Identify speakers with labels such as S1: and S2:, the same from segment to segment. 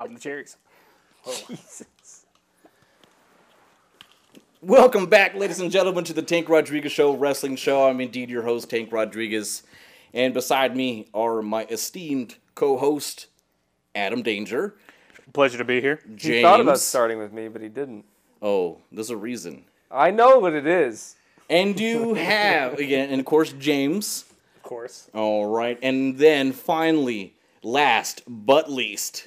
S1: I'm the cherries.
S2: Oh.
S3: Jesus. Welcome back, ladies and gentlemen, to the Tank Rodriguez Show Wrestling Show. I'm indeed your host, Tank Rodriguez. And beside me are my esteemed co host, Adam Danger.
S1: Pleasure to be here.
S3: James.
S2: He thought about starting with me, but he didn't.
S3: oh, there's a reason.
S2: I know what it is.
S3: And you have, again, and of course, James.
S1: Of course.
S3: All right. And then finally, last but least.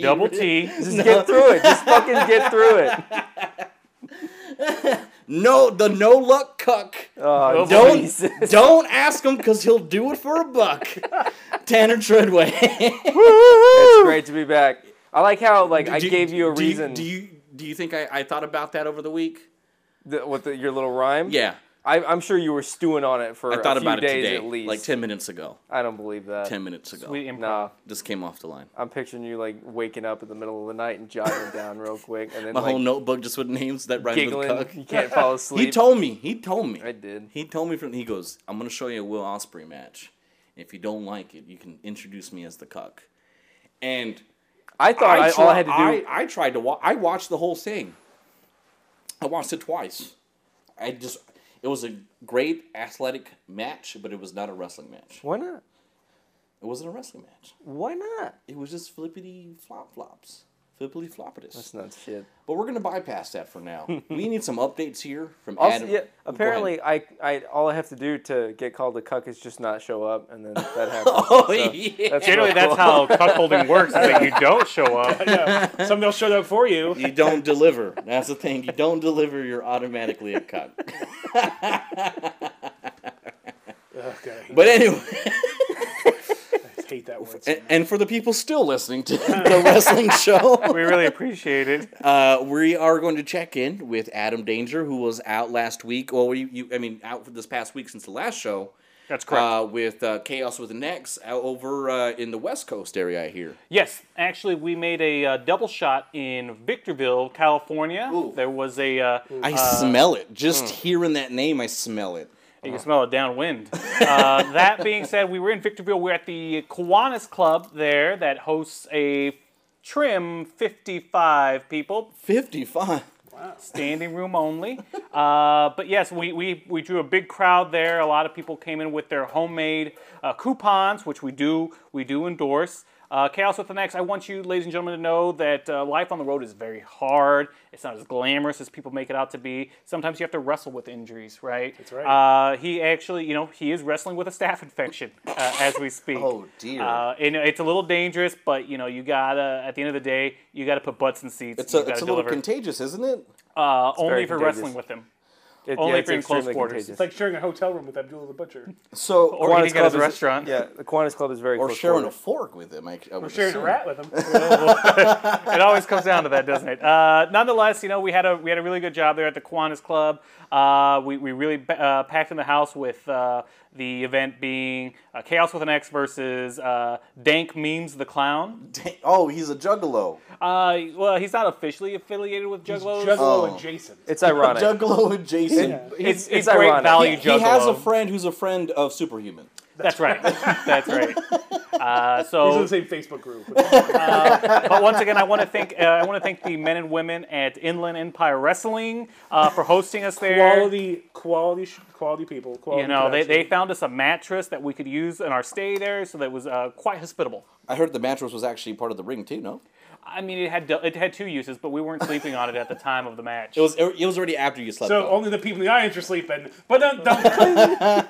S1: Double T.
S2: Just get through it. Just fucking get through it.
S3: No, the no luck cuck.
S2: Oh,
S3: Don't
S2: Jesus.
S3: don't ask him because he'll do it for a buck. Tanner Treadway.
S2: It's great to be back. I like how like I
S3: Do-
S2: gave you a
S3: do
S2: reason.
S3: Do you do you think I, I thought about that over the week?
S2: th- with the, your little rhyme?
S3: Yeah,
S2: I, I'm sure you were stewing on it for
S3: I thought
S2: a few
S3: about it
S2: days
S3: today,
S2: at least.
S3: like ten minutes ago.
S2: I don't believe that.
S3: Ten minutes ago,
S1: We improv.
S2: Nah,
S3: just came off the line.
S2: I'm picturing you like waking up in the middle of the night and jotting it down real quick, and then
S3: My
S2: like
S3: whole notebook just with names that rhyme with
S2: giggling.
S3: cuck.
S2: You can't fall asleep.
S3: He told me. He told me.
S2: I did.
S3: He told me from. He goes, "I'm gonna show you a Will Osprey match. If you don't like it, you can introduce me as the cuck." And
S2: I thought I, all I had to do.
S3: I, I tried to watch. I watched the whole thing. I watched it twice. I just. It was a great athletic match, but it was not a wrestling match.
S2: why not?
S3: It wasn't a wrestling match.
S2: Why not?
S3: It was just flippity flop flops, flippity floppitus.
S2: That's not shit.
S3: But we're gonna bypass that for now. we need some updates here from
S2: Also,
S3: Adam.
S2: yeah,
S3: Go ahead.
S2: apparently, I, I all I have to do to get called a cuck is just not show up, and then that happens.
S3: Oh
S2: So,
S3: yeah.
S2: that's
S1: Generally,
S2: real
S1: that's
S2: cool.
S1: how cuckolding works: is that you don't show up. Somebody will show up for you.
S3: You don't deliver. That's the thing. You don't deliver. You're automatically a cuck.
S1: Okay.
S3: But anyway,
S1: I hate that word.
S3: and, and for the people still listening to the wrestling show,
S1: We really appreciate it.
S3: uh, we are going to check in with Adam Danger, who was out last week. Well, you, you I mean, out for this past week since the last show.
S1: That's correct.
S3: Uh, with uh, Chaos with an X out over uh, in the West Coast area, I hear.
S1: Yes, actually, we made a uh, double shot in Victorville, California.
S3: Ooh.
S1: There was a. Uh,
S3: I smell it. Just
S1: mm.
S3: hearing that name, I smell it.
S1: You can smell it downwind. uh, that being said, we were in Victorville. We're at the Kiwanis Club there that hosts a trim 55 people,
S3: 55.
S1: standing room only. Uh, but yes, we, we, we drew a big crowd there. A lot of people came in with their homemade uh, coupons, which we do we do endorse. Uh, Chaos with an X. I want you, ladies and gentlemen, to know that uh, life on the road is very hard. It's not as glamorous as people make it out to be. Sometimes you have to wrestle with injuries, right? That's
S4: right.
S1: Uh, he actually, you know, he is wrestling with a staph infection uh, as we speak.
S3: Oh, dear.
S1: Uh, and it's a little dangerous, but you know, you gotta. At the end of the day, you gotta put butts in seats.
S3: It's a,
S1: you gotta
S3: it's a little
S1: deliver.
S3: contagious, isn't it?
S1: Uh, only
S2: very
S1: if you're
S2: contagious.
S1: wrestling with him.
S2: It-
S1: Only
S2: yeah,
S1: if you're in
S2: it's
S1: close
S2: extremely
S1: quarters.
S2: contagious.
S4: It's like sharing a hotel room with Abdullah the Butcher.
S3: So,
S1: Or eating at his
S2: is-
S1: restaurant.
S2: Yeah, the Kiwanis Club is very
S3: or
S2: close
S3: sharing a
S2: quarters.
S3: fork with him. I, I would
S4: Sharing a
S3: assume.
S4: rat with him.
S1: it always comes down to that, doesn't it? Uh, nonetheless, you know, we had a we had a really good job there at the Kiwanis Club. Uh, we we really uh, packed in the house with uh, the event being uh, Chaos with an X versus uh, Dank Memes the Clown.
S3: Dang- Oh, he's a juggalo.
S1: Uh, well, he's not officially affiliated with Juggalos.
S4: Juggalo
S3: Oh.
S4: and Jason.
S2: It's ironic.
S3: Juggalo and Jason.
S4: Yeah.
S1: it's,
S2: it's
S1: it's, great
S2: ironic.
S1: value.
S3: He has a
S1: Juggalo.
S3: friend who's a friend of Superhuman.
S1: That's right. That's right. Uh,
S4: He's in
S1: so
S4: the same Facebook group.
S1: but once again, I want to thank uh, I want to thank the men and women at Inland Empire Wrestling uh, for hosting us there.
S4: quality, quality, sh- quality people. Quality
S1: You know, they, they
S4: production.
S1: found us a mattress that we could use in our stay there, so that was uh, quite hospitable.
S3: I heard the mattress was actually part of the ring too. No,
S1: I mean, it had du- it had two uses, but we weren't sleeping on it at the time of the match.
S3: it was it was already after you slept.
S4: So
S3: though.
S4: only the people in the audience are sleeping. But dun, dun.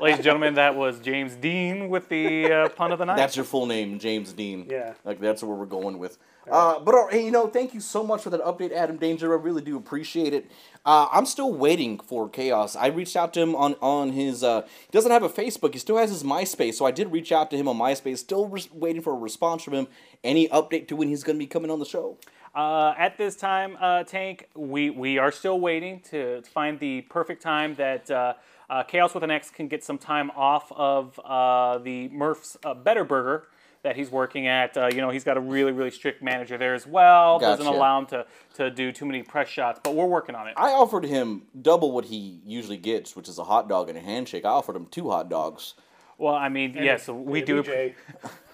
S1: Ladies and gentlemen, that was James Dean with the uh, pun of the night.
S3: that's your full name, James Dean.
S4: Yeah.
S3: like that's where we're going with. Uh, but uh, hey, you know, thank you so much for that update, Adam Danger. I really do appreciate it. Uh, I'm still waiting for Chaos. I reached out to him on on his. Uh, he doesn't have a Facebook. He still has his MySpace. So I did reach out to him on MySpace. Still res- waiting for a response from him. Any update to when he's going to be coming on the show?
S1: Uh, at this time, uh, Tank, we, we are still waiting to find the perfect time that uh, uh, Chaos with an X can get some time off of uh, the Murph's uh, Better Burger that he's working at. Uh, you know, he's got a really, really strict manager there as well. Doesn't
S3: Gotcha.
S1: allow him to, to do too many press shots, but we're working on it.
S3: I offered him double what he usually gets, which is a hot dog and a handshake. I offered him two hot dogs.
S1: Well, I mean, yes, we do.
S4: BJ.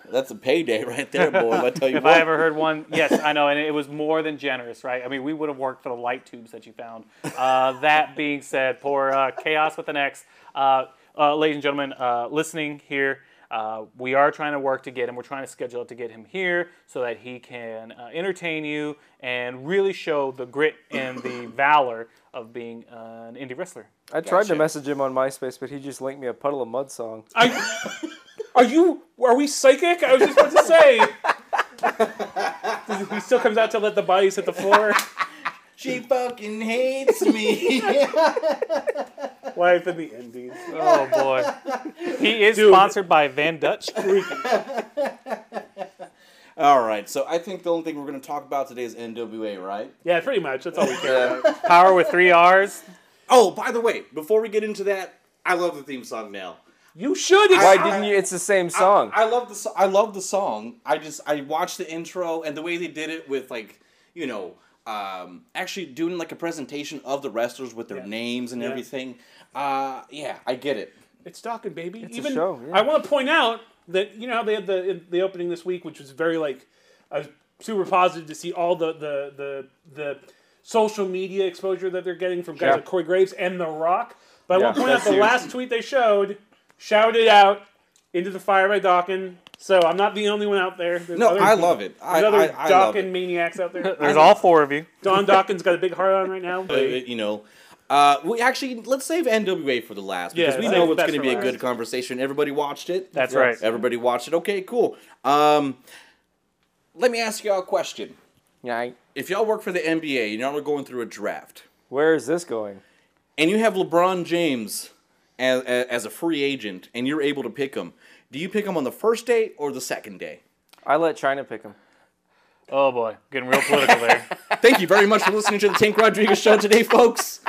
S3: That's a payday right there, boy. I tell you
S1: If
S3: what.
S1: I ever heard one, yes, I know, and it was more than generous, right? I mean, we would have worked for the light tubes that you found. Uh, that being said, poor uh, chaos with an X, uh, uh, ladies and gentlemen, uh, listening here, uh, we are trying to work to get him. We're trying to schedule it to get him here so that he can uh, entertain you and really show the grit and the valor of being an indie wrestler.
S2: I tried
S3: Gotcha.
S2: to message him on MySpace, but he just linked me a Puddle of Mud song.
S4: I, are you? Are we psychic? I was just about to say. he still comes out to let the bodies hit the floor.
S3: she fucking hates me.
S4: Life in the Indies.
S1: Oh boy, he is
S4: Dude.
S1: sponsored by Van Dutch.
S3: All right, so I think the only thing we're going to talk about today is NWA, right?
S4: Yeah, pretty much. That's all we care.
S1: Power with three R's.
S3: Oh, by the way, before we get into that, I love the theme song now.
S4: You should. It's,
S2: Why didn't you? It's the same song.
S3: I, I love the so- I love the song. I just I watched the intro and the way they did it with like you know um, actually doing like a presentation of the wrestlers with their
S4: Yeah.
S3: names and
S4: Yeah.
S3: everything. Uh, yeah, I get it.
S4: it's talking, baby.
S2: a
S4: Even
S2: show, yeah.
S4: I want to point out that you know how they had the in the opening this week, which was very like I was super positive to see all the the the the social media exposure that they're getting from guys
S2: Sure.
S4: like Corey Graves and The Rock. But I
S2: Yeah,
S4: want to point out
S2: that's
S4: the
S2: huge.
S4: last tweet they showed shouted out into the fire by Dawkins. So I'm not the only one out there. There's
S3: No,
S4: other
S3: I
S4: people.
S3: love it. I,
S4: There's
S3: I,
S4: other
S3: I love
S4: Dawkins
S3: it.
S4: maniacs out there.
S1: There's all four of you.
S4: Don Dawkins got a big heart on right now.
S3: Uh, You know, uh, we actually let's save NWA for the last because
S4: Yeah,
S3: we
S4: save
S3: know
S4: the
S3: it's
S4: best
S3: going to
S4: for
S3: be a
S4: last.
S3: good conversation. Everybody watched it.
S1: That's
S2: Yes.
S1: right.
S3: Everybody watched it. Okay, cool. Um, let me ask y'all a question.
S2: Yeah, I-
S3: If y'all work for the NBA and y'all are going through a draft,
S2: Where is this going?
S3: and you have LeBron James as, as a free agent, and you're able to pick him, do you pick him on the first day or the second day?
S2: I let China pick him.
S1: Oh boy, getting real political there.
S3: Thank you very much for listening to the Tank Rodriguez show today, folks.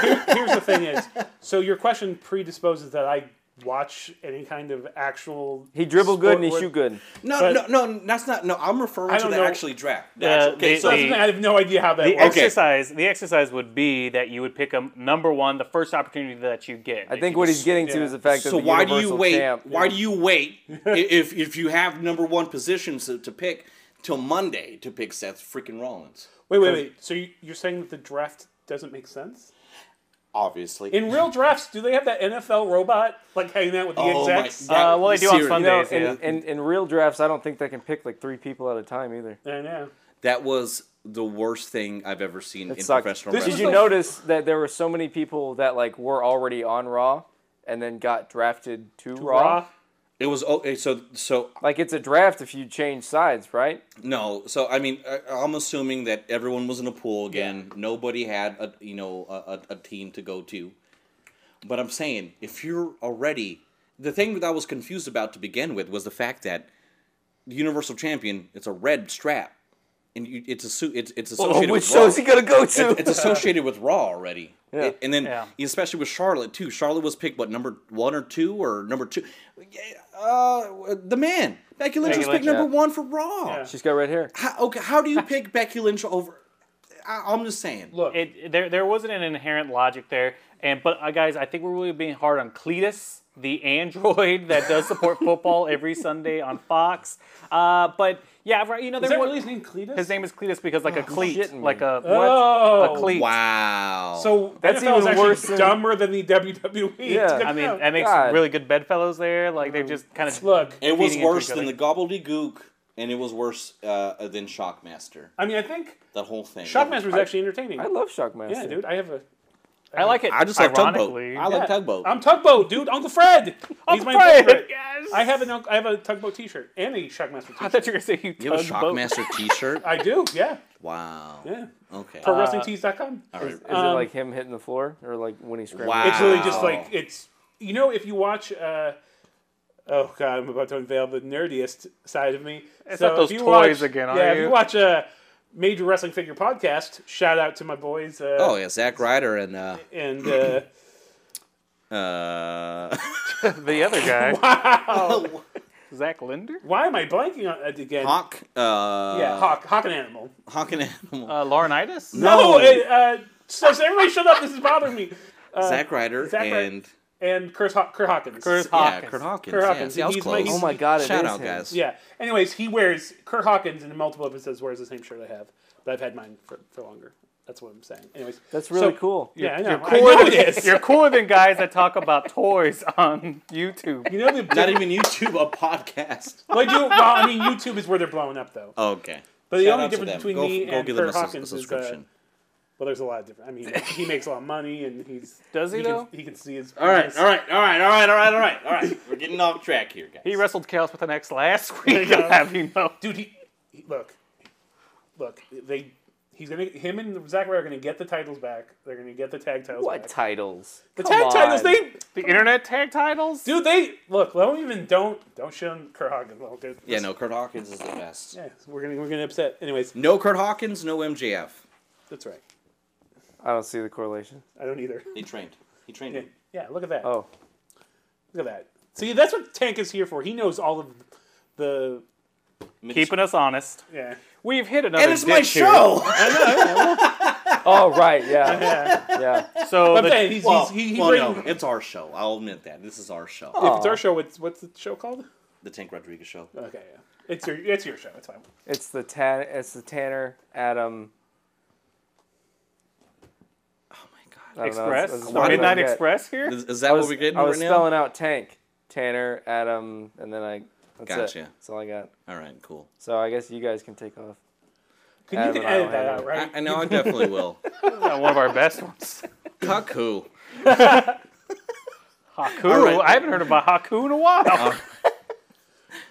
S4: here's the thing is so your question predisposes that i watch any kind of actual
S2: He dribble good and he
S4: sport
S2: shoot
S4: where-
S2: good.
S3: No,
S4: But-
S3: no, no, that's not. No, I'm referring
S4: I
S3: to
S4: don't
S3: the
S4: know.
S3: actually draft. The
S1: Uh,
S3: actual- okay,
S1: the-
S3: so
S4: That's the thing, i have no idea how that
S1: The
S4: works
S3: Okay.
S1: exercise, the exercise would be that you would pick a number one, the first opportunity that you get.
S2: I think what he's getting to
S4: yeah.
S2: is the fact that
S3: so
S2: the
S3: why do you
S2: universal
S3: wait?
S2: champ.
S3: Why do you wait i- if if you have number one positions to, to pick till Monday to pick Seth freaking Rollins?
S4: wait wait wait so you- you're saying that the draft doesn't make sense
S3: Obviously,
S4: in real drafts do they have that nfl robot like hanging out with the
S3: Oh my
S4: execs
S3: God.
S1: Uh, well, they do on
S3: Seriously.
S1: Sunday.
S2: No,
S1: Days,
S2: in,
S1: yeah.
S2: in, in real drafts, I don't think they can pick like three people at a time either.
S4: i know
S3: That was the worst thing I've ever seen in
S2: sucked.
S3: professional
S4: This is
S2: Did
S3: wrestling.
S2: you
S4: the-
S2: notice that there were so many people that like were already on Raw and then got drafted to, Raw?
S4: Raw.
S3: It was okay. So so
S2: Like it's a draft if you change sides, right?
S3: no. So I mean, I, I'm assuming that everyone was in a pool again. Nobody had a you know a, a, a team to go to. But I'm saying if you're already the thing that I was confused about to begin with was the fact that the Universal Champion it's a red strap, and you, it's a suit. It's it's associated
S2: which
S3: with Raw.
S2: shows he gonna go to?
S3: It- it's associated with Raw already. It- and then
S1: Yeah.
S3: especially with Charlotte too. Charlotte was picked what number one or two or number two. Uh, the man Becky Lynch was
S1: Becky
S3: picked
S1: Lynch,
S3: number
S2: yeah.
S3: one for Raw.
S4: Yeah.
S2: She's got red hair.
S3: How, okay, how do you pick Becky Lynch over? I, I'm just saying.
S4: look
S1: it, there, there wasn't an inherent logic there. And but uh, guys, I think we're really being hard on Cletus, the android that does support football every Sunday on Fox. Uh, but yeah, right, you know,
S4: is
S1: there
S4: that
S1: was-
S4: really his name cletus
S1: his name is Cletus because like a cleat,
S2: shitting me.
S1: like a what?
S4: Oh.
S1: a cleat.
S3: Wow.
S4: so
S2: That's
S4: NFL is
S2: even
S4: actually
S2: worse than-
S4: dumber than the E. wwe It's
S2: Yeah.
S4: good
S1: I mean,
S4: to know.
S1: that makes
S2: God.
S1: really good bedfellows there. Like they're just kind of
S4: look
S3: it was
S1: feeding into
S3: worse
S1: each other.
S3: than the gobbledygook, and it was worse uh, than Shockmaster.
S4: i mean i think
S3: That whole thing.
S4: shockmaster was actually entertaining
S2: I love Shockmaster.
S4: yeah dude i have a
S1: I like it.
S3: I just like tugboat.
S1: ironically.
S3: I like tugboat.
S4: I'm tugboat, dude. Uncle Fred. He's my
S1: Fred,
S4: favorite.
S1: yes.
S4: I have an Unc- I have a tugboat T-shirt and a Shockmaster T-shirt.
S1: I thought you were gonna say you,
S3: you have a
S1: tugboat.
S3: Shockmaster T-shirt.
S4: I do. Yeah.
S3: Wow.
S4: Yeah.
S3: Okay.
S4: For WrestlingTees.com.
S3: All right.
S2: Is
S4: Um,
S2: it like him hitting the floor or like when he scrambles?
S3: Wow.
S4: It's really just
S3: Wow.
S4: like it's. You know, if you watch. Uh, oh God, I'm about to unveil the nerdiest side of me. It's
S1: not those
S4: if you
S1: toys
S4: watch,
S1: again, are
S4: yeah, if
S1: you?
S4: you watch a major wrestling figure podcast, shout out to my boys. Uh,
S3: Oh yeah, Zack Ryder and uh,
S4: And uh,
S3: uh,
S1: The other guy.
S4: Oh,
S1: Zach Linder?
S4: why am I blanking on it again?
S3: Hawk. Uh, oh.
S4: Yeah, Hawk. Hawk an animal.
S3: Hawk and Animal.
S1: Uh, Laurinaitis?
S3: No.
S4: No. it, uh, so, so everybody shut up. This is bothering me.
S3: Zack Ryder
S4: Zack Ryder.
S3: and
S4: and Kurt, Ho- Kurt Hawkins.
S1: Kurt
S3: Yeah,
S1: Hawkins.
S3: Kurt Hawkins.
S4: Kurt
S3: yeah,
S4: Hawkins.
S3: see, I was
S4: He's my-
S3: close.
S4: he's-
S2: Oh my God, it
S3: Shout
S2: is
S3: out,
S2: him.
S3: guys.
S4: Yeah. Anyways, he wears Kurt Hawkins in multiple episodes wears the same shirt I have, but I've had mine for, for longer. That's what I'm saying. Anyways,
S2: That's really cool.
S4: Yeah, I know.
S1: You're
S4: I know
S1: cooler,
S4: it
S1: than,
S4: is.
S1: you're cooler than guys that talk about toys on YouTube.
S4: You know the
S3: Not even YouTube, a podcast.
S4: like you, well, I mean, YouTube is where they're blowing up though.
S3: Oh, Okay.
S4: But the
S3: Shout
S4: only
S3: out to
S4: difference
S3: them.
S4: between
S3: go,
S4: me
S3: go
S4: and
S3: give them
S4: Kurt
S3: a, sus-
S4: Hawkins
S3: a
S4: is, uh,
S3: subscription.
S4: well, there's a lot of different. I mean, he makes a lot of money and he's
S1: Does he,
S4: can-
S1: though?
S4: he can see his.
S3: All right, all right, all right, all right, all right, all right, all right. We're getting off track here, guys.
S1: He wrestled Chaos with an X last
S4: you
S1: week.
S4: go.
S1: I'll have you know.
S4: dude. He, he- look, look. They he's gonna him and Zachary are gonna get the titles back. They're gonna get the tag titles.
S2: What
S4: back.
S2: titles?
S4: the
S2: Come
S4: tag titles?
S2: on.
S4: They
S1: The internet tag titles?
S4: dude. They look. Don't even don't don't shit on Kurt Hawkins. Well, there's-
S3: yeah, no, Kurt Hawkins is the best.
S4: yeah, we're gonna we're gonna upset. Anyways,
S3: No Kurt Hawkins, no MJF.
S4: that's right.
S2: I don't see the correlation.
S4: I don't either.
S3: He trained. He trained
S4: Yeah,
S3: him.
S4: yeah, look at that.
S2: Oh,
S4: Look at that. See, that's what Tank is here for. He knows all of the
S1: Keeping us honest.
S4: yeah.
S1: We've hit another
S3: And it's my
S1: ditch here.
S3: show.
S2: oh right, yeah,
S4: yeah.
S2: yeah.
S1: So
S4: But
S1: the-
S4: then he's,
S3: well,
S4: he's he, he
S3: well
S4: bring-
S3: no, it's our show. I'll admit that. This is our show.
S2: Oh.
S4: If it's our show, what's what's the show called?
S3: The Tank Rodriguez show.
S4: Okay, yeah. It's your it's your show. It's fine.
S2: It's the tan. It's the Tanner Adam.
S3: Oh my
S2: I
S3: god.
S2: don't know, it's-
S1: Express?
S2: it's
S1: The
S2: not
S1: Midnight
S2: like it.
S1: Express here?
S3: Is, is that
S2: I was,
S3: what we're getting
S2: I was
S3: right
S2: spelling out Tank, Tanner Adam, and then I. That's
S3: Gotcha.
S2: It. That's all I got.
S3: now? All right, cool.
S2: So I guess you guys can take off.
S4: Can you
S2: Adam
S4: can
S2: and I
S4: edit
S2: don't
S4: that
S2: have
S4: out,
S2: it.
S3: I,
S4: right?
S3: I know I definitely will.
S1: Yeah, one of our best ones.
S3: Cuckoo.
S1: Haku.
S3: All right. Uh,
S1: I haven't heard about Haku in a while.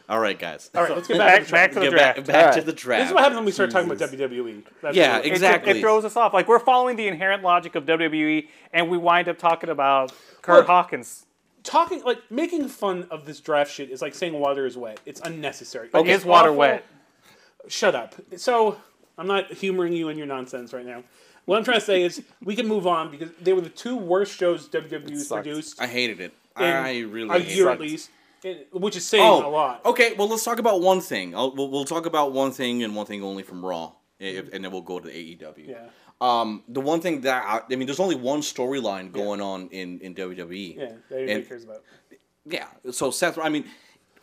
S3: All right, guys.
S4: All right, let's get back,
S1: back, back to
S4: to the show.
S1: the
S3: Get
S1: draft.
S3: back, back
S2: All
S3: to
S2: right.
S3: the draft.
S4: This is what happens when we start talking about WWE. That's
S3: Yeah,
S4: what-
S1: It-
S3: exactly.
S1: It, throws us off. Like we're following the inherent logic of WWE, and we wind up talking about Kurt
S4: Look.
S1: Hawkins.
S4: Talking like making fun of this draft shit is like saying water is wet. It's unnecessary.
S1: Like,
S4: It's
S1: is water
S4: awful.
S1: wet?
S4: Shut up. So I'm not humoring you in your nonsense right now. What I'm trying to say is we can move on because they were the two worst shows WWE's
S2: sucked.
S4: produced
S3: I hated it.
S4: in
S3: I really
S4: a
S3: hated it. Oh,
S4: year at
S2: Sucked.
S4: least, it- which is saying a lot.
S3: Okay, well, let's talk about one thing. I'll, we'll, we'll talk about one thing and one thing only from Raw, if, and then we'll go to AEW.
S4: Mm-hmm. Yeah.
S3: Um, the one thing that I, I mean, there's only one storyline going on in in WWE.
S4: Yeah, that everybody
S3: And-
S4: cares about.
S3: Yeah. So Seth, I mean,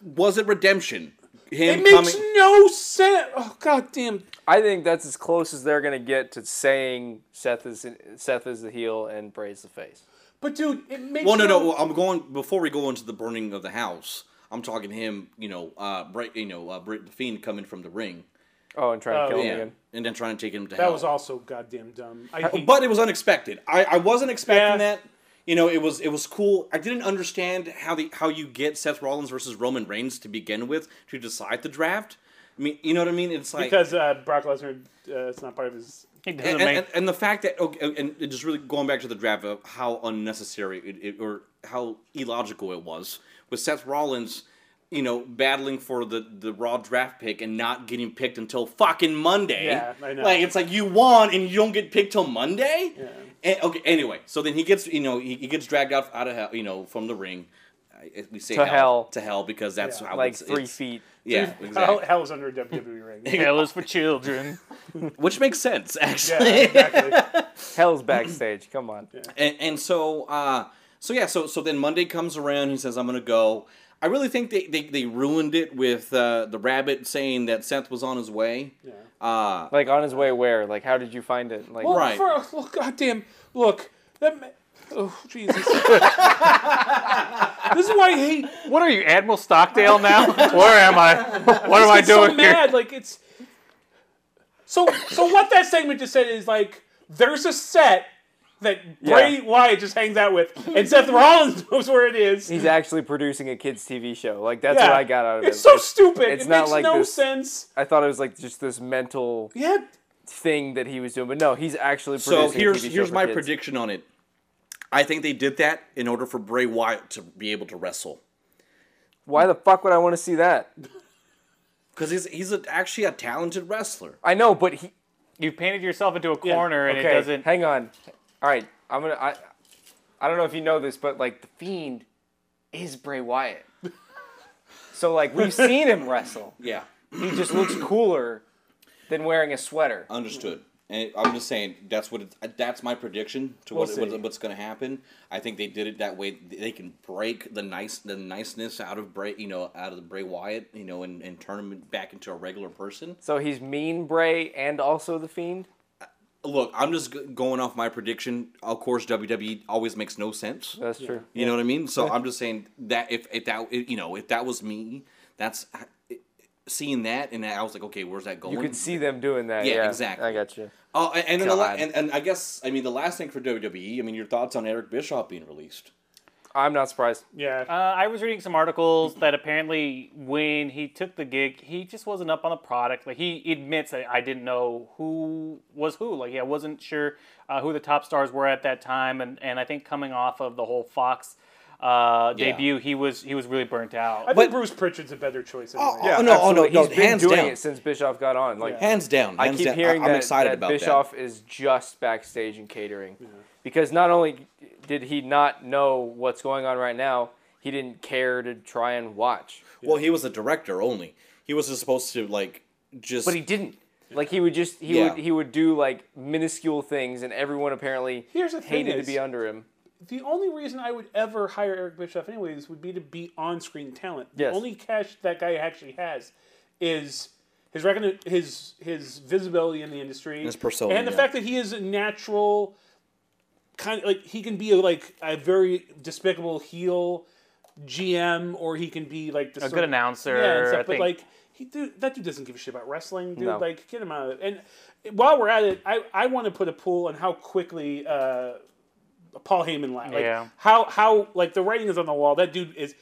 S3: was it redemption? Him
S4: It makes no sense. Oh god damn.
S2: I think that's as close as they're gonna get to saying Seth is Seth is the heel and Bray's the face.
S4: But dude, it makes
S3: Well, no, no. well, I'm going before we go into the burning of the house. I'm talking him. You know, uh, Bra- you know, uh, Brit the Fiend coming from the ring.
S2: Oh, and trying
S4: Oh,
S2: to kill
S3: Yeah.
S2: him again.
S3: And then trying to take him to
S4: That
S3: hell.
S4: was also goddamn dumb. I hate
S3: Uh, but it was unexpected. I, I wasn't expecting
S4: Yeah.
S3: that. You know, it was it was cool. I didn't understand how the how you get Seth Rollins versus Roman Reigns to begin with to decide the draft. I mean, you know what I mean? It's like
S4: because uh, Brock Lesnar, uh, it's not part of his.
S1: He doesn't
S3: and,
S1: make.
S3: and, and the fact that okay, and and just really going back to the draft of how unnecessary it, it or how illogical it was with Seth Rollins, you know, battling for the the Raw draft pick and not getting picked until fucking Monday.
S4: Yeah, I know.
S3: Like it's like you won and you don't get picked till Monday. Yeah. okay. Anyway, so then he gets you know he, he gets dragged out out of hell you know from the ring. I- We say
S2: To hell.
S3: to hell because that's
S4: Yeah.
S3: how
S2: Like
S3: it's,
S2: three
S3: it's-
S2: feet.
S3: Yeah,
S4: Hell,
S3: exactly.
S4: hell's under a WWE ring.
S1: Hell is for children.
S3: Which makes sense
S4: Yeah,
S3: actually.
S4: exactly.
S2: Hell's backstage. Come on.
S3: and, and so uh so yeah so so then monday comes around he says i'm gonna go i really think they they, they ruined it with uh the rabbit saying that seth was on his way
S4: Yeah.
S3: uh
S2: Like on his way where? Like how did you find it? Like
S4: Well,
S3: Right.
S4: For, oh, well, goddamn. Look, that. Ma- oh Jesus. this is why I hate.
S1: What are you, Admiral Stockdale now? Where am I? What am I
S4: It's so
S1: doing here?
S4: mad. Like it's. So so what that segment just said is like there's a set that Bray Wyatt just hangs out with, and Seth Rollins knows where it is.
S2: he's actually producing a kids TV show. Like that's
S4: Yeah.
S2: what I got out of it.
S4: It's so stupid.
S2: it's
S4: it
S2: not
S4: makes
S2: like
S4: no
S2: this-
S4: sense.
S2: I thought it was like just this mental
S4: Yeah.
S2: thing that he was doing, but no, he's actually
S3: so
S2: producing. a
S3: here's
S2: TV show
S3: here's
S2: for
S3: my
S2: kids.
S3: prediction on it i think they did that in order for bray wyatt to be able to wrestle
S2: Why the fuck would I want to see that?
S3: because he's he's a, actually a talented wrestler
S2: I know, but he.
S1: You've painted yourself into a corner, and
S2: Okay,
S1: it doesn't.
S2: hang on. All right, I'm gonna. I, I don't know if you know this, but like the fiend is Bray Wyatt. so like we've seen him wrestle.
S3: yeah
S2: He just looks cooler than wearing a sweater.
S3: understood And I'm just saying that's what it, that's my prediction to
S4: We'll
S3: what, what
S4: see.
S3: what's going to happen. I think they did it that way. They can break the nice the niceness out of Bray, you know, out of the Bray Wyatt, you know, and, and turn him back into a regular person.
S2: So he's mean Bray and also the Fiend.
S3: Look, I'm just g- going off my prediction. Of course, WWE always makes no sense.
S2: That's true.
S3: You know what I mean? So I'm just saying that if, if that if, you know if that was me, that's seeing that and I was like, okay, where's that going?
S2: You could see them doing that.
S3: Yeah,
S2: Yeah,
S3: exactly.
S2: I got you.
S3: Oh, and and, then the la-
S2: God.
S3: and and I guess I mean the last thing for WWE. I mean, your thoughts on Eric Bischoff being released?
S2: I'm not surprised.
S4: Yeah.
S1: Uh, I was reading some articles that apparently when he took the gig, he just wasn't up on the product. Like he admits that I didn't know who was who. Like I wasn't sure uh, who the top stars were at that time, and, and I think coming off of the whole Fox uh,
S3: Yeah.
S1: debut, he was he was really burnt out.
S4: I think
S3: but-
S4: Bruce Pritchard's a better choice. Anyway.
S3: oh no, oh no,
S2: Absolutely.
S3: no,
S2: He's been
S3: hands
S2: doing
S3: down,
S2: it since Bischoff got on. Like
S3: hands down.
S2: I
S3: hands
S2: keep
S3: down.
S2: hearing
S3: I, am
S2: that,
S3: excited
S2: that
S3: about
S2: Bischoff is just backstage and catering,
S4: Mm-hmm.
S2: because not only did he not know what's going on right now, he didn't care to try and watch.
S3: that. Well, he was a director only. He was just supposed to like just.
S2: But he didn't. Like he would just he
S3: Yeah.
S2: would he would do like minuscule things, and everyone apparently
S4: Here's the thing
S2: hated
S4: is-
S2: to be under him.
S4: the only reason I would ever hire Eric Bischoff, anyways, would be to be on screen talent.
S2: Yes.
S4: The only cash that guy actually has is his recogni- his his visibility in the industry,
S3: His persona,
S4: and the
S3: yeah.
S4: fact that he is a natural kind of like he can be a, like a very despicable heel GM, or he can be like the
S1: a good announcer.
S4: yeah, and stuff,
S1: I
S4: but
S1: think.
S4: like he dude, that dude doesn't give a shit about wrestling, dude.
S2: No.
S4: Like get him out of it. And while we're at it, I, I want to put a pool on how quickly uh, Paul Heyman left. Like,
S1: Yeah.
S4: How how like the writing is on the wall. That dude is.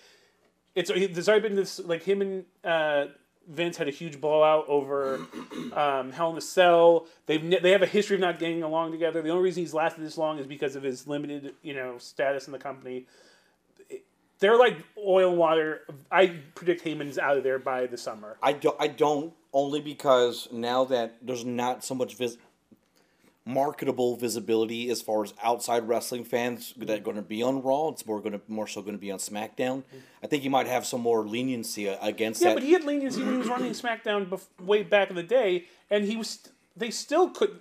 S4: It's he- there's already been this like him and uh, Vince had a huge blowout over um, Hell in a Cell. They've ne- they have a history of not getting along together. The only reason he's lasted this long is because of his limited you know status in the company. They're like oil and water. I predict Heyman's out of there by the summer.
S3: I don't. I don't only because now that there's not so much vis- marketable visibility as far as outside wrestling fans that are going to be on Raw. It's more going to more so going to be on SmackDown. I think you might have some more leniency uh, against
S4: Yeah,
S3: that.
S4: but he had leniency when he was running SmackDown bef- way back in the day, and he was. St- they still could.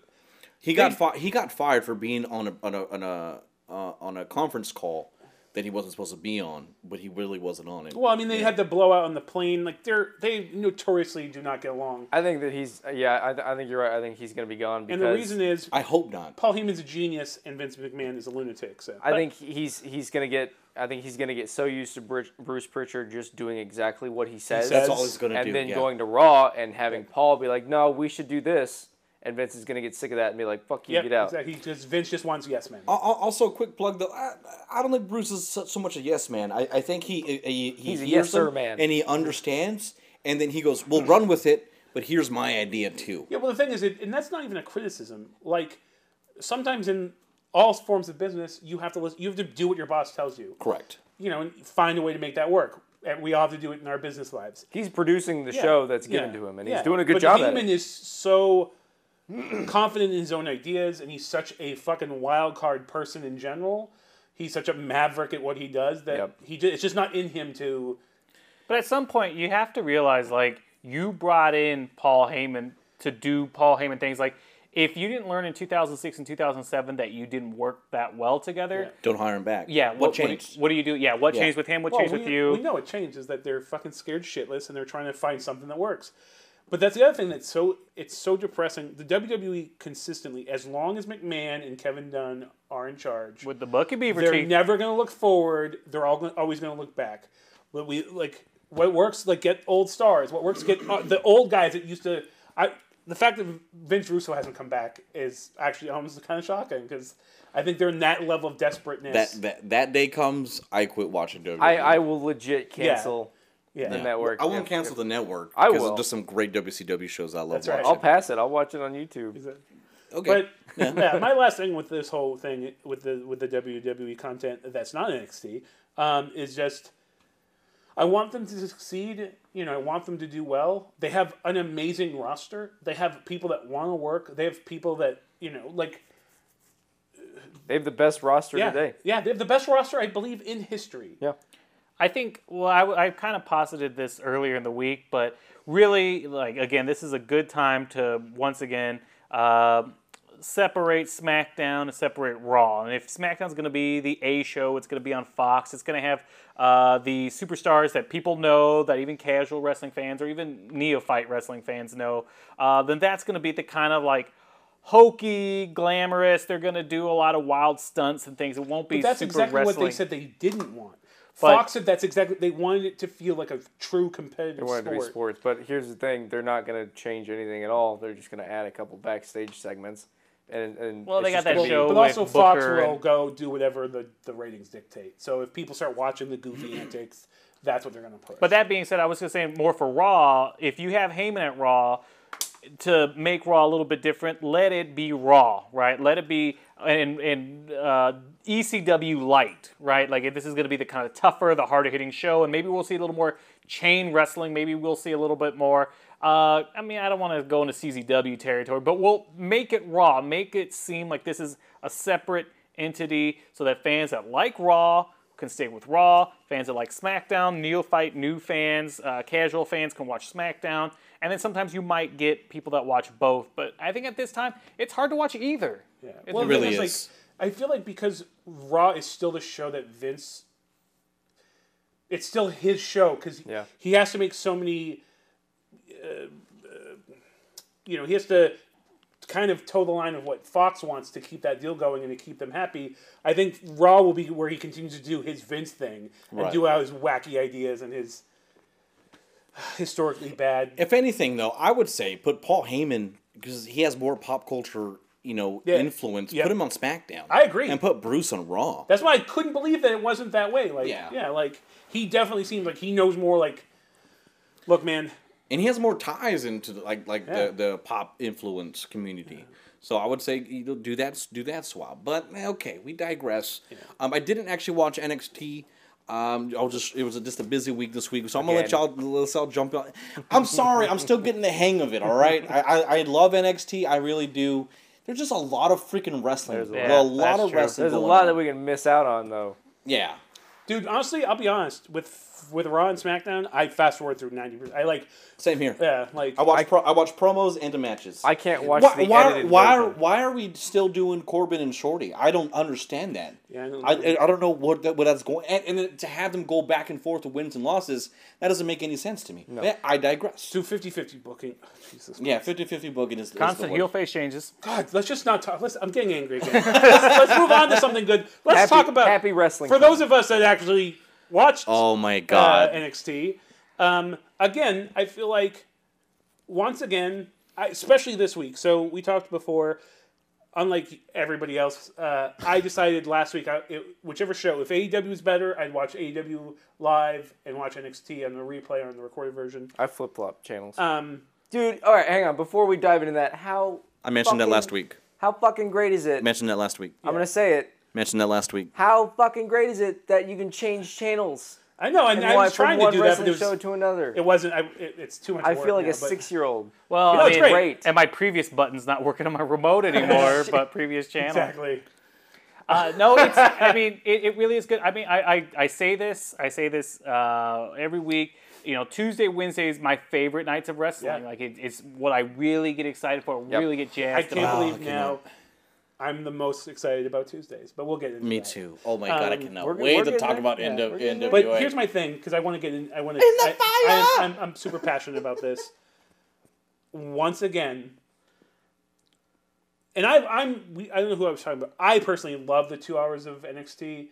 S3: He got fi- he got fired for being on a on a on a uh, on a conference call that he wasn't supposed to be on, but he really wasn't on it.
S4: Well, I mean, they had the blowout on the plane. Like they're they notoriously do not get along,
S2: I think that he's uh, yeah. I, th- I think you're right. I think he's gonna be gone because
S4: and the reason is
S3: I hope not.
S4: Paul Heyman's a genius and Vince McMahon is a lunatic. So
S2: I think he's he's gonna get. I think he's gonna get so used to Bruce, Bruce Pritchard just doing exactly what he says.
S3: That's all he's gonna
S2: and
S3: do,
S2: then
S3: yeah.
S2: going to Raw and having Paul be like, "No, we should do this," and Vince is gonna get sick of that and be like, "Fuck you,
S4: Yep,
S2: get out."
S4: exactly. He just Vince just wants yes men.
S3: Al- al- Also, a quick plug though. I, I don't think Bruce is so, so much a yes man. I, I think he he, he
S2: He's a
S3: hears
S2: yes sir
S3: them
S2: man.
S3: and he understands, and then he goes, "We'll run with it." But here's my idea too.
S4: Yeah, well, the thing is, it, and that's not even a criticism. Like sometimes in all forms of business, you have to listen, you have to do what your boss tells you.
S3: Correct.
S4: You know, and find a way to make that work. And we all have to do it in our business lives.
S2: He's producing the show that's given
S4: Yeah,
S2: to him, and
S4: yeah.
S2: he's doing a good
S4: but
S2: job
S4: Heyman
S2: at it.
S4: is so confident in his own ideas, and he's such a fucking wild card person in general. He's such a maverick at what he does that
S2: Yep.
S4: he just, it's just not in him to.
S1: But at some point, you have to realize like you brought in Paul Heyman to do Paul Heyman things. Like if you didn't learn in 2006 and 2007 that you didn't work that well together,
S3: Don't hire him back.
S1: yeah,
S3: What,
S1: what, do-
S3: changed?
S1: What do you do? Yeah, what changed with him? What changed
S4: we,
S1: with you?
S4: we know it changes that they're fucking scared shitless and they're trying to find something that works. But that's the other thing that's so it's so depressing. The WWE consistently, as long as McMahon and Kevin Dunn are in charge,
S1: With the Bucky Beaver
S4: They're
S1: teeth.
S4: never going to look forward. They're all gonna, always going to look back. But we like what works. Like get old stars. What works. Get uh, the old guys that used to. I the fact that Vince Russo hasn't come back is actually almost kind of shocking because I think they're in that level of desperateness.
S3: that, that that day comes, I quit watching E. WWE.
S2: I, I will legit cancel
S4: yeah.
S2: the network.
S3: I won't
S2: if-
S3: cancel
S2: if-
S3: the network.
S2: I
S3: 'cause
S2: will.
S3: There's some great WCW shows I love
S4: That's right.
S3: watching.
S2: I'll pass it. I'll watch it on YouTube.
S3: Okay.
S4: But yeah, my last thing with this whole thing with the with the WWE content that's not NXT um, is just I want them to succeed. You know, I want them to do well. They have an amazing roster. They have people that want to work. They have people that you know, like
S2: They have the best roster
S4: yeah,
S2: today.
S4: yeah, they have the best roster I believe in history.
S2: Yeah.
S1: I think, well, I, I kind of posited this earlier in the week, but really, like, again, this is a good time to once again uh, separate SmackDown and separate Raw. And if SmackDown's going to be the A show, it's going to be on Fox. It's going to have uh, the superstars that people know, that even casual wrestling fans or even neophyte wrestling fans know. Uh, then that's going to be the kind of like hokey, glamorous. They're going to do a lot of wild stunts and things. It won't be
S4: But that's
S1: super
S4: exactly
S1: wrestling.
S4: what they said they didn't want.
S1: But-
S4: Fox said that's exactly they wanted it to feel like a true competitive
S2: They wanted to be
S4: sport.
S2: sports, but here's the thing: they're not going to change anything at all. They're just going to add a couple backstage segments, and and
S1: Well,
S2: it's
S1: they got
S2: just
S1: that
S2: gonna be-
S1: show
S4: But also,
S1: with
S4: Fox
S1: Booker
S4: will
S1: and-
S4: go do whatever the, the ratings dictate. So if people start watching the goofy antics, that's what they're going to push.
S1: But that being said, I was just saying more for Raw. If you have Heyman at Raw, to make Raw a little bit different, let it be Raw, right? Let it be and and uh, ECW light, right? Like this is going to be the kind of tougher, the harder hitting show, and maybe we'll see a little more chain wrestling. Maybe we'll see a little bit more. Uh, I mean, I don't want to go into CZW territory, but we'll make it Raw, make it seem like this is a separate entity, so that fans that like Raw can stay with Raw. Fans that like SmackDown, neophyte, new fans, uh, casual fans can watch SmackDown. And then sometimes you might get people that watch both. But I think at this time, it's hard to watch either.
S4: yeah.
S1: It
S4: well, the thing
S3: really
S4: is,
S3: is.
S4: Like, I feel like because Raw is still the show that Vince, it's still his show because
S2: Yeah.
S4: he has to make so many. uh, you know, he has to kind of toe the line of what Fox wants to keep that deal going and to keep them happy. I think Raw will be where he continues to do his Vince thing and
S3: Right.
S4: do out his wacky ideas and his historically bad.
S3: If anything, though, I would say put Paul Heyman because he has more pop culture, you know,
S4: Yeah.
S3: influence.
S4: Yeah.
S3: Put him on SmackDown.
S4: I agree.
S3: And put Bruce on Raw.
S4: That's why I couldn't believe that it wasn't that way. Like, yeah,
S3: Yeah.
S4: like he definitely seems like he knows more. Like, look, man,
S3: and he has more ties into the, like like
S4: Yeah.
S3: the, the pop influence community. So I would say you know, do that do that swap. But eh, okay, we digress. Um, I didn't actually watch NXT. Um, I was just it was just a busy week this week, so I'm gonna let y'all let y'all jump on. I'm sorry, I'm still getting the hang of it. All right, I, I, I love NXT, I really do. There's just a lot of freaking wrestling. There's a,
S1: lot.
S3: lot
S2: that's
S3: of
S2: true.
S3: wrestling.
S2: There's a
S3: going
S2: lot
S3: on.
S2: that we can miss out on, though.
S3: yeah.
S4: dude, honestly, I'll be honest with with Raw and SmackDown. I fast forward through ninety percent. I like,
S3: Same here.
S4: yeah, like
S3: I watch pro, I watch promos and the matches.
S2: I can't watch
S3: why,
S2: the
S3: why,
S2: edited
S3: why,
S2: version.
S3: why are we still doing Corbin and Shorty? I don't understand that.
S4: Yeah, I don't
S3: I,
S4: know.
S3: I don't know what that, what that's going. And, and then to have them go back and forth to wins and losses, that doesn't make any sense to me. Yeah, I digress.
S4: do 50-50 booking. Oh, Jesus,
S3: Yeah, 50-50 booking is, is the
S1: Constant
S3: word.
S1: heel face changes.
S4: God, let's just not talk. Let's, I'm getting angry again. let's, let's move on to something good. Let's
S2: Happy-
S4: talk about
S2: happy wrestling
S4: For
S2: time.
S4: those of us that actually watched
S3: Oh my
S4: uh,
S3: god!
S4: NXT, um, again, I feel like once again, I, especially this week. So we talked before. Unlike everybody else, uh, I decided last week, I, it, whichever show, if AEW is better, I'd watch AEW live and watch NXT on the replay or on the recorded version.
S2: I flip flop channels,
S4: Um,
S2: dude. All right, hang on. Before we dive into that, how
S3: I mentioned that
S2: fucking-
S3: last week.
S2: How fucking great is it?
S3: Mentioned that last week.
S2: I'm gonna say it.
S3: Mentioned that last week.
S2: How fucking great is it that you can change channels
S4: I know, and,
S2: and
S4: I
S2: why-
S4: was
S2: from
S4: trying to
S2: one
S4: do that, but
S2: wrestling
S4: it was,
S2: show to another?
S4: it wasn't. I, it, it's too much.
S2: I
S4: work
S2: feel like
S4: now,
S2: a
S4: but-
S2: six-year-old.
S1: Well,
S4: No,
S1: I
S4: it's
S1: mean,
S4: great.
S1: and my previous button's not working on my remote anymore, but previous channel.
S4: Exactly.
S1: Uh, no, it's, I mean, it, it really is good. I mean, I, I, I say this, I say this uh, every week. You know, Tuesday, Wednesday is my favorite nights of wrestling.
S4: Yeah.
S1: Like, it, it's what I really get excited for,
S2: Yep.
S1: really get
S4: I
S1: jazzed
S4: can't
S1: about.
S4: believe
S3: I
S4: now
S3: cannot.
S4: I'm the most excited about Tuesdays, but we'll get into
S3: Me
S4: that.
S3: too. Oh my god! I
S4: Um,
S3: cannot
S2: we're g-
S3: wait
S2: we're
S3: to
S2: getting
S3: talk
S2: there.
S3: about
S2: Yeah,
S3: NW,
S2: we're getting there.
S3: NWA.
S4: But here's my thing because I want to get in. I want to. In
S3: the
S4: I,
S3: fire!
S4: am I'm, I'm super passionate about this. Once again, and I, I'm we, I don't know who I was talking about. I personally love the two hours of NXT.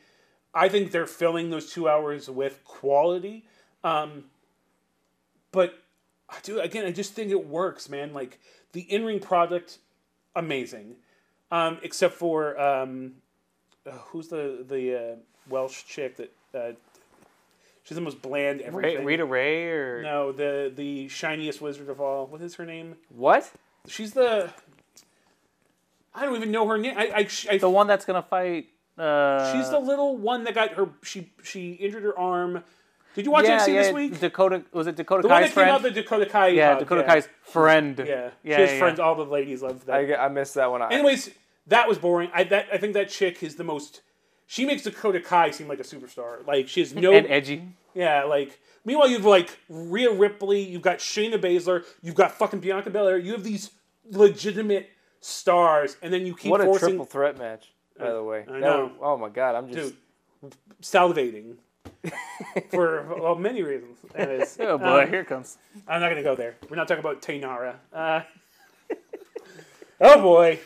S4: I think they're filling those two hours with quality. Um, but I do again. I just think it works, man. Like the in ring product, amazing. Um, except for um, uh, who's the the uh, Welsh chick that uh, she's the most bland
S1: Ray,
S4: everything.
S1: Rita Ray or
S4: No, the the shiniest wizard of all. What is her name?
S2: What?
S4: She's the. I don't even know her name. I, I, sh- I
S1: the one that's gonna fight. Uh,
S4: She's the little one that got her. She she injured her arm. Did you watch
S1: yeah,
S4: NXT
S1: yeah,
S4: this week?
S1: Dakota was it Dakota
S4: the one
S1: Kai's
S4: that came
S1: friend?
S4: out the Dakota Kai.
S1: yeah,
S4: hug,
S1: Dakota
S4: yeah.
S1: Kai's friend.
S4: Yeah,
S1: yeah,
S4: she has
S1: yeah.
S4: friends. All the ladies love that.
S2: I, I missed that one. I,
S4: Anyways, that was boring. I that I think that chick is the most. She makes Dakota Kai seem like a superstar. Like she has no.
S1: and edgy.
S4: yeah, like meanwhile you've like Rhea Ripley, you've got Shayna Baszler, you've got fucking Bianca Belair. You have these legitimate stars, and then you keep
S2: What a
S4: forcing
S2: triple threat match, by the way.
S4: I
S2: That
S4: know.
S2: was- oh my god, I'm just.
S4: Dude. salivating for well, many reasons. That is.
S1: Oh boy,
S4: Um,
S1: here it comes.
S4: I'm not gonna go there. We're not talking about Tainara. Uh, oh boy,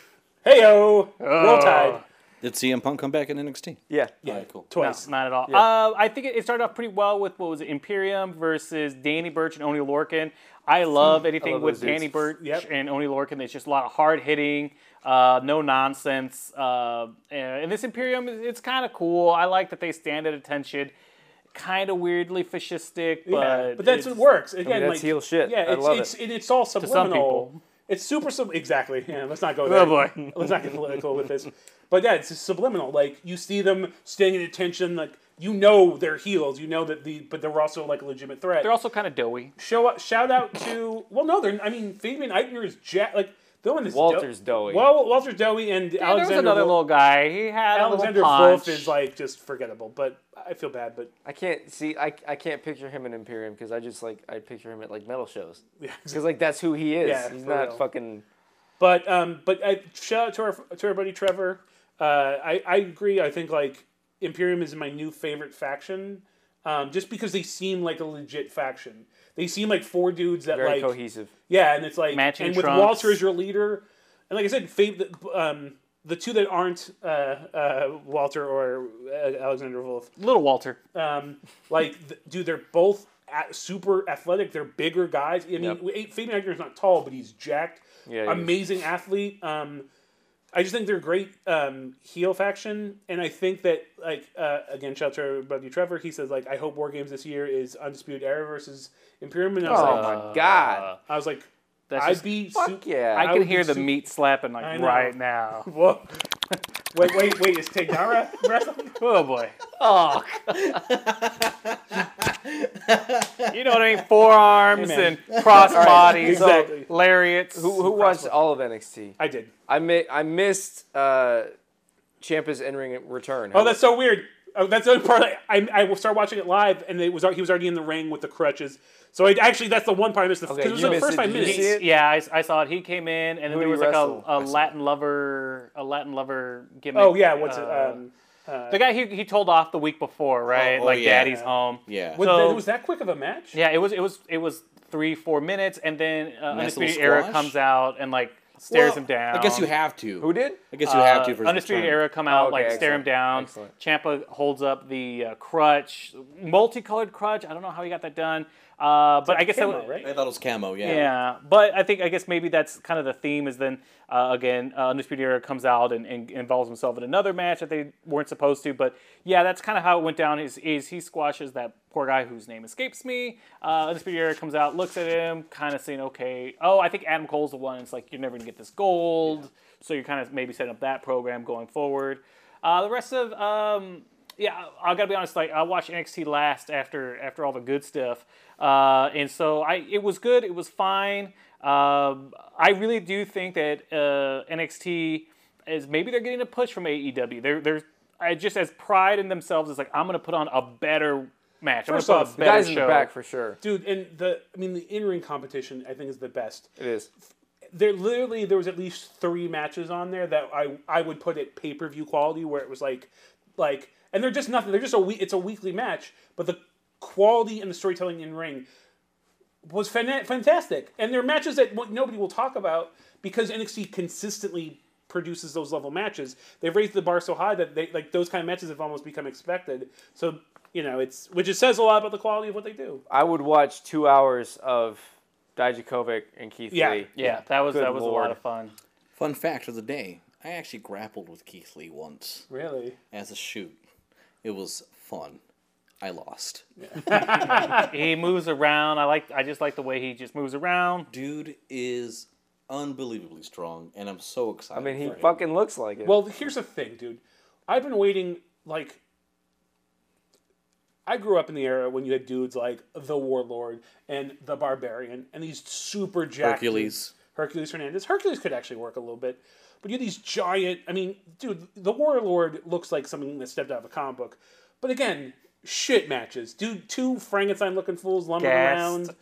S4: heyo,
S2: Oh.
S4: roll tide
S3: Did CM Punk come back in NXT?
S2: Yeah.
S4: Yeah.
S3: Alright, cool.
S1: No,
S4: twice.
S1: not at all.
S2: Yeah.
S1: Uh, I think it, it started off pretty well with what was it, Imperium versus Danny Burch and Oni Lorcan. I
S4: Hmm.
S1: love anything
S2: love
S1: with
S2: those dudes.
S1: Danny Burch
S4: Yep.
S1: and Oni Lorcan. There's just a lot of hard hitting, uh, no nonsense. Uh, and and this Imperium, is- it's kind of cool. I like that they stand at attention. Kind of weirdly fascistic, but
S4: yeah, but
S1: it's-
S4: that's what works. Again,
S2: that's
S4: like,
S2: heel shit.
S4: Yeah,
S2: I
S4: it's,
S2: love
S4: it's,
S2: it.
S4: and it's all subliminal.
S1: people.
S4: It's super sub. Exactly. Yeah. Let's not go there.
S1: Oh boy.
S4: let's not get political with this. But yeah, it's just subliminal. Like you see them standing at attention. Like you know they're heels. You know that the but they're also like a legitimate threat.
S1: They're also kind of doughy.
S4: Show out, shout out to well, no, they're. I mean, Fabian Eichner is jack. Like the one is
S2: Walter's doughy.
S4: Well, Walter's doughy and
S1: Yeah, there was
S4: Alexander.
S1: another
S4: Wolf-
S1: little guy. He had
S4: Alexander
S1: a little
S4: Wolf
S1: punch.
S4: is like just forgettable. But I feel bad. But
S2: I can't see. I, I can't picture him in Imperium because I just like I picture him at like metal shows. Because like that's who he is.
S4: Yeah,
S2: He's
S4: for
S2: not
S4: real.
S2: fucking.
S4: But um, but I, shout out to our to our buddy Trevor. Uh, I I agree. I think like Imperium is my new favorite faction, um, just because they seem like a legit faction. They seem like four dudes that
S2: Very
S4: like
S2: cohesive.
S4: yeah, and it's like
S1: Matching
S4: and with
S1: trunks.
S4: Walter as your leader, and like I said, Fabe, the, um, the two that aren't uh, uh, Walter or uh, Alexander Wolf,
S1: little Walter.
S4: um, like, th- dude, they're both a super athletic. They're bigger guys. I mean,
S2: Yep.
S4: we- Fabian Eichner's not tall, but he's jacked.
S2: Yeah, he is.
S4: amazing athlete. Um, I just think they're a great um, heel faction, and I think that like uh, again, shout out to our buddy Trevor. He says like, I hope War Games this year is Undisputed Era versus Imperium, and I was
S2: Oh
S4: like,
S2: my god.
S4: I was like,
S1: That's
S4: I'd
S1: just-
S4: be
S3: Uh,
S4: su-
S2: Fuck yeah.
S1: I,
S4: I
S1: can
S4: would be
S1: hear the
S4: super-
S1: meat slapping
S4: I
S1: like
S4: know.
S1: right now.
S4: Whoa. wait, wait, wait! Is Tainara wrestling?
S1: Oh boy.
S2: oh,
S1: You know what I mean? Forearms
S4: Amen.
S1: and cross bodies,
S4: Exactly.
S1: lariats.
S2: who, who watched all of NXT?
S4: I did.
S2: I mi- I missed uh, Champa's entering return.
S4: Oh, that's so weird. Oh, that's the only part. I, I I started watching it live, and it was al- he was already in the ring with the crutches. So I, actually, that's the one part I missed. Because
S2: Okay,
S4: it was
S2: you
S4: the
S2: missed
S4: first
S2: it.
S4: five
S2: Did you
S4: minutes.
S2: see it?
S1: Yeah, I, I saw it. He came in, and then there
S2: did
S1: was
S2: he
S1: like a,
S2: wrestle?
S1: a Latin lover, a Latin lover gimmick.
S4: Oh yeah, what's
S1: uh,
S4: it? Um,
S1: the guy he, he told off the week before, right?
S3: oh,
S1: like
S3: yeah.
S1: Daddy's home.
S3: Yeah.
S4: was,
S1: so-
S4: that, was that quick of a match?
S1: Yeah, it was it was it was three four minutes, and then uh,
S3: Nice little
S1: Undisputed Era
S3: squash.
S1: comes out and like stares him down.
S3: I guess you have to.
S2: Who did?
S3: I guess you have
S1: Uh,
S3: to. For
S1: Undisputed
S3: this
S1: Era come out,
S2: Oh, okay,
S1: like stare him
S2: excellent,
S1: down.
S2: excellent.
S1: Champa holds up the uh, crutch, multicolored crutch. I don't know how he got that done, uh, but I guess that
S4: Camo,
S1: was,
S3: time. I
S4: right?
S3: thought it was camo. Yeah.
S1: yeah. But I think I guess maybe that's kind of the theme is then uh, again uh, Undisputed Era comes out and, and involves himself in another match that they weren't supposed to. But yeah, that's kind of how it went down. Is is he squashes that poor guy whose name escapes me? Uh, Undisputed Era comes out, looks at him, kind of saying, okay, oh, I think Adam Cole's the one. It's like you're never gonna get this gold, so you're kind of maybe setting up that program going forward. Uh, the rest of um, yeah, I I gotta be honest. Like I watched NXT last after after all the good stuff, uh, and so I it was good. It was fine. Um, I really do think that uh, NXT is maybe they're getting a push from AEW. They're they're I just as pride in themselves is like I'm gonna put on a better match. I'm
S4: First
S1: gonna put
S4: off,
S1: on a
S4: the
S2: The
S1: better
S2: guys in
S1: show.
S2: the back for sure.
S4: Dude, and the I mean the in ring competition I think is the best.
S2: It is.
S4: There literally there was at least three matches on there that I I would put at pay per view quality where it was like like and they're just nothing. They're just a week. It's a weekly match, but the quality and the storytelling in ring was fan- fantastic. And they're matches that w- nobody will talk about because NXT consistently produces those level matches. They've raised the bar so high that they like those kind of matches have almost become expected. So you know it's which it says a lot about the quality of what they do.
S2: I would watch two hours of Dijakovic and Keith
S4: Yeah.
S2: Lee.
S1: Yeah, that was
S2: Good
S1: that was a
S2: lord.
S1: lot of fun.
S3: Fun fact of the day: I actually grappled with Keith Lee once
S4: Really?
S3: as a shoot. It was fun. I lost.
S1: He moves around. I like I just like the way he just moves around.
S3: Dude is unbelievably strong, and I'm so excited.
S2: I mean, he
S3: for him.
S2: fucking looks like it.
S4: Well, here's the thing, dude. I've been waiting like I grew up in the era when you had dudes like the Warlord and the Barbarian and these super jacked
S3: Hercules.
S4: Hercules Hernandez. Hercules could actually work a little bit, but you had these giant. I mean, dude, the Warlord looks like something that stepped out of a comic book. But again, shit matches. Dude, two Frankenstein looking fools lumbering
S1: Gassed.
S4: around,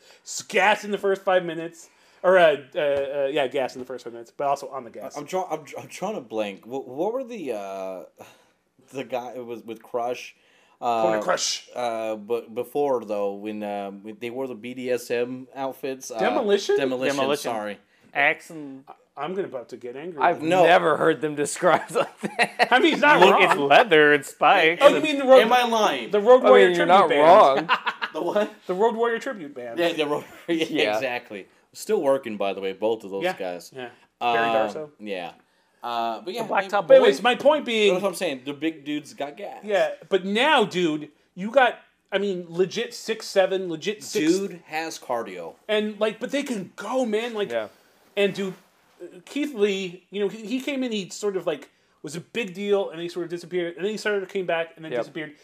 S4: gassed in the first five minutes. or uh, uh, uh, yeah, gas in the first five minutes, but also on the gas.
S3: I'm trying. I'm, I'm trying to blank. What, what were the uh, the guy it was with Crush? Uh,
S4: Corner crush.
S3: Uh, but before though, when um, when they wore the BDSM outfits, uh,
S4: Demolition?
S3: demolition,
S1: Demolition.
S3: Sorry,
S1: Axe and
S2: Uh-huh.
S4: I'm gonna about to get angry.
S2: I've
S3: No.
S2: never heard them described like that.
S4: I mean, he's not
S1: look,
S4: wrong.
S1: it's leather and spikes.
S4: oh, you mean the road?
S3: am I lying?
S4: the Road
S2: I
S4: Warrior
S2: mean, you're
S4: tribute
S2: not
S4: band?
S2: wrong.
S3: The what?
S4: The Road Warrior tribute band.
S3: Yeah, the ro- yeah, exactly. Still working, by the way, both of those
S4: yeah.
S3: guys.
S4: Yeah. Barry
S3: Um,
S4: Darso.
S3: Yeah. Uh, but yeah,
S1: Blacktop
S3: maybe-
S4: But anyways, my
S3: That's
S4: point
S3: what
S4: being,
S3: I'm saying. The big dudes got gas.
S4: yeah. But now, dude, you got. I mean, legit six seven, legit six,
S3: Dude has cardio.
S4: and like, but they can go, man. Like,
S2: yeah.
S4: and dude, Keith Lee, you know, he, he came in, he sort of like was a big deal, and then he sort of disappeared, and then he started came back, and then
S2: Yep.
S4: disappeared.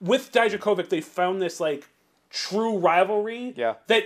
S4: With Dijakovic, they found this like true rivalry.
S2: Yeah.
S4: That,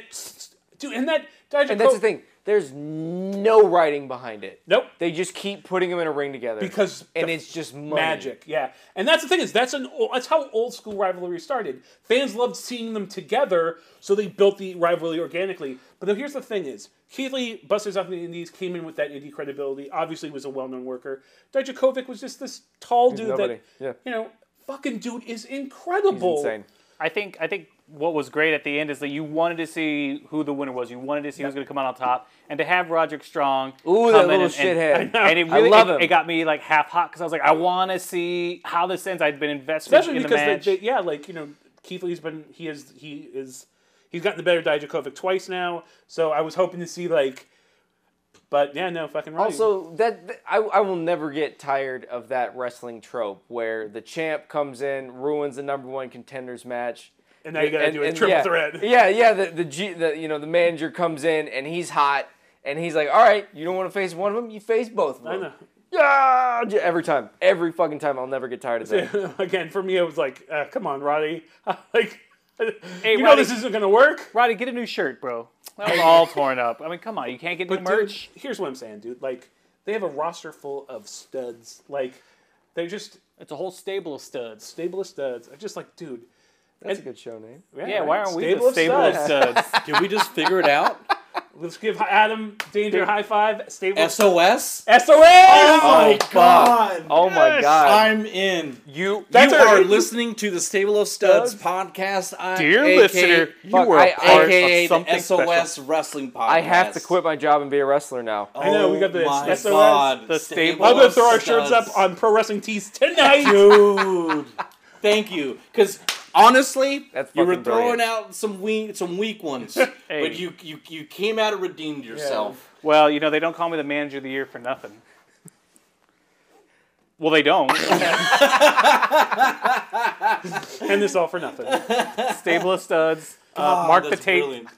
S4: dude, and that Dijakovic.
S2: And that's the thing. There's no writing behind it.
S4: Nope.
S2: They just keep putting them in a ring together
S4: Because
S2: and
S4: the
S2: it's just money.
S4: magic. Yeah, and that's the thing is that's an ol- that's how old school rivalry started. Fans loved seeing them together, so they built the rivalry organically. But then here's the thing: is Keith Lee, Busters Up in the Indies, came in with that indie credibility. Obviously, was a well-known worker. Dijakovic was just this tall dude
S2: nobody.
S4: that
S2: Yeah.
S4: you know, fucking dude is incredible.
S2: It's insane.
S1: I think I think what was great at the end is that you wanted to see who the winner was. You wanted to see who was going to come out on top, and to have Roderick Strong.
S2: Ooh,
S1: come
S2: that
S1: in
S2: little
S1: and,
S2: shithead.
S1: And, and it
S2: I
S1: really,
S2: love
S1: it,
S2: him.
S1: it got me like half hot because I was like, I want to see how this ends. I'd been invested
S4: especially
S1: in
S4: because
S1: the match.
S4: They, they, yeah, like you know, Keith Lee's been he is he is he's gotten the better of Dijakovic twice now. So I was hoping to see like, but yeah, no fucking right.
S2: Also, that th- I, I will never get tired of that wrestling trope where the champ comes in, ruins the number one contenders match.
S4: and now you gotta
S2: and-
S4: do a
S2: and
S4: triple
S2: yeah,
S4: threat.
S2: Yeah, yeah. The the, G, the you know the manager comes in and he's hot and he's like, all right, you don't want to face one of them, you face both of them.
S4: I know.
S2: Yeah, j- every time, every fucking time, I'll never get tired of that.
S4: Again, for me, it was like, uh, come on, Roddy. like, you know
S1: Roddy.
S4: this isn't gonna work.
S1: Roddy, get a new shirt, bro. That was all torn up. I mean, come on, you can't get new merch.
S4: Dude, here's what I'm saying, dude. Like, they have a roster full of studs. Like, they're just
S1: It's a whole stable of studs.
S4: stable of studs. I'm just like, dude.
S2: That's a good show name.
S1: Yeah, why aren't we
S4: stable
S1: the stable
S4: of
S1: of
S4: studs?
S1: studs?
S3: Can we just figure it out?
S4: Let's give Adam Danger a high five. Stable of
S3: SOS.
S4: SOS.
S3: my God.
S2: Oh my
S4: Oh Yes!
S2: god.
S3: Oh, I'm in.
S1: you,
S4: That's
S3: you
S4: all
S3: are
S4: right.
S3: listening to the Stable of Studs podcast. I'm
S1: dear
S3: AKA
S1: listener, you
S2: Fuck,
S1: were
S2: I-
S1: a
S2: I-
S1: part
S3: AKA
S1: of
S3: the
S1: something
S3: SOS
S1: special.
S3: Wrestling Podcast.
S2: I have to quit my job and be a wrestler now.
S3: Oh
S4: I know, we got the
S3: my
S4: SOS.
S3: God.
S1: The Stable
S4: I'm gonna
S1: of
S4: throw our shirts
S3: Studs.
S4: up on Pro Wrestling Tees tonight.
S3: Dude, thank you. Because honestly,
S2: That's
S3: you were
S2: fucking
S3: throwing
S2: brilliant.
S3: out some weak, some weak ones, but you, you you came out and redeemed yourself.
S1: Well, you know, they don't call me the manager of the year for nothing. Well, they don't.
S4: and this all for nothing.
S1: Stable of studs. Uh,
S3: Ah,
S1: mark the
S3: that's
S1: tape.
S3: brilliant.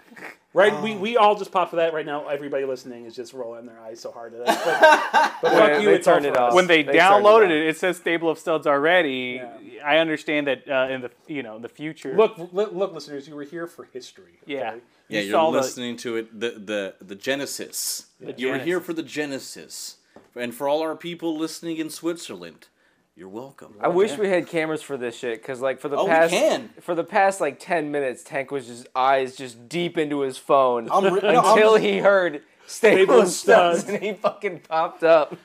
S4: Right, we, we all just pop for that right now. Everybody listening is just rolling their eyes so hard at that. But, but fuck
S2: They-
S4: you,
S2: they
S4: it's all
S2: turned
S4: for
S2: it
S4: us.
S2: off.
S1: When they,
S2: They turned it
S1: downloaded
S2: on.
S1: it, it says stable of studs already.
S4: Yeah.
S1: I understand that uh, in the you know in the future.
S4: Look, look, look, listeners, you were here for history.
S1: yeah,
S4: okay?
S3: Yeah, you
S1: saw
S3: are
S1: the-
S3: listening to it. The the the Genesis. you were here for the Genesis, and for all our people listening in Switzerland, you're welcome.
S2: I wish we had cameras for this shit, cause like for the
S3: Oh, we
S2: past
S3: can.
S2: for the past like ten minutes, Tank was just eyes just deep into his phone
S3: I'm re- no, I'm-
S2: until he heard stable
S4: Stable
S2: studs
S4: Studs.
S2: and he fucking popped up.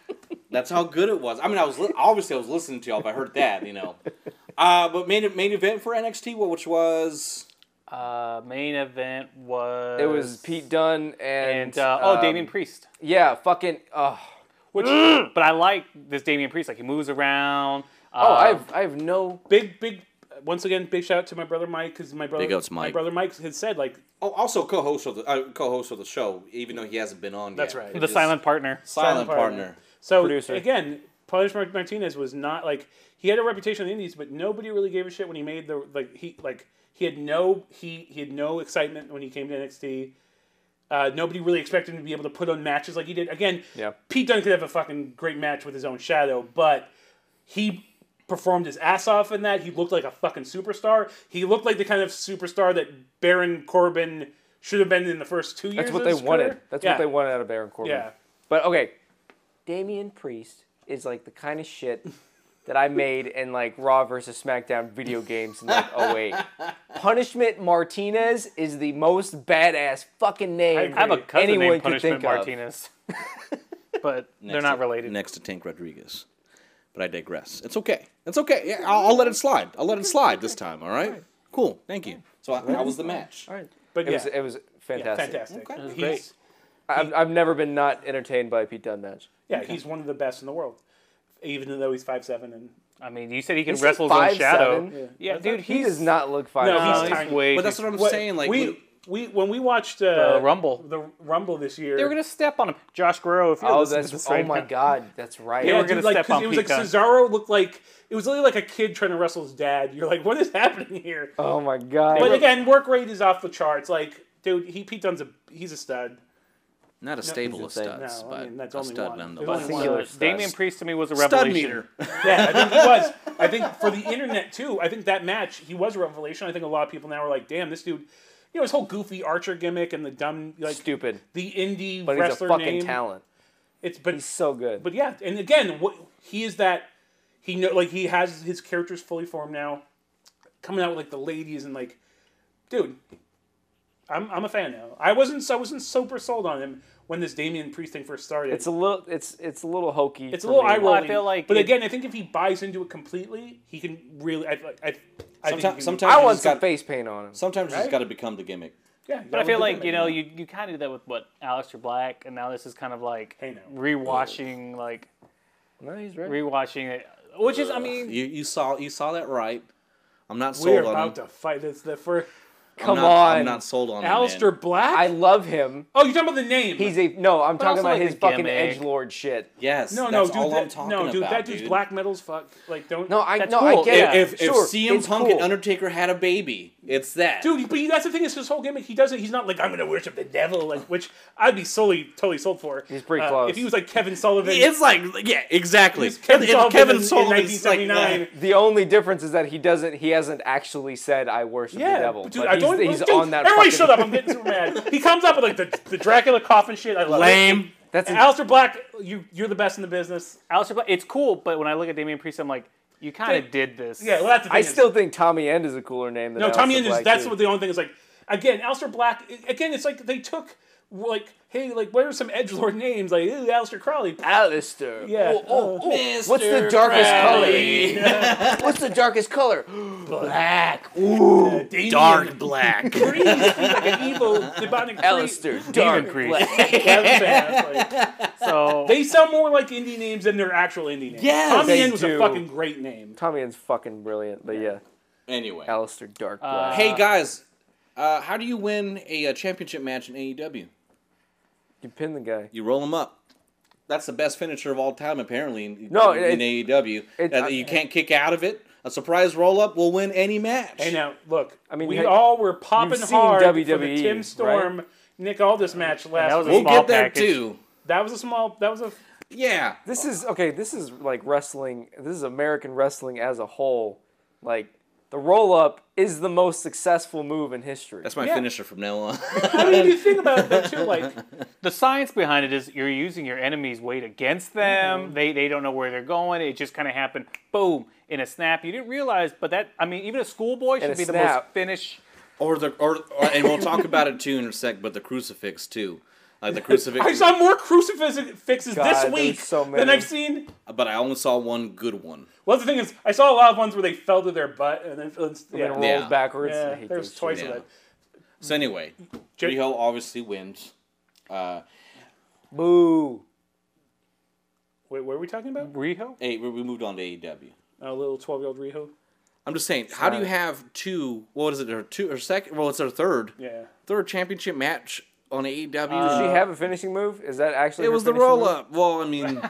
S3: That's how good it was. I mean, I was li- obviously I was listening to y'all. If I heard that, you know. Uh, but main main event for NXT, well, which was
S1: uh, main event was
S2: It was Pete Dunn and,
S1: and uh, oh
S2: um,
S1: Damien Priest.
S2: Yeah, fucking. Oh,
S1: Which, but I like this Damien Priest. Like he moves around.
S2: oh, I have I have no.
S4: Big, big, once again, big shout out to my brother Mike, because my brother,
S3: Big ups,
S4: my
S3: Mike.
S4: brother Mike has said, like,
S3: oh, also co-host of the uh, co-host of the show, even though he hasn't been on.
S4: That's
S3: yet.
S4: right.
S3: It
S1: the
S3: is
S1: silent partner.
S3: silent
S4: Silent partner.
S3: partner.
S4: so
S2: Producer.
S4: again, Punishment Martinez was not like he had a reputation in the Indies, but nobody really gave a shit when he made the like he like he had no he he had no excitement when he came to NXT. Uh, nobody really expected him to be able to put on matches like he did. Again,
S2: Yeah.
S4: Pete Dunne could have a fucking great match with his own shadow, but he performed his ass off in that. He looked like a fucking superstar. He looked like the kind of superstar that Baron Corbin should have been in the first two years.
S2: That's what
S4: of
S2: they
S4: his
S2: wanted.
S4: career.
S2: That's
S4: Yeah.
S2: what they wanted out of Baron Corbin.
S4: Yeah.
S2: But okay, Damian Priest is like the kind of shit that I made in like Raw versus SmackDown video games in like 08. Punishment Martinez is the most badass fucking name
S1: I have a cousin
S2: anyone
S1: named
S2: could
S1: Punishment
S2: think
S1: Martinez, but they're
S3: Next
S1: not
S3: to-
S1: related.
S3: Next to Tank Rodriguez. But I digress. It's okay. It's okay. Yeah, I'll, I'll let it slide. I'll let it slide this time. All right. Cool. Thank you. So I, that was the match.
S2: of. All right.
S4: But
S2: It
S4: yeah,
S2: was it was
S4: yeah,
S2: fantastic.
S4: fantastic.
S3: Okay.
S4: He's,
S2: I've, I've never been not entertained by a Pete Dunne match.
S4: Yeah, he's one of the best in the world, even though he's five seven and
S1: I mean, you said he can
S2: Is he
S1: wrestle his own
S2: 5'7"?
S1: shadow.
S2: Yeah.
S1: Yeah, dude,
S2: He
S1: he's
S2: does not look fine.
S4: No,
S1: no,
S4: he's
S1: he's
S4: tiny.
S1: way.
S3: But that's what I'm
S4: What-
S3: saying. Like
S4: we we when we watched uh,
S1: The Rumble.
S4: the Rumble this year,
S1: they were gonna step on him. Josh Guerrero, if you
S2: oh,
S1: listen to
S2: that's
S1: this
S2: oh
S1: right
S2: my
S1: now-
S2: god, that's right.
S1: They were
S4: dude,
S1: gonna
S4: like,
S1: step
S4: 'cause
S1: on
S4: It was like
S1: Pete Dunne.
S4: Cesaro looked like it was literally like a kid trying to wrestle his dad. You're like, what is happening here?
S2: oh my god.
S4: but again, work rate is off the charts. Like, dude, he Pete Dunne's a he's a stud.
S3: not a stable of
S2: he's insane.
S3: studs,
S4: No, I
S3: but
S4: mean, that's
S3: a
S4: only
S3: stud
S4: one.
S3: nonetheless.
S4: There's only
S2: Singular
S1: Uh, Damian
S2: stud.
S1: Priest to me was a
S3: Stud
S1: revelation.
S3: meter.
S4: Yeah, I think he was. I think for the internet too. I think that match he was a revelation. I think a lot of people now are like, damn, this dude. You know his whole goofy Archer gimmick and the dumb like
S2: stupid.
S4: the indie
S2: But he's a
S4: wrestler
S2: fucking
S4: name.
S2: talent.
S4: It's but
S2: He's so good.
S4: But yeah, and again, what he is that he know like he has his characters fully formed now, coming out with like the ladies and like, dude, I'm I'm a fan now. I wasn't I wasn't super sold on him when this Damian Priest thing first started.
S2: it's a little it's it's a little hokey.
S4: it's a
S2: for
S4: little
S2: me.
S4: eye rolling.
S1: I feel like
S4: but
S1: it-
S4: again, I think if he buys into it completely, he can really. I, I, I, I think he can-
S3: Sometimes, sometimes
S2: I
S3: you
S2: want
S3: just
S2: some
S3: got.
S2: face paint on him.
S3: Sometimes you just
S4: Right?
S3: got to become the gimmick.
S4: yeah,
S1: But I feel like you know you, you kind of did that with what Alistair Black, and now this is kind of like
S4: Hey, now.
S1: rewatching like
S2: No, he's right.
S1: rewatching it, which is I mean
S3: You you saw you saw that right. I'm not sold
S4: we're
S3: on
S4: about
S3: him.
S4: to fight. That's the first
S3: I'm
S2: Come
S3: not-
S2: on.
S3: I'm not sold on
S4: Alistair
S3: him. man.
S4: Black.
S2: I love him.
S4: oh, you're talking about the name.
S2: He's a no. I'm talking
S1: also,
S2: about
S1: like,
S2: his
S1: the
S2: fucking
S1: gimmick.
S2: edge lord shit.
S3: Yes,
S4: no,
S3: that's
S4: no, dude.
S3: all
S4: that,
S3: I'm talking
S4: no, dude.
S3: about,
S4: that dude's black metal's fuck. Like, don't.
S2: No, I
S1: That's
S2: no, I
S1: cool.
S2: get
S1: Yeah.
S2: it.
S3: If, if
S2: sure,
S3: CM
S2: it's
S3: Punk
S2: cool.
S3: and Undertaker had a baby, it's that.
S4: dude. But that's the thing is his whole gimmick. He doesn't. He's not like I'm gonna worship the devil, like which I'd be solely totally sold for. uh,
S2: He's pretty close.
S4: If he was like Kevin Sullivan,
S3: it's like yeah, exactly.
S4: he's Kevin
S3: It's
S4: Sullivan in, in
S3: Sullivan's like that.
S4: 1979.
S2: the only difference is that he doesn't. He hasn't actually said I worship
S4: yeah,
S2: the devil.
S4: dude,
S2: but
S4: I
S2: he's,
S4: don't.
S2: he's
S4: dude,
S2: on that.
S4: Everybody,
S2: fucking-
S4: shut up! I'm getting super mad. He comes up with like the, the Dracula coffin shit. I love
S3: Lame.
S2: That's
S4: It. Alistair Black, you you're the best in the business.
S1: Alistair Black. It's cool, but when I look at Damian Priest, I'm like, you kind
S4: Dude,
S1: of did this.
S4: Yeah, well, that's the thing
S2: I
S4: is-
S2: still think Tommy End is a cooler name than
S4: No, Tommy
S2: Alistair
S4: End is
S2: Black,
S4: that's
S2: too.
S4: what the only thing is like. Again, Alistair Black. Again, it's like they took like, hey, like what are some edge lord names? Like ooh, Alistair Crowley.
S2: Alistair.
S4: Yeah.
S2: Oh, oh, oh.
S3: Mr.
S2: What's the darkest
S3: Crowley.
S2: color? What's the darkest color? Black.
S4: Uh, Damien
S3: Dark black.
S4: Priest. He's like an evil demonic priest.
S2: Alistair. Dark.
S1: Priest.
S2: Black.
S4: That's badass, like-
S1: So
S4: They sell more like indie names than their actual indie names.
S3: Yes,
S4: Tommy
S3: they
S4: End was
S2: do.
S4: a fucking great name.
S2: Tommy End's fucking brilliant, but yeah,
S3: anyway,
S2: Alistair Dark.
S4: Uh,
S2: Black.
S3: hey guys, uh, how do you win a, uh championship match in AEW?
S2: you pin the guy.
S3: You roll them up. That's the best finisher of all time, apparently. In,
S2: No,
S3: in,
S2: it-
S3: AEW,
S2: it-
S3: Uh,
S2: I-
S3: you can't kick out of it. A surprise roll up will win any match.
S4: Hey, now look, I
S2: mean,
S4: mean, we
S2: hey,
S4: all were popping
S2: you've seen E,
S4: hard for
S2: WWE,
S4: the Tim Storm, Nick Aldis match last
S1: that was a
S3: we'll
S4: week.
S1: small
S3: get there
S1: package.
S3: too.
S4: That was a small. That was a.
S3: Yeah,
S2: This is okay. This is like wrestling. This is American wrestling as a whole. Like the roll up is the most successful move in history.
S3: that's my
S4: Yeah.
S3: finisher from now on.
S4: I mean, if you think about it though, too, like
S1: the science behind it is you're using your enemy's weight against them. They they don't know where they're going. It just kind of happened. Boom in a snap. You didn't realize, but that I mean, even a schoolboy
S2: a
S1: should be the most
S2: snap.
S1: finish.
S3: or the or, or and we'll talk about it too in a sec. But the crucifix too, like the crucifix.
S4: I saw more crucifixes
S2: God,
S4: this
S2: there's
S4: week
S2: so
S4: than
S2: many.
S4: I've seen.
S3: but I only saw one good one.
S4: Well, that's the thing is, I saw a lot of ones where they fell to their butt and then
S2: And
S4: yeah,
S2: rolled
S3: Yeah.
S2: backwards. I
S4: yeah,
S2: hate
S4: there's
S2: this
S4: twice
S3: shit.
S4: of
S3: Yeah.
S4: that.
S3: So anyway,
S4: Jer-
S3: Jericho obviously wins. Uh,
S2: shit. Boo.
S4: Wait, what were we talking about?
S1: Riho?
S3: hey, we, we moved on to E AEW.
S4: A little twelve-year-old Riho.
S3: I'm just saying, how do you have two? What is it? Her two or second? Well, it's her third,
S4: Yeah.
S3: third championship match on E AEW.
S2: Does she have a finishing move? Is that actually?
S3: it
S2: her
S3: was the
S2: finishing
S3: roll
S2: move?
S3: up. Well, I mean,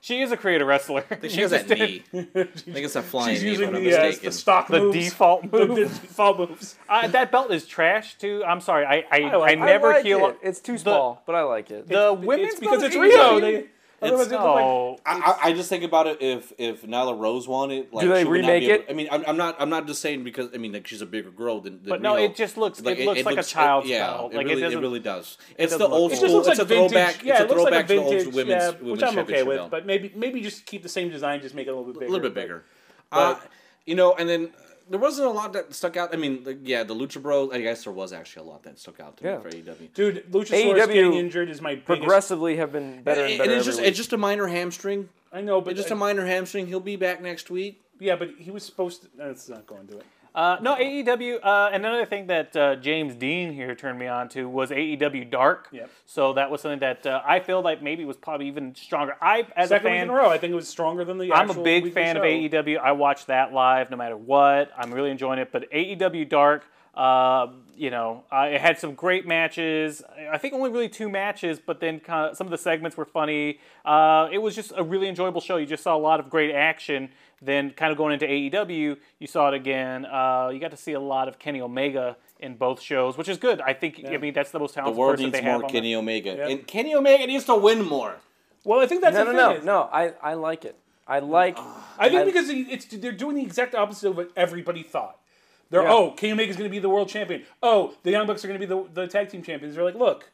S1: She is a creative wrestler.
S3: she has that
S1: just did
S3: knee. I think it's a flying
S4: She's
S3: knee, if
S4: using
S3: I'm not
S4: the, uh,
S3: mistaken.
S4: the stock
S1: The
S4: moves.
S1: default
S4: The-
S1: move.
S4: the default moves.
S1: Uh, that belt is trash too. I'm sorry. I I, I,
S4: like- I
S1: never
S2: I like
S1: heal.
S2: it. It's too small, but I like it.
S1: The women's
S4: it's because
S1: belt
S4: it's
S1: in AEW.
S4: Rio. They, Otherwise,
S3: It's,
S4: it looked like,
S1: Oh,
S3: I, I- I just think about it. If if Nyla Rose won it, like,
S2: Do they
S3: she would not be
S2: remake
S3: able-
S2: it?
S3: I mean, I'm, I'm not I'm not just saying because I mean like she's a bigger girl than. than
S1: But no,
S3: Riho.
S1: it just looks- it looks like a child's
S3: yeah,
S1: doll.
S3: It
S1: Like, it
S3: really, it,
S1: doesn't-
S3: really does. It's the
S1: doesn't look
S3: old
S1: cool.
S4: it
S3: school.
S4: just looks
S3: it's
S4: like
S3: a
S4: vintage.
S3: throwback.
S4: yeah,
S3: it's a
S4: it looks like
S3: throwback
S4: a
S3: to
S4: vintage.
S3: the old women's,
S4: yeah,
S3: women's
S4: which I'm okay
S3: championship
S4: with.
S3: belt.
S4: But maybe maybe just keep the same design, just make it a little bit bigger.
S3: a little bit
S4: but-
S3: bigger. Uh, you know, and then uh, there wasn't a lot that stuck out. I mean, like, yeah, the Lucha Bros. I guess there was actually a lot that stuck out to
S2: Yeah.
S3: me for E AEW.
S4: Dude, Luchasaurus
S2: AEW
S4: getting injured is my biggest.
S2: Progressively have been better and
S3: And,
S2: better.
S3: it's
S2: every
S3: just
S2: week.
S3: it's just a minor hamstring.
S4: I know, but
S3: Just a minor hamstring. He'll be back next week.
S4: yeah, but he was supposed to. That's not going to it.
S1: uh, no, AEW. Uh, and another thing that uh, James Dean here turned me on to was AEW Dark.
S4: Yep.
S1: So that was something that uh, I feel like maybe was probably even stronger. I, as
S4: Second
S1: a fan,
S4: week in a row, I think it was stronger than the.
S1: I'm a E
S4: actual
S1: big
S4: weekly
S1: fan of
S4: show.
S1: AEW. I watch that live no matter what. I'm really enjoying it. But AEW Dark, uh, you know, I, it had some great matches. I- I think only really two matches, but then kind of, some of the segments were funny. Uh, it was just a really enjoyable show. You just saw a lot of great action. Then, kind of going into AEW, you saw it again. Uh, you got to see a lot of Kenny Omega in both shows, which is good. I think. I mean, that's the most
S3: The
S1: talented
S3: world
S1: person
S3: needs
S1: they have.
S3: more
S1: on
S3: Kenny Omega,
S4: Yeah.
S3: and Kenny Omega needs to win more.
S4: Well, I think that's
S2: no,
S4: the
S2: no,
S4: thing
S2: no,
S4: is-
S2: no. I, I like it. I like.
S4: I think
S2: I-
S4: because it- it's they're doing the exact opposite of what everybody thought. They're
S2: Yeah.
S4: oh, Kenny Omega's going to be the world champion. Oh, the Young Bucks are going to be the, the tag team champions. They're like, look,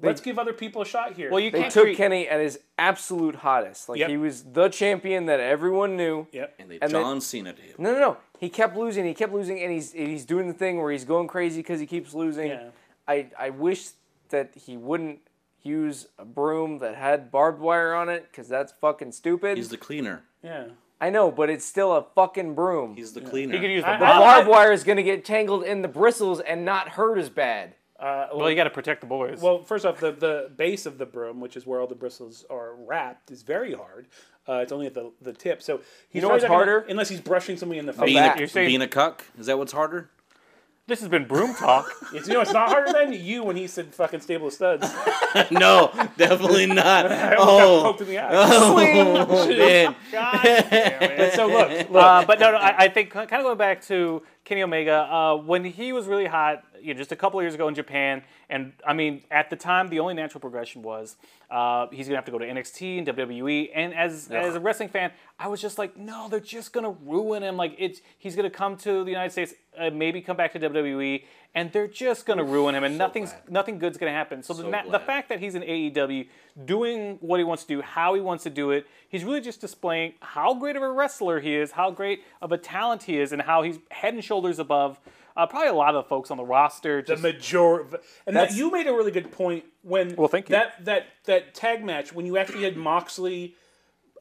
S4: let's give other people a shot here.
S1: Well, you
S2: They
S1: can't
S2: took
S1: treat-
S2: Kenny at his absolute hottest. Like
S4: Yep.
S2: he was the champion that everyone knew.
S4: yep.
S3: And they
S2: And
S3: John Cena to him.
S2: No, no, no. He kept losing. He kept losing, and he's and he's doing the thing where he's going crazy because he keeps losing.
S4: Yeah.
S2: I I wish that he wouldn't use a broom that had barbed wire on it because that's fucking stupid.
S3: He's the cleaner.
S4: yeah.
S2: I know, but it's still a fucking broom.
S3: He's the cleaner.
S1: He could use the
S4: I-
S1: bar.
S4: I-
S2: barbed wire is gonna get tangled in the bristles and not hurt as bad.
S4: Uh, well,
S1: well, you got to protect the boys.
S4: well, first off, the, the base of the broom, which is where all the bristles are wrapped, is very hard. Uh, it's only at the, the tip. So he's
S2: know what's
S4: probably not gonna-
S2: harder?
S4: unless he's brushing somebody in the face.
S3: being,
S2: back.
S3: a,
S1: You're saying-
S3: being a cuck. Is that what's harder?
S1: this has been Broom Talk.
S4: It's, you know, it's not harder than you when he said fucking stable of studs.
S3: no, definitely not.
S4: Oh,
S3: oh,
S4: poked in the eye.
S3: oh, man.
S4: so look, look.
S1: uh, but no, no, I, I think kind of going back to Kenny Omega uh, when he was really hot, you know, just a couple of years ago in Japan, and I mean, at the time, the only natural progression was uh, he's gonna have to go to NXT and WWE. And as as a wrestling fan, I was just like, no, they're just gonna ruin him. Like it's he's gonna come to the United States, uh, maybe come back to WWE, and they're just gonna ruin him, and nothing's
S3: glad.
S1: nothing good's gonna happen. So, the,
S3: So
S1: na- the
S3: glad.
S1: fact fact that he's in AEW doing what he wants to do, how he wants to do it, he's really just displaying how great of a wrestler he is, how great of a talent he is, and how he's head and shoulders above uh, probably a lot of the folks on the roster.
S4: the
S1: Just,
S4: majority. And that
S2: That's-
S4: you made a really good point when
S1: Well, thank you.
S4: that that that tag match when you actually had Moxley,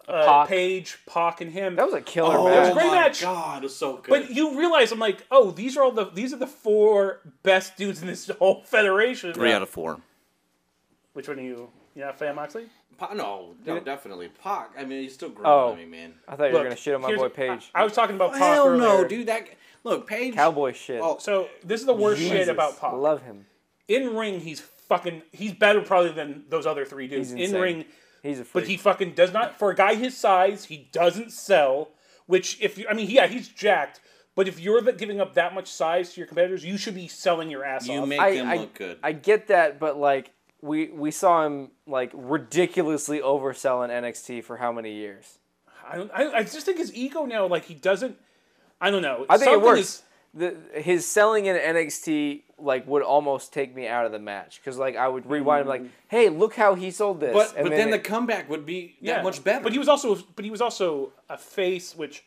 S4: uh,
S1: Pac.
S4: Page, Pac, and him.
S2: That was a killer
S3: Oh,
S2: match.
S4: great
S3: my
S4: match.
S3: God, it's so good.
S4: but you realize I'm like, oh, these are all the these are the four best dudes in this whole federation.
S3: Three out of four.
S4: Which one are you? You're not a fan of Moxley?
S3: Pa- no, no, definitely. Pac. I mean, he's still
S2: Oh.
S3: growing on me, man.
S2: I thought you were
S4: Look,
S2: gonna shit on my
S4: here's-
S2: boy Paige.
S4: I, I was talking about Pac
S3: Hell no,
S4: earlier.
S3: dude. That look, Paige.
S2: Cowboy shit.
S3: Oh,
S4: So this is the worst shit
S2: Jesus.
S4: about Pac.
S2: I love him.
S4: in ring, he's fucking. He's better probably than those other three dudes.
S2: He's
S4: In
S2: insane.
S4: ring,
S2: He's a freak.
S4: But he fucking does not. For a guy his size, he doesn't sell. Which, if you, I mean, yeah, he's jacked. But if you're the, giving up that much size to your competitors, you should be selling your ass
S3: you
S4: off.
S3: make him
S2: I,
S3: look good.
S2: I get that, but like we we saw him like ridiculously overselling NXT for how many years?
S4: I, don't, I, I just think his ego now, like he doesn't. I don't know.
S2: I think
S4: Something
S2: it works.
S4: is-
S2: the, his selling in NXT like would almost take me out of the match because like I would rewind and be like, hey, look how he sold this.
S3: Mm. but
S2: and
S3: but then the
S2: it-
S3: comeback would be
S4: yeah,
S3: that much better.
S4: But he was also, but he was also a face, which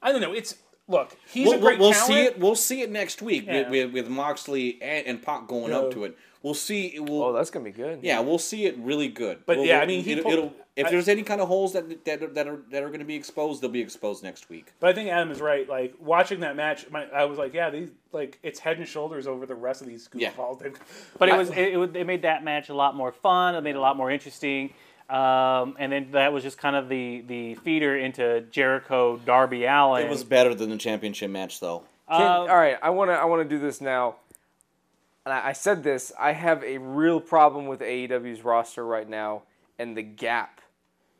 S4: I don't know. It's look, he's
S3: we'll,
S4: a great
S3: we'll
S4: talent.
S3: see it. We'll see it next week
S4: Yeah.
S3: with, with, with Moxley and, and Pac going up to it. We'll see. It will,
S2: oh, that's gonna be good.
S3: yeah, we'll see it really good.
S4: But
S3: We'll-
S4: yeah,
S3: we'll-
S4: I mean, he
S3: it'll,
S4: pulled-
S3: it'll- if
S4: I-
S3: there's any kind of holes that that are that are, that are going to be exposed, they'll be exposed next week.
S4: But I think Adam is right. Like watching that match, my, I was like, yeah, these like it's head and shoulders over the rest of these
S3: Yeah.
S4: goofballs. They've
S1: but it was it, it, would- it made that match a lot more fun. It made it a lot more interesting. Um, and then that was just kind of the the feeder into Jericho Darby Allen.
S3: It was better than the championship match, though.
S2: Can- all right, I wanna I wanna do this now. And I, I said this. I have a real problem with AEW's roster right now and the gap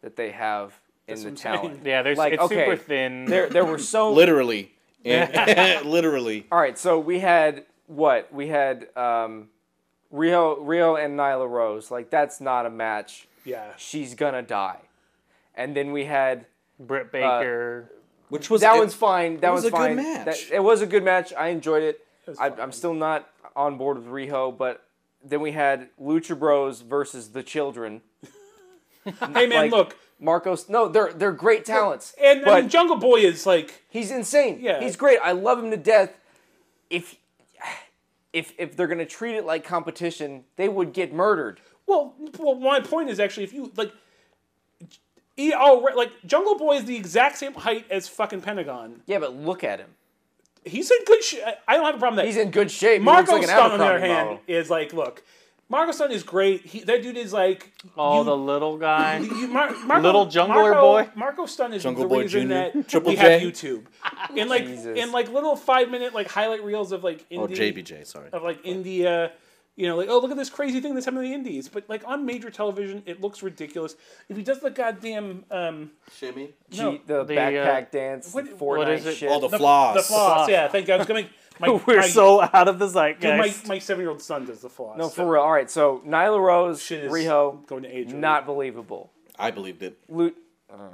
S2: that they have in the
S4: what I'm
S2: talent.
S1: yeah, there's
S2: Like,
S1: it's
S2: okay,
S1: super thin.
S2: There there were so
S3: Literally, And- literally.
S2: All right, so we had what? We had um, Rio, Rio and Nyla Rose. Like that's not a match.
S4: Yeah.
S2: she's gonna die. And then we had uh,
S1: Britt Baker.
S3: Which was
S2: that
S3: it-
S2: one's fine. That
S3: was
S2: one's
S3: a
S2: fine.
S3: good match.
S2: That, it was a good match. I enjoyed it.
S4: was
S2: I,
S4: fine.
S2: I'm still not on board with Riho, but then we had Lucha Bros versus the Children.
S4: Hey man,
S2: Like-
S4: look,
S2: Marcos, no, they're they're great talents.
S4: and I
S2: but
S4: mean, Jungle Boy is like
S2: he's insane.
S4: Yeah.
S2: he's great. I love him to death. If if if they're gonna treat it like competition, they would get murdered.
S4: Well, well, my point is actually if you like, he already like Jungle Boy is the exact same height as fucking Pentagon.
S2: Yeah, but look at him.
S4: He's in good. Sh- I don't have a problem with that.
S2: He's in good shape. He looks
S4: Marco
S2: like an
S4: Stunt on the other
S2: Abercrombie
S4: hand
S2: model.
S4: is like, look, Marco Stunt is great. He, that dude is like,
S1: oh, the little guy.
S4: you, Mar- Marco,
S1: Little jungler
S4: Marco,
S1: boy?
S4: Marco Stunt is
S3: Jungle
S4: the
S3: Boy
S4: reason
S3: Junior?
S4: that
S3: Triple
S4: we have
S3: J?
S4: YouTube. In like
S2: Jesus.
S4: in like little five minute like highlight reels of like indie,
S3: Oh, JBJ, sorry.
S4: of like India. You know, like oh look at this crazy thing that's happening in the Indies, but like on major television, it looks ridiculous. If he does the goddamn um,
S3: Shimmy.
S2: Gee, the,
S1: the, uh,
S2: backpack dance,
S4: what-
S2: the Fortnite
S1: what is it?
S2: shit.
S3: All the,
S4: the
S3: flaws.
S4: the floss,
S1: Floss.
S4: yeah, thank God, I was coming. My,
S1: We're
S4: my,
S1: so out of the zeitgeist.
S4: dude, my, my seven year old son does the floss.
S2: no, for real. All right, so Nyla Rose,
S4: Shit is
S2: Riho,
S4: going to age.
S2: not believable.
S3: I believed it.
S2: Lu- uh,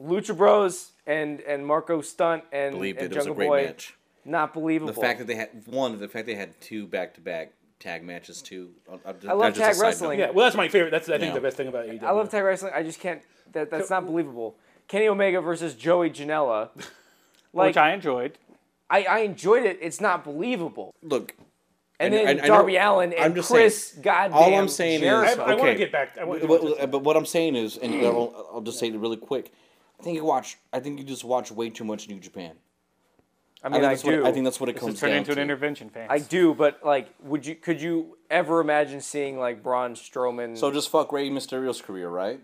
S2: Lucha Bros and and Marco Stunt and,
S3: Believed
S2: and
S3: it. It was a
S2: Jungle
S3: great
S2: Boy,
S3: match.
S2: not believable.
S3: The fact that they had one, the fact they had two back-to-back tag matches too. Uh, I, I
S2: love tag wrestling.
S4: yeah, well, that's my favorite. That's I think
S3: Yeah.
S4: the best thing about E AEW.
S2: I love tag wrestling. I just can't. That that's not believable. Kenny Omega versus Joey Janela. Like
S1: which I enjoyed.
S2: I, I enjoyed it. It's not believable.
S3: Look,
S2: And
S3: I-
S2: then
S3: I- I know-
S2: Darby Allen and
S3: I'm just
S2: Chris.
S3: saying,
S2: goddamn.
S3: all I'm saying is-
S4: I,
S2: Jericho.
S4: I want to
S3: Okay.
S4: get back. I want to
S3: But, uh, but- but what I'm saying is, and I'll, I'll just say it really quick. I think you watch. I think you just watch way too much New Japan.
S2: I
S3: I
S2: mean,
S3: think,
S2: I,
S3: that's,
S2: do.
S3: What, I think that's what it
S1: This
S3: comes
S1: turned
S3: down
S1: into
S3: to.
S1: an intervention, fans.
S2: I do, but like, would you? Could you ever imagine seeing like Braun Strowman?
S3: so just fuck Rey Mysterio's career, right?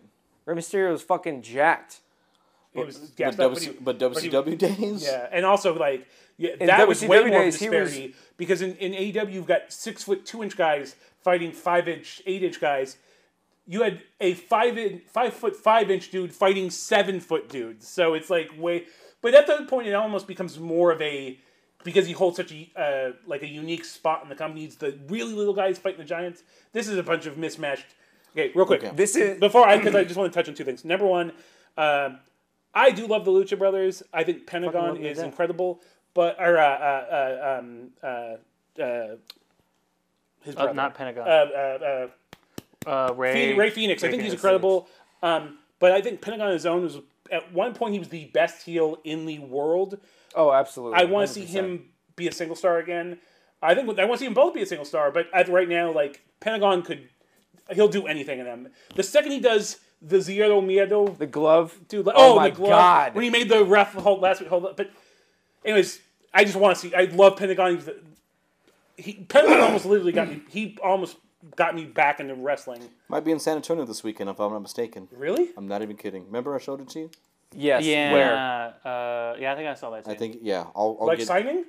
S2: Rey Mysterio is fucking jacked.
S4: He was
S3: But,
S4: gassed up,
S3: WC,
S4: he-
S3: but
S4: he-
S3: WCW days.
S4: Yeah, and also like yeah, that was way
S2: WCW
S4: more of a
S2: days, he was-
S4: disparity because in, in AEW you've got six foot two inch guys fighting five inch eight inch guys. You had a five in, five foot five inch dude fighting seven foot dudes. So it's like way, but at that point it almost becomes more of a because he holds such a uh, like a unique spot in the company. It's the really little guys fighting the giants. This is a bunch of mismatched. Okay, real quick.
S2: This is
S4: Before I, because I just want to touch on two things. Number one, um, I do love the Lucha Brothers. I think Pentagon
S2: love them to
S4: is
S2: death.
S4: incredible, but or uh, uh, uh, um, uh, uh, his
S1: Uh,
S4: brother,
S1: not Pentagon.
S4: uh, uh,
S1: uh,
S4: uh,
S1: Ray,
S4: Phoenix, Ray Phoenix. I think he's incredible. Um, but I think Pentagon on his own was at one point he was the best heel in the world.
S2: oh, absolutely.
S4: I want to see him be a single star again. I think I want to see them both be a single star, but at right now, like Pentagon could, he'll do anything in them. The second he does the zero miedo,
S2: the glove,
S4: dude, like,
S2: oh
S4: oh,
S2: my
S4: the glove,
S2: God.
S4: when he made the ref hold last week, hold up. But anyways, I just want to see. I love Pentagon. He's the, he, Pentagon almost literally got me. He almost got me back into wrestling.
S3: Might be in San Antonio this weekend, if I'm not mistaken.
S4: Really?
S3: I'm not even kidding. Remember I showed it to you?
S2: Yes.
S1: Yeah,
S2: Where?
S1: Uh, yeah, I think I saw that.
S3: I
S1: Too.
S3: think yeah. I'll, I'll
S4: Like
S3: get
S4: signing?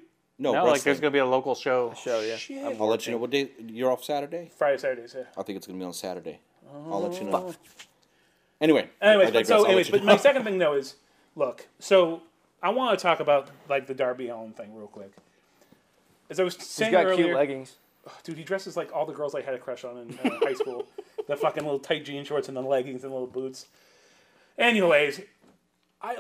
S1: no,
S3: no.
S1: like
S3: wrestling.
S1: there's gonna be a local show.
S2: Show Oh, yeah.
S4: Shit.
S3: I'll let you know what day you're off Saturday.
S4: Friday, Saturdays. Yeah.
S3: I think it's gonna be on Saturday. I'll let you know. Anyway, I
S4: Anyways, but
S3: digress. I'll
S4: so
S3: let
S4: anyways,
S3: you
S4: but
S3: know.
S4: my second thing though is, look, so I want to talk about like the Darby Allen thing real quick. As I was
S2: He's
S4: saying
S2: got
S4: earlier,
S2: cute leggings.
S4: dude, he dresses like all the girls I had a crush on in uh, high school. The fucking little tight jean shorts and the leggings and little boots. Anyways, I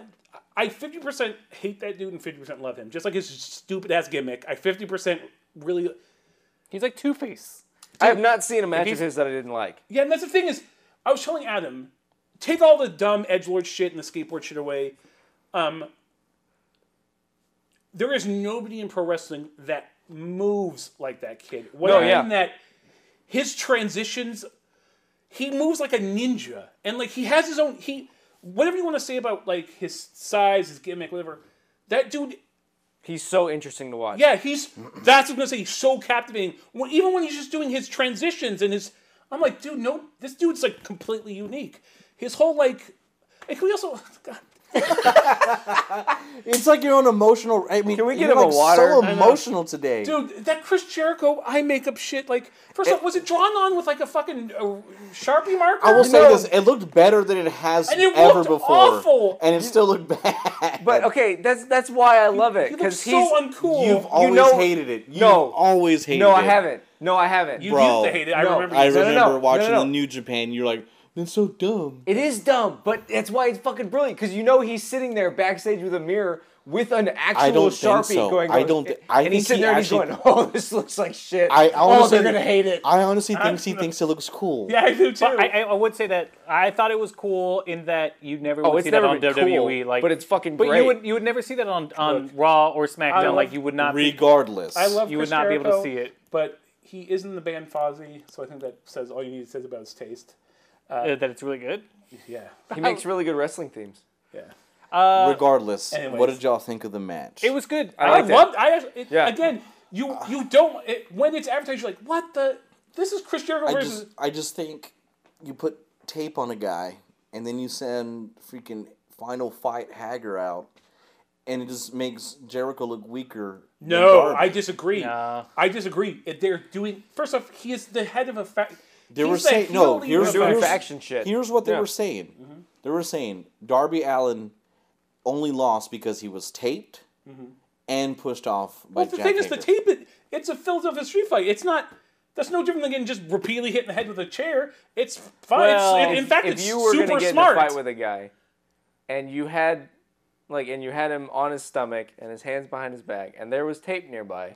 S4: I fifty percent hate that dude and fifty percent love him. Just like his stupid ass gimmick, I fifty percent really
S1: He's like Two Face.
S2: I have not seen a match of
S1: he's-
S2: his that I didn't like.
S4: Yeah, and that's the thing is, I was telling Adam, take all the dumb edgelord shit and the skateboard shit away. Um, there is nobody in pro wrestling that moves like that kid. What
S2: No,
S4: I mean
S2: yeah.
S4: that his transitions, he moves like a ninja, and like he has his own he. Whatever you want to say about like his size, his gimmick, whatever. That dude
S2: He's so interesting to watch.
S4: yeah, he's that's what I'm gonna say. He's so captivating. When, even when he's just doing his transitions and his, I'm like, dude, no, this dude's like completely unique. His whole like, and can we also, God,
S3: It's like you're on emotional. I mean,
S2: Can we get
S3: you're,
S2: him a
S3: like
S2: water?
S3: So emotional today.
S4: dude, that Chris Jericho eye makeup shit. Like, first off, was it drawn on with like a fucking uh sharpie marker?
S3: I will say
S2: No.
S3: this: it looked better than it has
S4: And it
S3: ever
S4: looked
S3: before,
S4: awful.
S3: and it still looked bad.
S2: But okay, that's that's why I love it
S4: he looks
S2: because
S4: so
S2: he's.
S4: uncool.
S3: you've always
S2: know-
S3: hated it. You've
S2: No.
S3: always hated it.
S2: no, I haven't. No, I haven't.
S4: you
S3: bro,
S4: used to hate it. I
S2: no,
S4: remember.
S3: I
S4: you said-
S2: no,
S3: remember
S2: no,
S3: watching
S2: no.
S3: the New Japan. You're like, That's so dumb.
S2: It is dumb, but that's why it's fucking brilliant because you know he's sitting there backstage with a mirror with an actual
S3: don't think
S2: sharpie
S3: so.
S2: going.
S3: I don't thi- I
S2: and he's
S3: think
S2: sitting
S3: he
S2: there
S3: actually-
S2: and he's going, "Oh, this looks like shit.
S3: I
S2: oh,
S3: honestly-
S2: they're gonna hate it."
S3: I honestly think he
S4: I'm-
S3: thinks it looks cool.
S4: Yeah, I do too.
S1: But I, I- I would say that I thought it was cool in that you never would
S2: Oh, it's
S1: see
S2: never
S1: that on
S2: been
S1: WWE.
S2: cool,
S1: like,
S2: but it's fucking
S1: But
S2: great.
S1: you would you would never see that on, on Raw or SmackDown.
S4: love-
S1: like you would not. be,
S3: Regardless.
S4: I love.
S1: You would
S4: Chris
S1: not be able to
S4: Jericho,
S1: see it.
S4: but he is in the band Fozzy, so I think that says all you need to say about his taste.
S1: uh, that it's really good.
S4: Yeah,
S2: he makes really good wrestling themes.
S4: yeah.
S3: Regardless. What
S4: anyways.
S3: did y'all think of the match?
S1: Uh, It was good.
S4: I,
S2: I liked it.
S4: loved. I actually- it,
S2: Yeah.
S4: again, you you don't it, when it's advertised, you're like, what the? This is Chris Jericho
S3: I
S4: versus.
S3: just I just think you put tape on a guy and then you send freaking final fight Hager out and it just makes Jericho look weaker. than
S4: no,
S3: Darby.
S4: I disagree.
S1: Nah.
S4: I disagree. If They're doing first off. He is the head of a fact.
S3: They were saying no. Here's,
S2: doing
S3: here's-
S2: faction shit.
S3: Here's what they
S2: Yeah. Mm-hmm.
S3: were saying. They were saying Darby Allen only lost because he was taped
S2: Mm-hmm.
S3: and pushed off by
S4: Well, the
S3: Jack
S4: thing is, the
S3: Hager.
S4: tape. It, it's a Philadelphia street fight. It's not. That's no different than getting just repeatedly hitting the head with a chair. It's fine.
S1: Well,
S4: It's- in- in
S1: if-
S4: fact,
S2: if
S4: it's
S2: you were
S4: super
S2: gonna get
S4: smart.
S2: in a fight with a guy, and you had, like, and you had him on his stomach and his hands behind his back, and there was tape nearby,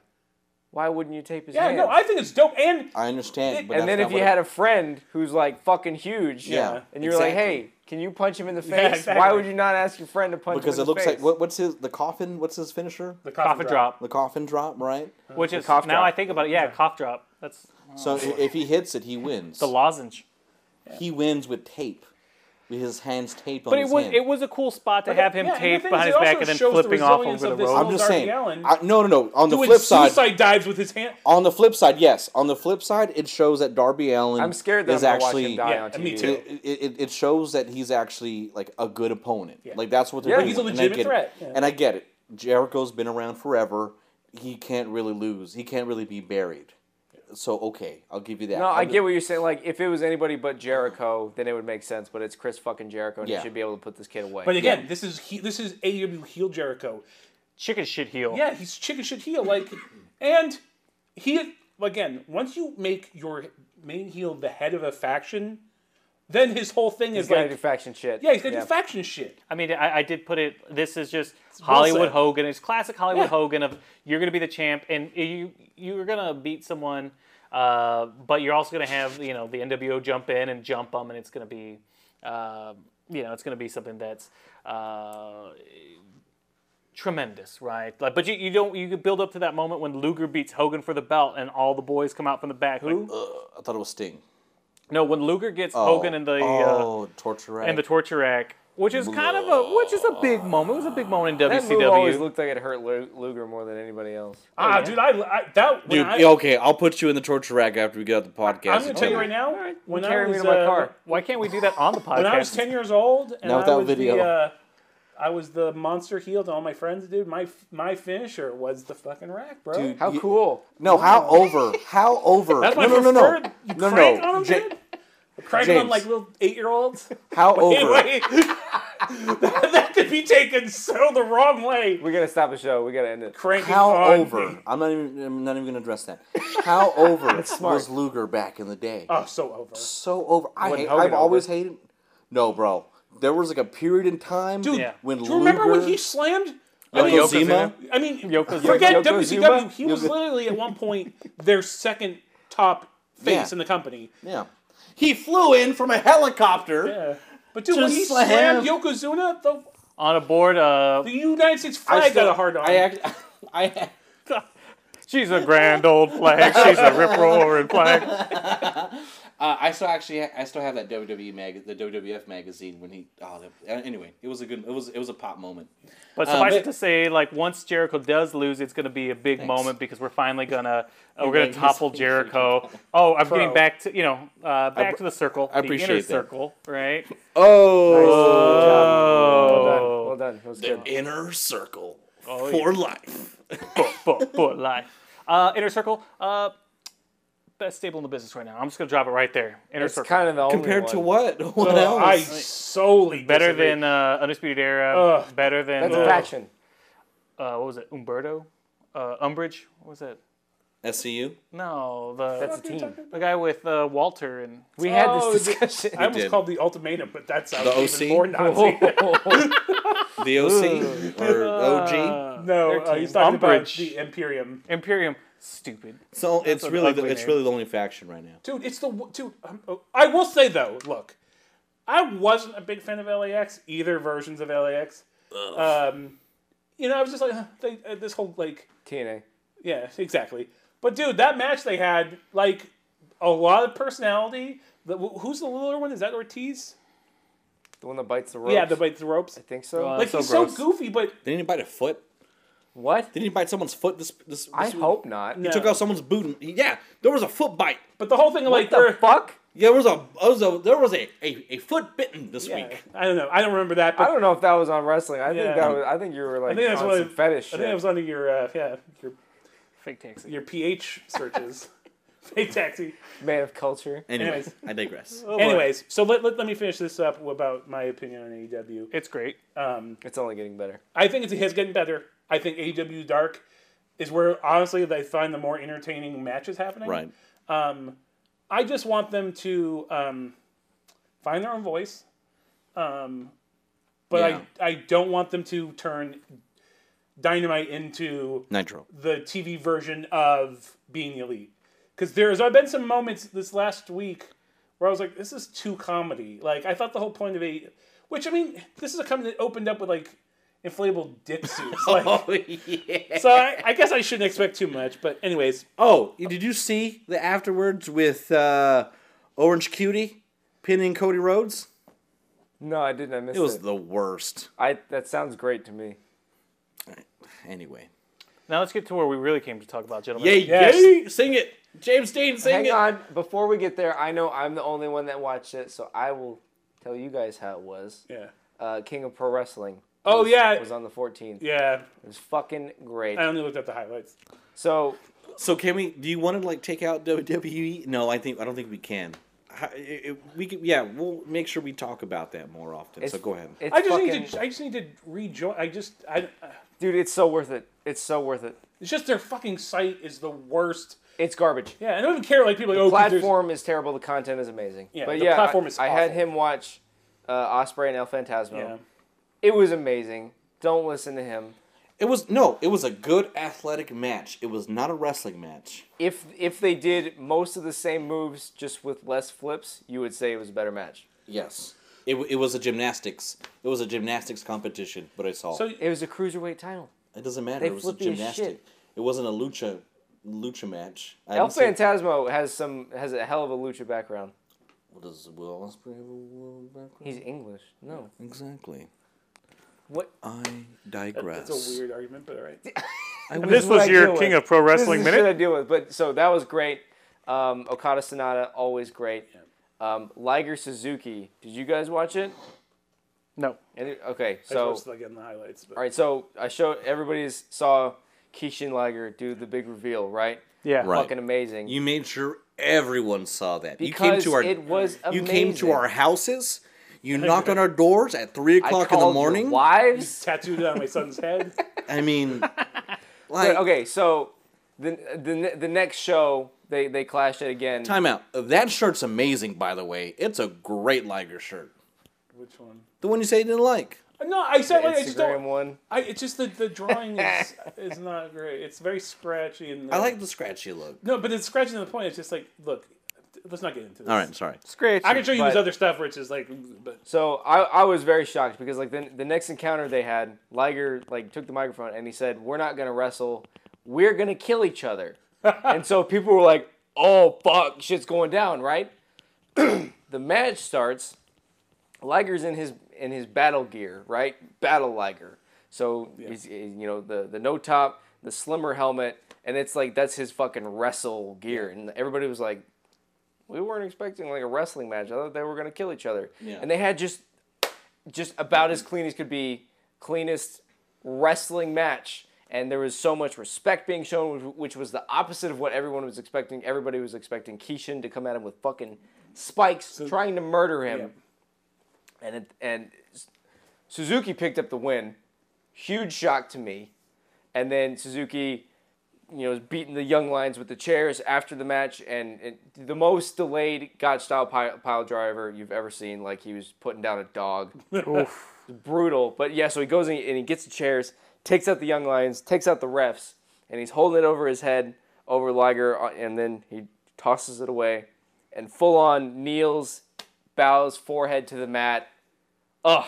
S2: why wouldn't you tape his
S4: yeah,
S2: hands?
S4: no, I think it's dope. And
S3: I understand,
S4: It-
S3: but
S2: and
S3: that's
S2: then
S3: not
S2: if you
S3: what
S2: had
S3: it-
S2: a friend who's like fucking huge,
S3: Yeah,
S2: and you're like,
S3: exactly.
S2: hey, can you punch him in the face?
S4: Yeah,
S2: Why
S4: exactly.
S2: would you not ask your friend to punch
S3: because
S2: him
S3: it
S2: in the
S3: looks
S2: face?
S3: like what, what's his the coffin? What's his finisher?
S4: the
S1: cough and drop,
S3: The coffin drop, right?
S1: which is
S2: cough
S1: now
S2: drop.
S1: I think about it. Yeah, cough drop. That's
S3: So
S2: Oh.
S3: i- if he hits it, he wins.
S1: the lozenge.
S3: he wins with tape, with his hands taped on
S1: But it
S3: his
S1: was
S3: hand.
S1: it was a cool spot to
S4: But it-
S1: have him
S4: yeah, and the
S1: taped
S4: thing is,
S1: behind
S4: it
S1: his back
S4: also
S1: and then
S4: shows the
S1: flipping off
S4: resilience
S1: over the
S4: of this
S1: rope.
S3: I'm just
S4: Darby
S3: saying.
S4: Allin.
S3: I, no, no, no. On the
S4: Doing
S3: flip side,
S4: suicide dives with his hand.
S3: on the flip side, yes. On the flip side, it shows that Darby Allen
S2: I'm scared that
S3: is
S2: I'm gonna watch
S3: actually
S2: him die
S4: Yeah,
S2: on TV.
S4: me too.
S3: it, it, it shows that he's actually like a good opponent. Like that's what they're
S2: Yeah,
S3: doing.
S2: he's
S4: a
S3: and I
S4: legitimate
S3: get it.
S4: threat. Yeah.
S3: And I get it. Jericho's been around forever. He can't really lose. He can't really be buried. So okay, I'll give you that.
S2: No, I
S3: I'll-
S2: get what you're saying. Like, if it was anybody but Jericho, then it would make sense. But it's Chris fucking Jericho, and
S3: Yeah.
S2: he should be able to put this kid away.
S4: But again, this is he, this is AEW heel Jericho.
S1: Chicken shit heel.
S4: Yeah, he's chicken shit heel. Like, and he again. Once you make your main heel the head of a faction, then his whole thing
S2: he's
S4: is
S2: gotta
S4: like,
S2: do faction shit.
S4: yeah, he's gonna do faction shit.
S1: I mean, I, I did put it. This is just
S4: well
S1: Hollywood
S4: said.
S1: Hogan. It's classic Hollywood
S4: Yeah.
S1: Hogan of you're going to be the champ, and you you're going to beat someone, uh, but you're also going to have you know the NWO jump in and jump them, and it's going to be, uh, you know, it's going to be something that's uh, tremendous, right? Like, but you, you don't you could build up to that moment when Luger beats Hogan for the belt, and all the boys come out from the back. Who?
S3: I thought it was Sting.
S1: no, when Luger gets Hogan in the uh,
S3: oh torture rack.
S1: and the torture rack, which is kind of a which is a big moment. It was a big moment in
S2: That
S4: E
S2: move always
S1: WCW.
S2: looked like it hurt Lu- Luger more than anybody else.
S4: Ah, dude, I, I that when
S3: Dude,
S4: I,
S3: okay, I'll put you in the torture rack after we get out the podcast.
S4: I'm gonna tell you right now. When I
S2: Carry
S4: was
S2: me to my
S4: uh,
S2: car.
S1: Why can't we do that on the podcast?
S4: when I was ten years old, and
S3: Not
S4: I
S3: without
S4: was
S3: video.
S4: the uh, I was the monster heel to all my friends, dude. My my finisher was the fucking rack, bro.
S3: Dude,
S2: How
S3: you-
S2: cool!
S3: No, how over? How over?
S4: That's my
S3: no, no, no, no,
S4: preferred.
S3: no,
S4: You
S3: no,
S4: crank on
S3: no.
S4: them,
S3: Ja-
S4: dude. Cranking on
S3: James.
S4: like little eight year olds.
S3: how over?
S4: Anyway, that could be taken so the wrong way.
S2: We gotta stop the show. We gotta end it.
S4: Cranking
S3: How
S4: on
S3: over? I'm not even. I'm not even gonna address that. How over was Luger back in the day?
S4: Oh, so over.
S3: so over. I
S2: Wasn't
S3: hate,
S2: Hogan
S3: I've always
S2: over?
S3: hated. No, bro. There was like a period in time,
S4: Dude,
S1: Yeah.
S3: when
S4: do you
S3: Luger,
S4: remember when he slammed? I mean,
S3: Yokozuna?
S4: I mean,
S1: Yokozuna.
S4: forget
S2: Yokozuna?
S4: WCW. He was
S3: Yoko-
S4: literally at one point their second top face
S3: Yeah.
S4: in the company.
S3: Yeah, he flew in from a helicopter.
S4: Yeah. But dude,
S3: To
S4: when he
S3: slam-
S4: slammed Yokozuna, the,
S1: on a board. Uh,
S4: the United States flag
S3: still-
S4: got a hard on.
S3: I act, I act,
S1: she's a grand old flag. She's a rip roaring flag.
S3: Uh, I still actually ha- I still have that WWE mag the WWF magazine when he oh that, uh, anyway it was a good it was it was a pop moment.
S1: But suffice
S3: but-
S1: it to say, like once Jericho does lose, it's going to be a big moment because we're finally gonna uh, we're gonna
S3: made his
S1: topple
S3: finger
S1: Jericho. Oh, I'm getting
S4: Pro.
S1: back to you know uh, back to the circle.
S3: I
S1: the
S3: appreciate
S1: inner
S3: that.
S1: circle, right?
S3: Oh,
S2: Well
S1: Oh,
S2: done. That was good.
S3: inner circle
S1: Oh,
S3: for life.
S1: but but life. Uh, inner circle. Uh, best stable in the business right now. I'm just gonna drop it right there. Inner
S2: It's
S1: circle.
S2: kind of the only
S3: Compared to
S2: one.
S3: what? What
S4: Uh, I
S3: else?
S4: solely
S1: better
S4: disagree.
S1: than uh, Undisputed Era.
S4: Ugh.
S1: better than
S2: That's
S1: uh,
S2: faction.
S1: uh, what was it? Umberto, uh, Umbridge. What was that?
S3: SCU.
S1: No, the
S2: That's a team.
S1: the guy with uh, Walter and
S2: We had
S4: Oh,
S2: this
S4: is it-
S2: discussion.
S4: I almost
S3: did.
S4: called the ultimatum, but that's sounds
S3: The
S4: even
S3: OC?
S4: more
S2: Oh,
S4: Nazi.
S3: The OC or OG.
S4: no, uh, he's talking
S1: Umbridge.
S4: about the Imperium.
S1: Imperium. Stupid.
S3: So it's
S1: an
S3: really the,
S1: ugly
S3: it's
S1: name.
S3: really the only faction right now.
S4: Dude, it's the w- dude. Um, oh, I will say though, look, I wasn't a big fan of LAX either versions of LAX. Um, you know, I was just like huh, they, uh, this whole like
S2: TNA.
S4: yeah, exactly. But dude, that match they had like a lot of personality. The, wh- who's the littler one? Is that Ortiz?
S2: The one that bites the ropes.
S4: Yeah, the bites the ropes.
S2: I think so.
S1: Uh,
S4: Like
S1: so
S4: he's
S1: gross.
S4: so goofy, but
S3: Did anybody bite a foot?
S2: what?
S3: Did anybody bite someone's foot? This this. this
S2: I
S3: week?
S2: hope not.
S4: No.
S3: took out someone's boot. And, yeah, there was a foot bite.
S4: but the whole thing like
S2: What the
S4: they're-
S2: fuck?
S3: Yeah, there was a, there was a there was a, a, a foot bitten this
S4: Yeah,
S3: week.
S4: I don't know. I don't remember that. But
S2: I don't know if that was on wrestling. I
S4: Yeah.
S2: think that was. I think you were like
S4: I think that's
S2: on
S4: one
S2: some
S4: of-
S2: fetish
S4: I
S2: shit.
S4: think it was under your uh, yeah your
S1: Fake taxi.
S4: your pH searches. Fake taxi.
S2: Man of culture.
S3: Anyways, Oh, I digress.
S4: Anyways, so let, let, let me finish this up about my opinion on AEW.
S1: It's great.
S2: It's only getting better.
S4: I think it's has getting better. I think AEW Dark is where honestly they find the more entertaining matches happening. Um,
S3: Right.
S4: I just want them to um, find their own voice, um, but
S3: Yeah.
S4: I I don't want them to turn Dynamite into
S3: Nitro.
S4: the TV version of being the elite. Because there's I've been some moments this last week where I was like, this is too comedy. Like I thought the whole point of a, which I mean, this is a company that opened up with like inflatable dick suits. Like,
S3: Oh yeah.
S4: so I, I guess I shouldn't expect too much. But anyways,
S3: Oh, did you see the afterwards with uh, Orange Cutie pinning Cody Rhodes?
S2: No, I didn't. I missed
S3: It
S2: it.
S3: was the worst.
S2: I. That sounds great to me.
S3: Anyway.
S1: Now let's get to where we really came to talk about, gentlemen.
S3: Yay!
S4: Yes.
S3: Yay! Sing it, James Dean. Sing
S2: Hang
S3: it.
S2: on. Before we get there, I know I'm the only one that watched it, so I will tell you guys how it was.
S4: yeah,
S2: Uh, King of Pro Wrestling.
S4: Oh,
S2: was-
S4: yeah.
S2: Was on the 14th.
S4: yeah.
S2: It was fucking great.
S4: I only looked at the highlights.
S2: So
S3: So can we? Do you want to like take out WWE? No, I think I don't think we can. How- it- it- we can, yeah, we'll make sure we talk about that more often. so go ahead.
S2: It's
S4: I just
S2: fucking,
S4: need to. I just need to rejoin. I just. I. Uh,
S2: dude. It's so worth it. It's so worth it.
S4: it's just their fucking site is the worst.
S2: It's garbage.
S4: Yeah, I don't even care. Like people are like oh, 'cause there's-
S2: platform is terrible. The content is amazing.
S4: Yeah,
S2: but
S4: the
S2: yeah,
S4: platform
S2: I,
S4: is
S2: I had
S4: awful.
S2: him watch uh, Osprey and El Fantasma.
S4: Yeah.
S2: It was amazing. Don't listen to him.
S3: It was no, it was a good athletic match. It was not a wrestling match.
S2: If if they did most of the same moves just with less flips, you would say it was a better match.
S3: Yes, it, w- it was a gymnastics. It was a gymnastics competition. But I saw
S4: So
S2: It was a cruiserweight title.
S3: it doesn't matter.
S2: they
S3: It was a
S2: flippy as
S3: gymnastic.
S2: shit.
S3: It wasn't a lucha lucha match. I
S2: El
S3: didn't see-
S2: Fantasma has some has a hell of a lucha background.
S3: What does Will Ospreay have a world background?
S2: He's English. No.
S3: Exactly.
S2: What?
S3: I digress.
S4: that's a weird argument, but all right.
S3: I
S1: This
S3: was-
S2: what
S1: was
S2: I
S1: your
S2: deal
S1: King
S2: with.
S1: of Pro Wrestling
S2: this is the
S1: minute.
S2: shit I deal with. But so that was great. Um, Okada Sonata always great. Um, Liger Suzuki. Did you guys watch it?
S1: No.
S2: Any- Okay,
S4: I
S2: so
S4: just like in the highlights. But.
S2: all right, so I showed everybody's saw Keishin Liger do the big reveal, right?
S1: Yeah.
S3: Right.
S2: Fucking amazing.
S3: You made sure everyone saw that. you came
S2: Because
S3: to our
S2: it was
S3: you came to
S2: amazing.
S3: our houses. You knocked on our doors at three
S2: I
S3: o'clock in the
S2: called your
S3: morning.
S2: wives.
S4: tattooed it on my son's head.
S3: I mean, like
S2: But, okay, so the the ne- the next show they they clashed it again.
S3: time out. That shirt's amazing, by the way. It's a great Liger shirt.
S4: Which one?
S3: The one you say you didn't like.
S4: No, I said like I just
S2: Instagram
S4: don't.
S2: one.
S4: I, it's just the the drawing is is not great. It's very scratchy and.
S3: I like the scratchy look.
S4: No, but it's scratchy to the point. It's just like, look, let's not get into this.
S3: All right, sorry.
S1: Scratch.
S4: I can show you this
S2: But-
S4: other stuff where it's just like, but
S2: So I, I was very shocked because like the, the next encounter they had, Liger like took the microphone and he said, "We're not gonna wrestle. We're gonna kill each other." and so people were like, "Oh fuck, shit's going down, right?" the match starts. Liger's in his in his battle gear, right? Battle Liger. So he's, he's, you know the the no top, the slimmer helmet, and it's like that's his fucking wrestle gear, and everybody was like, we weren't expecting like a wrestling match. I thought they were gonna kill each other, and they had just just about as clean as could be, cleanest wrestling match. And there was so much respect being shown, which- which was the opposite of what everyone was expecting. Everybody was expecting Keishan to come at him with fucking spikes, trying to murder him and it, and Suzuki picked up the win. Huge shock to me. And then Suzuki you know, was beating the young lions with the chairs after the match, and it, the most delayed God style pile, pile driver you've ever seen. Like he was putting down a dog. It's brutal. But yeah, so he goes and he, and he gets the chairs, takes out the young lions, takes out the refs, and he's holding it over his head over Liger, uh, and then he tosses it away, and full on kneels, bows forehead to the mat. Ugh.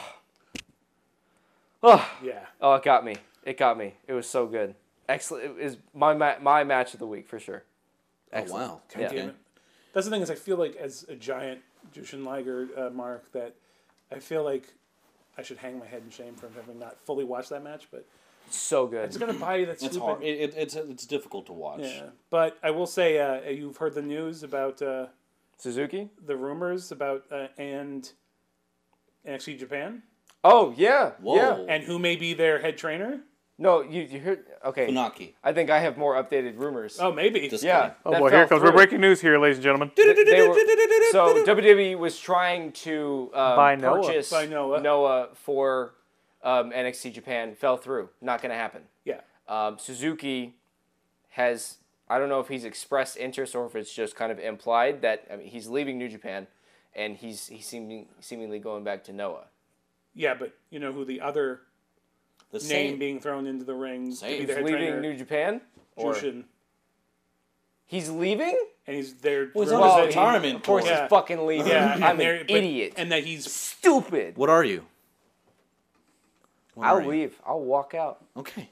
S2: Ugh.
S4: Yeah.
S2: Oh, it got me. It got me. It was so good. Excellent. It is my ma- my match of the week for sure.
S3: Oh wow.
S2: damn
S3: Okay.
S4: it. That's the thing is I feel like as a giant Jushin Liger uh, mark that I feel like I should hang my head in shame for having not fully watched that match, but
S2: So good.
S4: it's gonna buy you that
S3: It's
S4: stupid-
S3: hard. It, it, it's it's difficult to watch.
S4: Yeah, but I will say uh, you've heard the news about uh,
S2: Suzuki.
S4: the rumors about uh, and actually Japan
S2: Oh yeah.
S3: Whoa.
S2: Yeah.
S4: and who may be their head trainer.
S2: No, you you heard? Okay.
S3: Funaki.
S2: I think I have more updated rumors.
S4: Oh, maybe.
S3: Just
S2: yeah.
S1: Oh
S2: that
S1: boy, here
S2: fell
S1: it comes. We're
S2: through.
S1: breaking news here, ladies and gentlemen.
S2: They were- so WWE was trying to um,
S1: Buy Noah.
S2: purchase
S4: Buy Noah.
S2: for um, NXT Japan. Fell through. Not gonna happen.
S4: yeah.
S2: Um, Suzuki has I don't know if he's expressed interest or if it's just kind of implied that I mean, he's leaving New Japan and he's he's seeming, seemingly going back to Noah.
S4: Yeah, but you know who the other
S3: The
S4: name
S3: same.
S4: being thrown into the ring to be
S3: Same.
S4: their head
S2: leaving
S4: trainer,
S2: New Japan? Or
S4: Jushin,
S2: he's leaving?
S4: and he's their
S3: Well, it's
S4: rumors
S3: not
S4: that
S3: his
S4: he-
S3: retirement
S2: Of course,
S4: Yeah.
S2: he's fucking leaving.
S4: Yeah, and
S2: I'm
S4: they're-
S2: an
S4: but-
S2: idiot.
S4: and that he's
S2: Stupid.
S3: What are you? What
S2: I'll
S3: are you?
S2: leave. I'll walk out.
S3: Okay.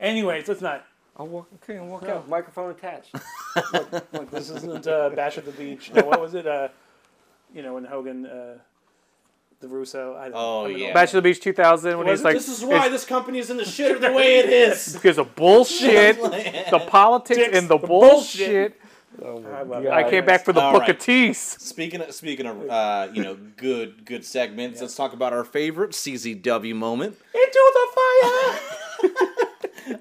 S4: anyways. Let's not.
S2: I'll walk. Okay, I'll walk out. Microphone attached.
S4: Like this isn't uh, Bash at the Beach. No, what was it? Uh, you know when Hogan, uh, the Russo. I don't
S3: Oh,
S4: know. I'm an
S3: yeah.
S4: old-
S1: Bachelor Beach 2000 when he's
S4: Was it-
S1: like,
S3: This is why this company is in the shit the way it is.
S1: because of bullshit, the politics
S4: Dicks,
S1: and the,
S4: the
S1: bullshit.
S4: bullshit.
S2: Oh,
S4: I love it.
S1: I came back for the
S3: All
S1: book
S3: right.
S1: of teas.
S3: Speaking of, speaking of uh, you know good good segments, let's talk about our favorite CZW moment.
S4: into the fire.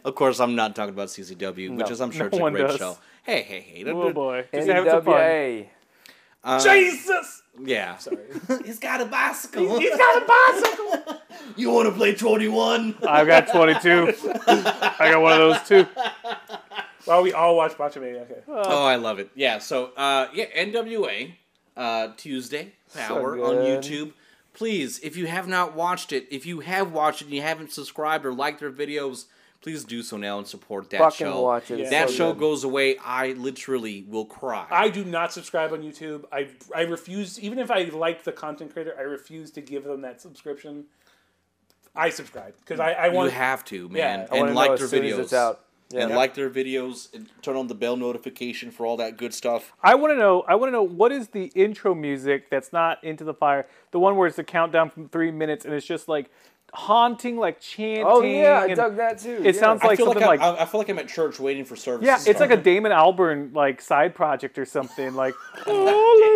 S3: Of course, I'm not talking about CZW, which is I'm sure
S1: no
S3: it's a
S1: one
S3: great
S1: does.
S3: show. Hey, hey, hey! don't-
S1: Oh boy, just having some fun.
S2: NWA.
S3: uh,
S4: Jesus!
S3: Yeah, sorry. He's got a bicycle.
S4: He's got a bicycle!
S3: you want to play 21?
S1: I've got 22. I got one of those too.
S4: well, we all watch Botchamania. Okay.
S3: Oh, I love it. Yeah. So, uh, yeah, NWA uh, Tuesday Power on
S2: good.
S3: YouTube. Please, if you have not watched it, if you have watched it and you haven't subscribed or liked their videos, please do so now and support that
S2: Fucking
S3: show.
S2: watch it. It's
S3: That
S2: so
S3: show
S2: good.
S3: goes away. I literally will cry.
S4: I do not subscribe on YouTube. I, I refuse, even if I like the content creator, I refuse to give them that subscription. I subscribe because I, I
S3: you
S4: want.
S3: have to,
S4: I
S3: man,
S2: I wanna
S3: and
S2: know
S3: like
S2: as
S3: their
S2: soon
S3: videos.
S2: As it's out. Yeah.
S3: And like their videos. And turn on the bell notification for all that good stuff.
S1: I want to know. I want to know what is the intro music that's not into the fire. The one where it's the countdown from three minutes and it's just like haunting, like chanting.
S2: Oh yeah, I
S1: and-
S2: dug that too.
S1: It
S2: yeah.
S1: sounds
S3: I
S1: like
S3: feel like,
S1: something
S3: I,
S1: like,
S3: I, I feel like I'm at church waiting for service.
S1: yeah,
S3: to
S1: it's like
S3: start.
S1: a Damon Albarn like side project or something. Like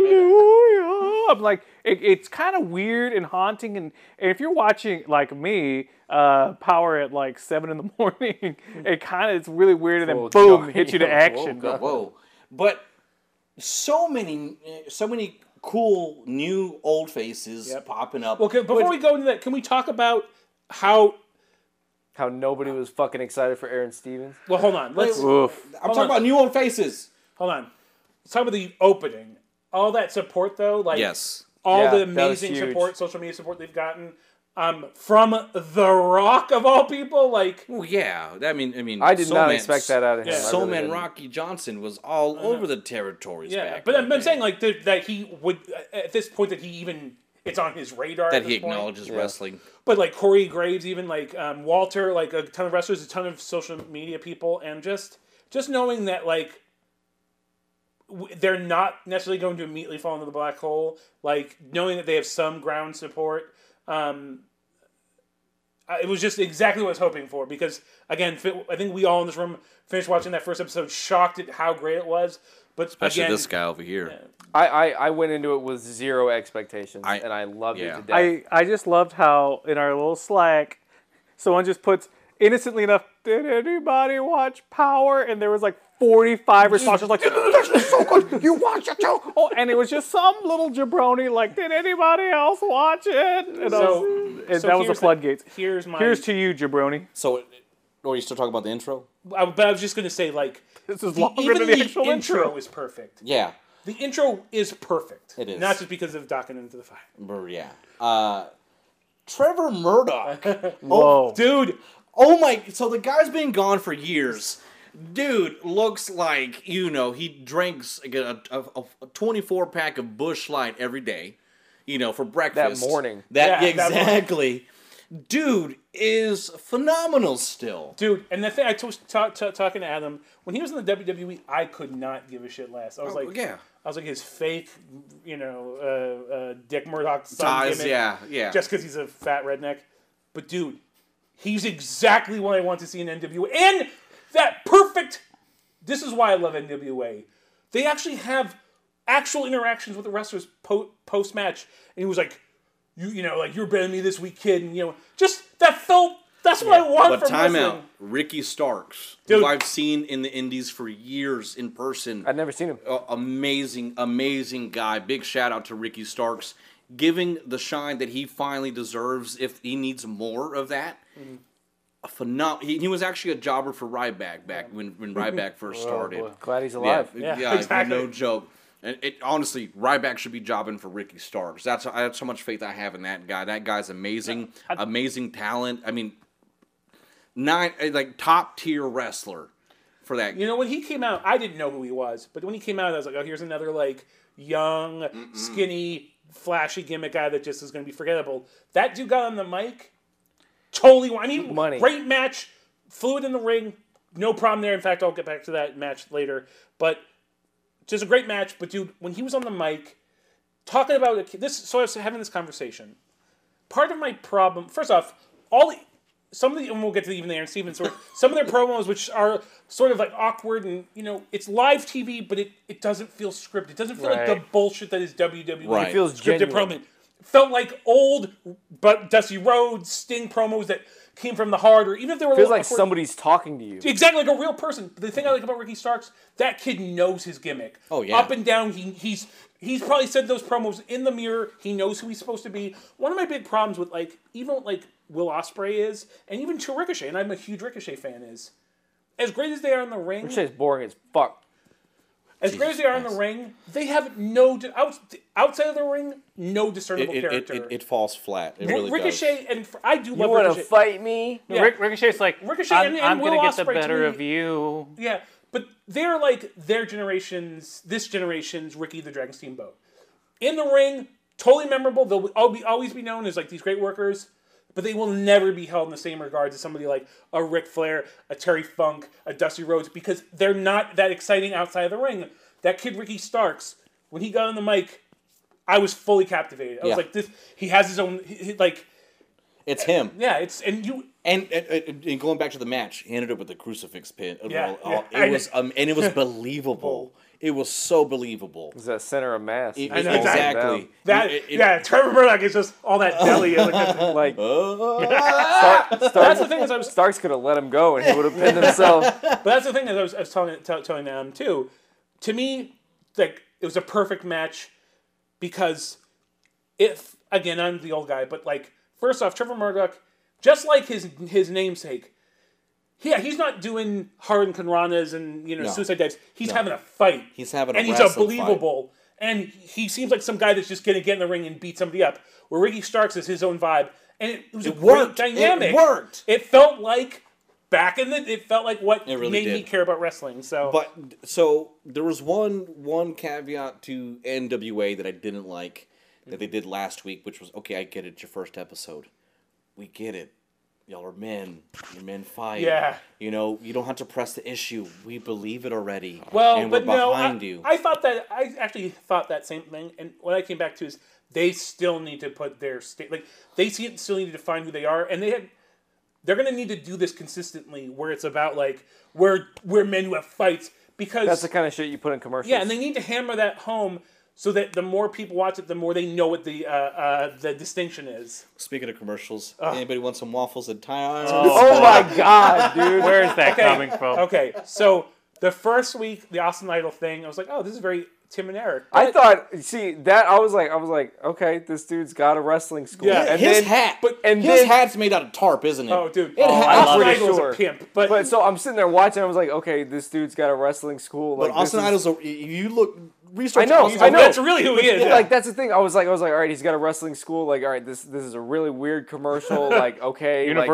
S1: hallelujah. I'm like it, it's kind of weird and haunting. And, and if you're watching like me, uh, power at like seven in the morning, it kind of it's really weird. And then
S2: Whoa,
S1: boom,
S2: God.
S1: hits you to
S2: Whoa,
S1: action.
S2: God.
S3: Whoa! But so many, so many cool new old faces popping up.
S4: Okay, before we go into that, can we talk about how.
S2: how nobody was fucking excited for Aaron Stevens.
S4: Well, hold on. Let's.
S1: Oof.
S3: I'm talking about new old faces.
S4: Hold on. Let's talk about the opening. All that support, though, like.
S3: Yes.
S4: All
S2: Yeah,
S4: the
S2: that was
S4: amazing
S2: huge.
S4: support, social media support they've gotten um, from The Rock, of all people. Like.
S3: Well, Oh, yeah. I mean, I mean,
S2: I did
S3: Soul
S2: not
S3: Man-
S2: expect that out of him.
S4: Yeah.
S2: I
S3: Soul
S2: really
S3: Man
S2: didn't.
S3: Rocky Johnson was all over the territories.
S4: Yeah,
S3: back
S4: but
S3: in
S4: I'm,
S3: the
S4: I'm
S3: day.
S4: saying like th- that he would at this point that he even it's on his radar at
S3: that he
S4: this point.
S3: acknowledges wrestling.
S4: But like Corey Graves, even like um, Walter, like a ton of wrestlers, a ton of social media people, and just just knowing that like w- they're not necessarily going to immediately fall into the black hole, like knowing that they have some ground support. Um, I- it was just exactly what I was hoping for because again, fi- I think we all in this room finished watching that first episode shocked at how great it was. But
S3: Especially
S4: again,
S3: this guy over here.
S2: I, I I went into it with zero expectations,
S3: I-
S2: and I loved
S3: yeah.
S2: it to death.
S1: I, I just loved how in our little Slack, someone just puts innocently enough, did anybody watch Power? And there was like 45 responses like, this is so good, you watch it too. Oh, and it was just some little jabroni like, did anybody else watch it? And, I was-
S4: So-
S1: and
S4: so
S1: that was
S4: here's
S1: a
S4: the-
S1: floodgates.
S4: here's my
S1: Here's to you, jabroni.
S3: So Or are you still talking about the intro?
S4: I, but I was just gonna say like
S1: This is
S4: the-
S1: longer
S4: even
S1: than the actual
S4: intro,
S1: intro.
S4: is perfect.
S3: Yeah.
S4: The intro is perfect.
S3: It is.
S4: not just because of docking into the fire,
S3: Br- Yeah. Uh, Trevor Murdoch.
S1: Whoa.
S4: dude.
S3: Oh my! So the guy's been gone for years. Dude looks like you know he drinks like, a, a, a, a twenty-four pack of Bush Light every day, you know, for breakfast
S2: morning.
S3: That
S4: Yeah, that morning.
S3: exactly. Dude is phenomenal still.
S4: Dude, and the thing I was talking to Adam when he was in the WWE, I could not give a shit less. I was like,
S3: Oh, yeah.
S4: I was like his fake, you know, uh, uh, Dick Murdoch son
S3: Ties,
S4: gimmick,
S3: yeah, yeah.
S4: just because he's a fat redneck. But dude, he's exactly what I want to see in NWA, and that perfect. This is why I love NWA. They actually have actual interactions with the wrestlers po- post match, and he was like, "You, you know, like you're bending me this week, kid," and you know, just that felt. That's what I want
S3: but
S4: from wrestling.
S3: timeout. Ricky Starks,
S4: Dude.
S3: who I've seen in the Indies for years in person.
S2: I've never seen him.
S3: a- amazing, amazing guy. Big shout out to Ricky Starks, giving the shine that he finally deserves. If he needs more of that, a phenom- he, he was actually a jobber for Ryback back when when Ryback first started.
S2: Glad he's
S3: Oh, Yeah,
S2: alive.
S3: yeah,
S4: Yeah, exactly.
S3: no joke. And it honestly, Ryback should be jobbing for Ricky Starks. That's that's how much faith I have in that guy. That guy's amazing, amazing talent. I mean, nine eh, like top tier wrestler for that.
S4: You know, when he came out, I didn't know who he was, but when he came out, I was like, oh, here's another like young, skinny, flashy gimmick guy that just is going to be forgettable. That dude got on the mic, totally. won. I mean,
S2: Money.
S4: great match, fluid in the ring, no problem there. In fact, I'll get back to that match later, but just a great match. But dude, when he was on the mic talking about a, this, so I was having this conversation. Part of my problem, first off, all the- some of the, and we'll get to even the Aaron Stevens, story, some of their promos, which are sort of like awkward and, you know, it's live TV, but it, it doesn't feel scripted. It doesn't feel like the
S2: Right.
S4: bullshit that is WWE.
S3: Right. It
S2: feels
S4: scripted
S2: genuine.
S4: promo. Felt like old but Dusty Rhodes Sting promos that came from the heart, or even if they were a
S2: Feels
S4: little
S2: like
S4: awkward-
S2: somebody's talking to you.
S4: Exactly, like a real person. The thing I like about Ricky Starks, that kid knows his gimmick.
S3: Oh, yeah.
S4: Up and down, he, he's he's probably said those promos in the mirror. He knows who he's supposed to be. One of my big problems with like even what, like Will Osprey is, and even to Ricochet, and I'm a huge Ricochet fan, is as great as they are in the ring,
S2: Shit's boring as fuck.
S4: as great as they are in the ring, they have no di- out, outside of the ring, no discernible
S3: it, it,
S4: character.
S3: it, it falls flat. It really
S4: Ricochet and fr- I do
S2: You
S4: love
S2: want to
S4: Ricochet.
S2: fight me?
S4: Yeah.
S1: Rick, Ricochet's like,
S4: Ricochet
S1: I'm,
S4: and- and
S1: I'm gonna
S4: Will
S1: get the
S4: Ospreagh to
S1: better
S4: me-
S1: of you.
S4: Yeah, but they're like their generation's, this generation's Ricky the Dragon Steamboat. In the ring, totally memorable. They'll all be, always be known as like these great workers, but they will never be held in the same regards as somebody like a Ric Flair, a Terry Funk, a Dusty Rhodes, because they're not that exciting outside of the ring. That kid Ricky Starks, when he got on the mic, I was fully captivated. I
S3: Yeah.
S4: was like, this. He has his own, he- he- like,
S3: does. It's him.
S4: yeah. It's and you
S3: And, and and going back to the match, he ended up with the crucifix pin.
S4: Yeah,
S3: Uh,
S4: yeah.
S3: It was um, and it was believable. It was so believable.
S2: He's a center of mass.
S3: It-
S4: know,
S3: it- E-
S4: exactly.
S3: exactly.
S4: that
S3: It- it-
S4: yeah. Trevor Murdoch is just all that belly. like,
S2: Like
S3: Uh,
S4: that's the thing is I was
S2: Starks could have let him go, and he would have pinned himself.
S4: But that's the thing that I was, I was telling t- telling them too. To me, like it was a perfect match because if again I'm the old guy, but like first off, Trevor Murdoch, just like his his namesake, yeah, he's not doing Harlan Conranas and you know
S3: No.
S4: suicide dives. He's having a fight.
S3: He's having a
S4: and he's
S3: wrestling
S4: unbelievable. And he seems like some guy that's just gonna get in the ring and beat somebody up. Where Ricky Starks is his own vibe, and it, it was a
S3: It worked.
S4: Great
S3: It
S4: dynamic.
S3: worked.
S4: It felt like back in the it felt like what
S3: It really
S4: made me
S3: did.
S4: care about wrestling so
S3: but so there was one one caveat to NWA that I didn't like that
S2: Mm-hmm.
S3: they did last week, which was okay. I get it. Your first episode, we get it. Y'all are men. Your men fight.
S4: Yeah.
S3: You know, you don't have to press the issue. We believe it already.
S4: well
S3: and
S4: but
S3: we're
S4: no I,
S3: behind you.
S4: I thought that i actually thought that same thing and what i came back to is they still need to put their state like they see- still need to define who they are and they had they're going to need to do this consistently where it's about like we're we're men who have fights because
S2: That's the kind of shit you put in commercials.
S4: Yeah, and they need to hammer that home so that the more people watch it, the more they know what the uh, uh, the distinction is.
S3: Speaking of commercials, anybody want some waffles and tires?
S2: oh my god, dude.
S1: Where is that coming from?
S4: Okay, so the first week, the Austin Idol thing, I was like, oh, this is very Tim and Eric.
S2: I thought, see that I was like, I was like, okay, this dude's got a wrestling school.
S4: Yeah.
S2: and
S3: his
S2: then,
S3: hat,
S2: but and
S3: his
S2: then,
S3: hat's made out of tarp, isn't it?
S4: oh, dude,
S3: It ha-
S4: Austin
S2: I'm pretty
S4: Idol is
S2: sure.
S4: a pimp, but,
S2: But so I'm sitting there watching. I was like, okay, this dude's got a wrestling school. Like
S3: but Austin
S2: this is-
S3: Idol's. A, if you look research.
S2: I know,
S3: Austin
S2: I know.
S4: that's really who he is.
S2: Like that's the thing. I was like, I was like, all right, he's got a wrestling school. Like, all right, this this is a really weird commercial. Like, okay, like-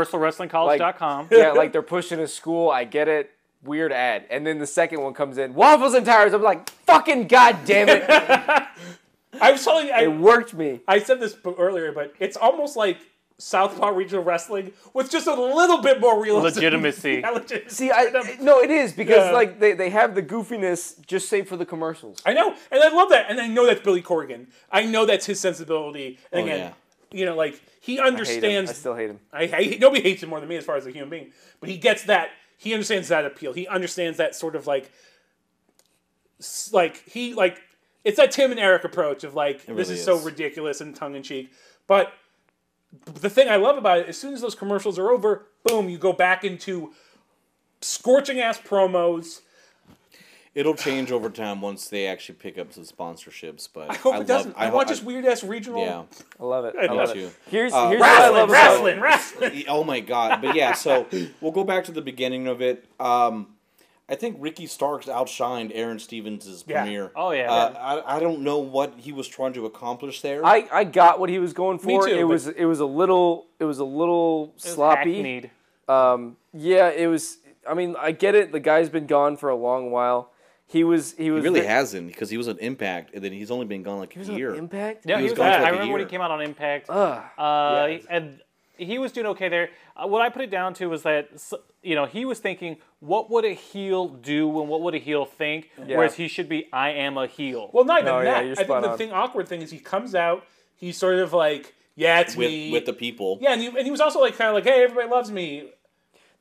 S1: UniversalWrestlingCollege.com.
S2: yeah, like they're pushing a school. I get it. Weird ad. And then the second one comes in, waffles and tires. I'm like, fucking goddamn it,
S4: I was telling you,
S2: it
S4: I,
S2: worked me.
S4: I said this b- earlier, but it's almost like Southpaw Regional Wrestling with just a little bit more realism.
S1: Legitimacy.
S4: Yeah, legitimacy.
S2: See, I no, it is because
S4: Yeah.
S2: like they, they have the goofiness just save for the commercials.
S4: I know, and I love that, and I know that's Billy Corgan. I know that's his sensibility.
S2: Oh,
S4: And again, you know, like he
S2: Hate him. I
S4: understands.
S2: still hate him.
S4: I, I- nobody hates him more than me as far as a human being, but he gets that. He understands that appeal. He understands that sort of like, s- like he like it's that Tim and Eric approach of like this
S3: really
S4: is, so
S3: is.
S4: ridiculous and tongue in cheek. But the thing I love about it, as soon as those commercials are over, boom, you go back into scorching ass promos.
S3: It'll change over time once they actually pick up some sponsorships. But I
S4: Hope
S3: love-
S4: it doesn't. I,
S3: ho-
S4: want just weird ass regional.
S3: Yeah.
S2: I love it. I love
S3: too.
S2: it. Here's
S3: Uh,
S2: here's what I
S4: Wrestling,
S2: love about
S4: wrestling, wrestling.
S3: Oh my god! But yeah, so we'll go back to the beginning of it. Um, I think Ricky Starks outshined Aaron Stevens'
S4: Yeah.
S3: premiere.
S1: Oh, yeah.
S3: Uh, I, I don't know what he was trying to accomplish there.
S2: I, I got what he was going for.
S4: too,
S2: it
S4: but-
S2: was it was a little it was a little sloppy.
S1: Hackneyed.
S2: Um, yeah, it was. I mean, I get it. The guy's been gone for a long while. He was he was
S3: He really
S2: ve-
S3: hasn't because he was on Impact, and then he's only been gone like a
S2: he was on
S3: year.
S2: Impact.
S1: Yeah, he
S3: was
S1: was
S3: gone
S1: on-
S3: for like
S1: I
S3: a
S1: remember when
S3: year.
S1: he came out on Impact.
S2: Ugh.
S1: Uh,
S2: Yeah.
S1: and he was doing okay there. Uh, what I put it down to was that s- you know he was thinking, what would a heel do and what would a heel think? Whereas he should be, I am a heel.
S4: Well, not even
S2: No, yeah,
S4: that.
S2: you're
S4: I think
S2: spot
S4: the
S2: on.
S4: thing awkward thing is he comes out. He's sort of like, yeah, it's me.
S3: with with the people.
S4: yeah, and he, and he was also like kind of like, hey, everybody loves me.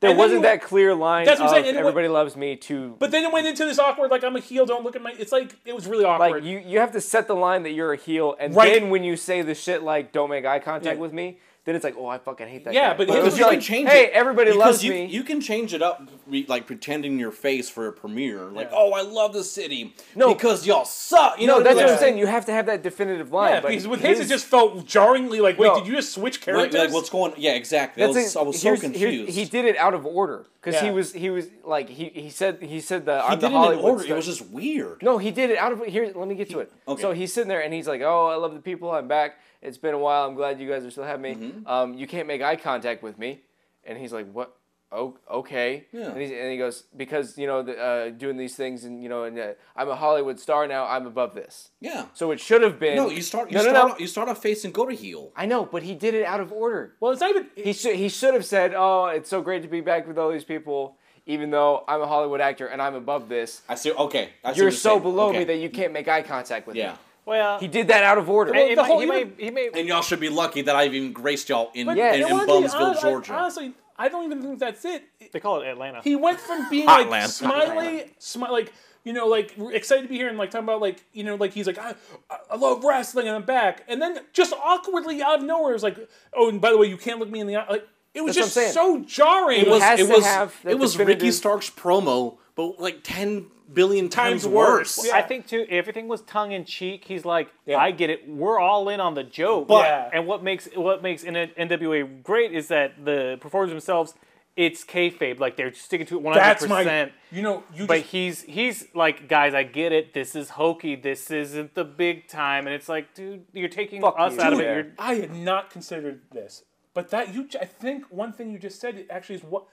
S2: There
S4: And then
S2: wasn't
S4: you-
S2: that clear line.
S4: That's what I'm
S2: of
S4: saying, and it wa-
S2: Everybody loves me too.
S4: But then it went into this awkward like I'm a heel. Don't look at my. It's like it was really awkward.
S2: like you, you have to set the line that you're a heel, and
S4: Right.
S2: then when you say the shit like "Don't make eye contact
S4: Yeah.
S2: with me," then it's like, "Oh, I fucking hate that."
S4: Yeah,
S2: guy."
S4: but
S2: it
S4: because
S2: was
S3: you
S2: like,
S3: can change
S2: hey,
S3: it.
S2: everybody
S3: because
S2: loves
S3: you,
S2: me.
S3: You can change it up, re, like pretending your face for a premiere. Like, oh, I love the city.
S2: No.
S3: because y'all suck. You know,
S2: no, that's what
S3: like-
S2: I'm saying. You have to have that definitive line.
S4: yeah,
S2: but
S4: because with his,
S2: his-
S4: it just felt jarringly like, wait,
S2: No.
S4: did you just switch
S3: Right,
S4: characters?
S3: like, what's going? Yeah, exactly. I
S2: That's
S3: was,
S2: it.
S3: I was so
S2: Here's-
S3: confused.
S2: here's- he did it out of order because he
S4: Yeah.
S2: was he was like he, he said he said the
S3: He
S2: I'm the
S3: did it in
S2: Hollywood
S3: order. It
S2: star."
S3: was just weird.
S2: No, he did it out of here. Let me get to it.
S3: okay.
S2: So he's sitting there and he's like, "Oh, I love the people. I'm back. It's been a while. I'm glad you guys are still having me.
S3: Mm-hmm.
S2: Um, you can't make eye contact with me." And he's like, "What? Oh, okay."
S3: Yeah.
S2: And, he's, and he goes, "Because you know, the, uh, doing these things, and you know, and uh, I'm a Hollywood star now. I'm above this."
S3: Yeah.
S2: So it should have been.
S3: no, you start. You
S2: no, no,
S3: start.
S2: no.
S3: off- You start off face and go to heel.
S2: I know, but he did it out of order.
S4: well, it's not even.
S2: He should he should have said, "Oh, it's so great to be back with all these people." Even though I'm a Hollywood actor and I'm above this,
S3: I see. Okay, I see
S2: you're
S3: what
S2: so
S3: saying.
S2: below
S3: Okay.
S2: me that you can't make eye contact with
S3: yeah.
S2: me.
S1: Well,
S2: He did that out of order.
S1: it
S4: the
S1: might-
S4: whole-
S1: he,
S4: you know-
S1: may, he may.
S3: And y'all should be lucky that I even graced y'all in
S4: but
S2: Yeah.
S3: in,
S4: you
S3: in
S4: know what, dude?
S3: Bumsville,
S4: Honestly,
S3: Georgia.
S4: honestly, I don't even think that's it.
S1: They call it Atlanta.
S4: He went from being
S3: Hot
S4: like
S3: lamp.
S4: smiley, smi- like you know, like r- excited to be here and like talking about like you know, like he's like I, I- I love wrestling and I'm back, and then just awkwardly out of nowhere it was like, oh, and by the way, you can't look me in the eye. Like it was
S2: That's what
S4: just
S2: I'm
S4: so jarring.
S3: it was.
S2: has
S3: It
S2: to
S3: was.
S2: have the
S3: It was Ricky
S2: definitive-
S3: Stark's promo, but like ten billion times,
S4: Times
S3: worse.
S4: worse. Yeah.
S1: I think too everything was tongue in cheek. He's like,
S4: Yeah.
S1: I get it. We're all in on the joke.
S3: But-
S4: Yeah.
S1: and what makes what makes N- NWA great is that the performers themselves, it's kayfabe. Like they're sticking to it one
S4: that's
S1: hundred
S4: my.
S1: percent.
S4: You know, you
S1: But
S4: just
S1: he's he's like, guys, I get it. This is hokey. This isn't the big time. And it's like, dude, you're taking
S2: Fuck
S1: us
S2: you.
S1: out of
S2: Dude.
S1: it. You're,
S4: I had not considered this, but that you, I think one thing you just said actually is what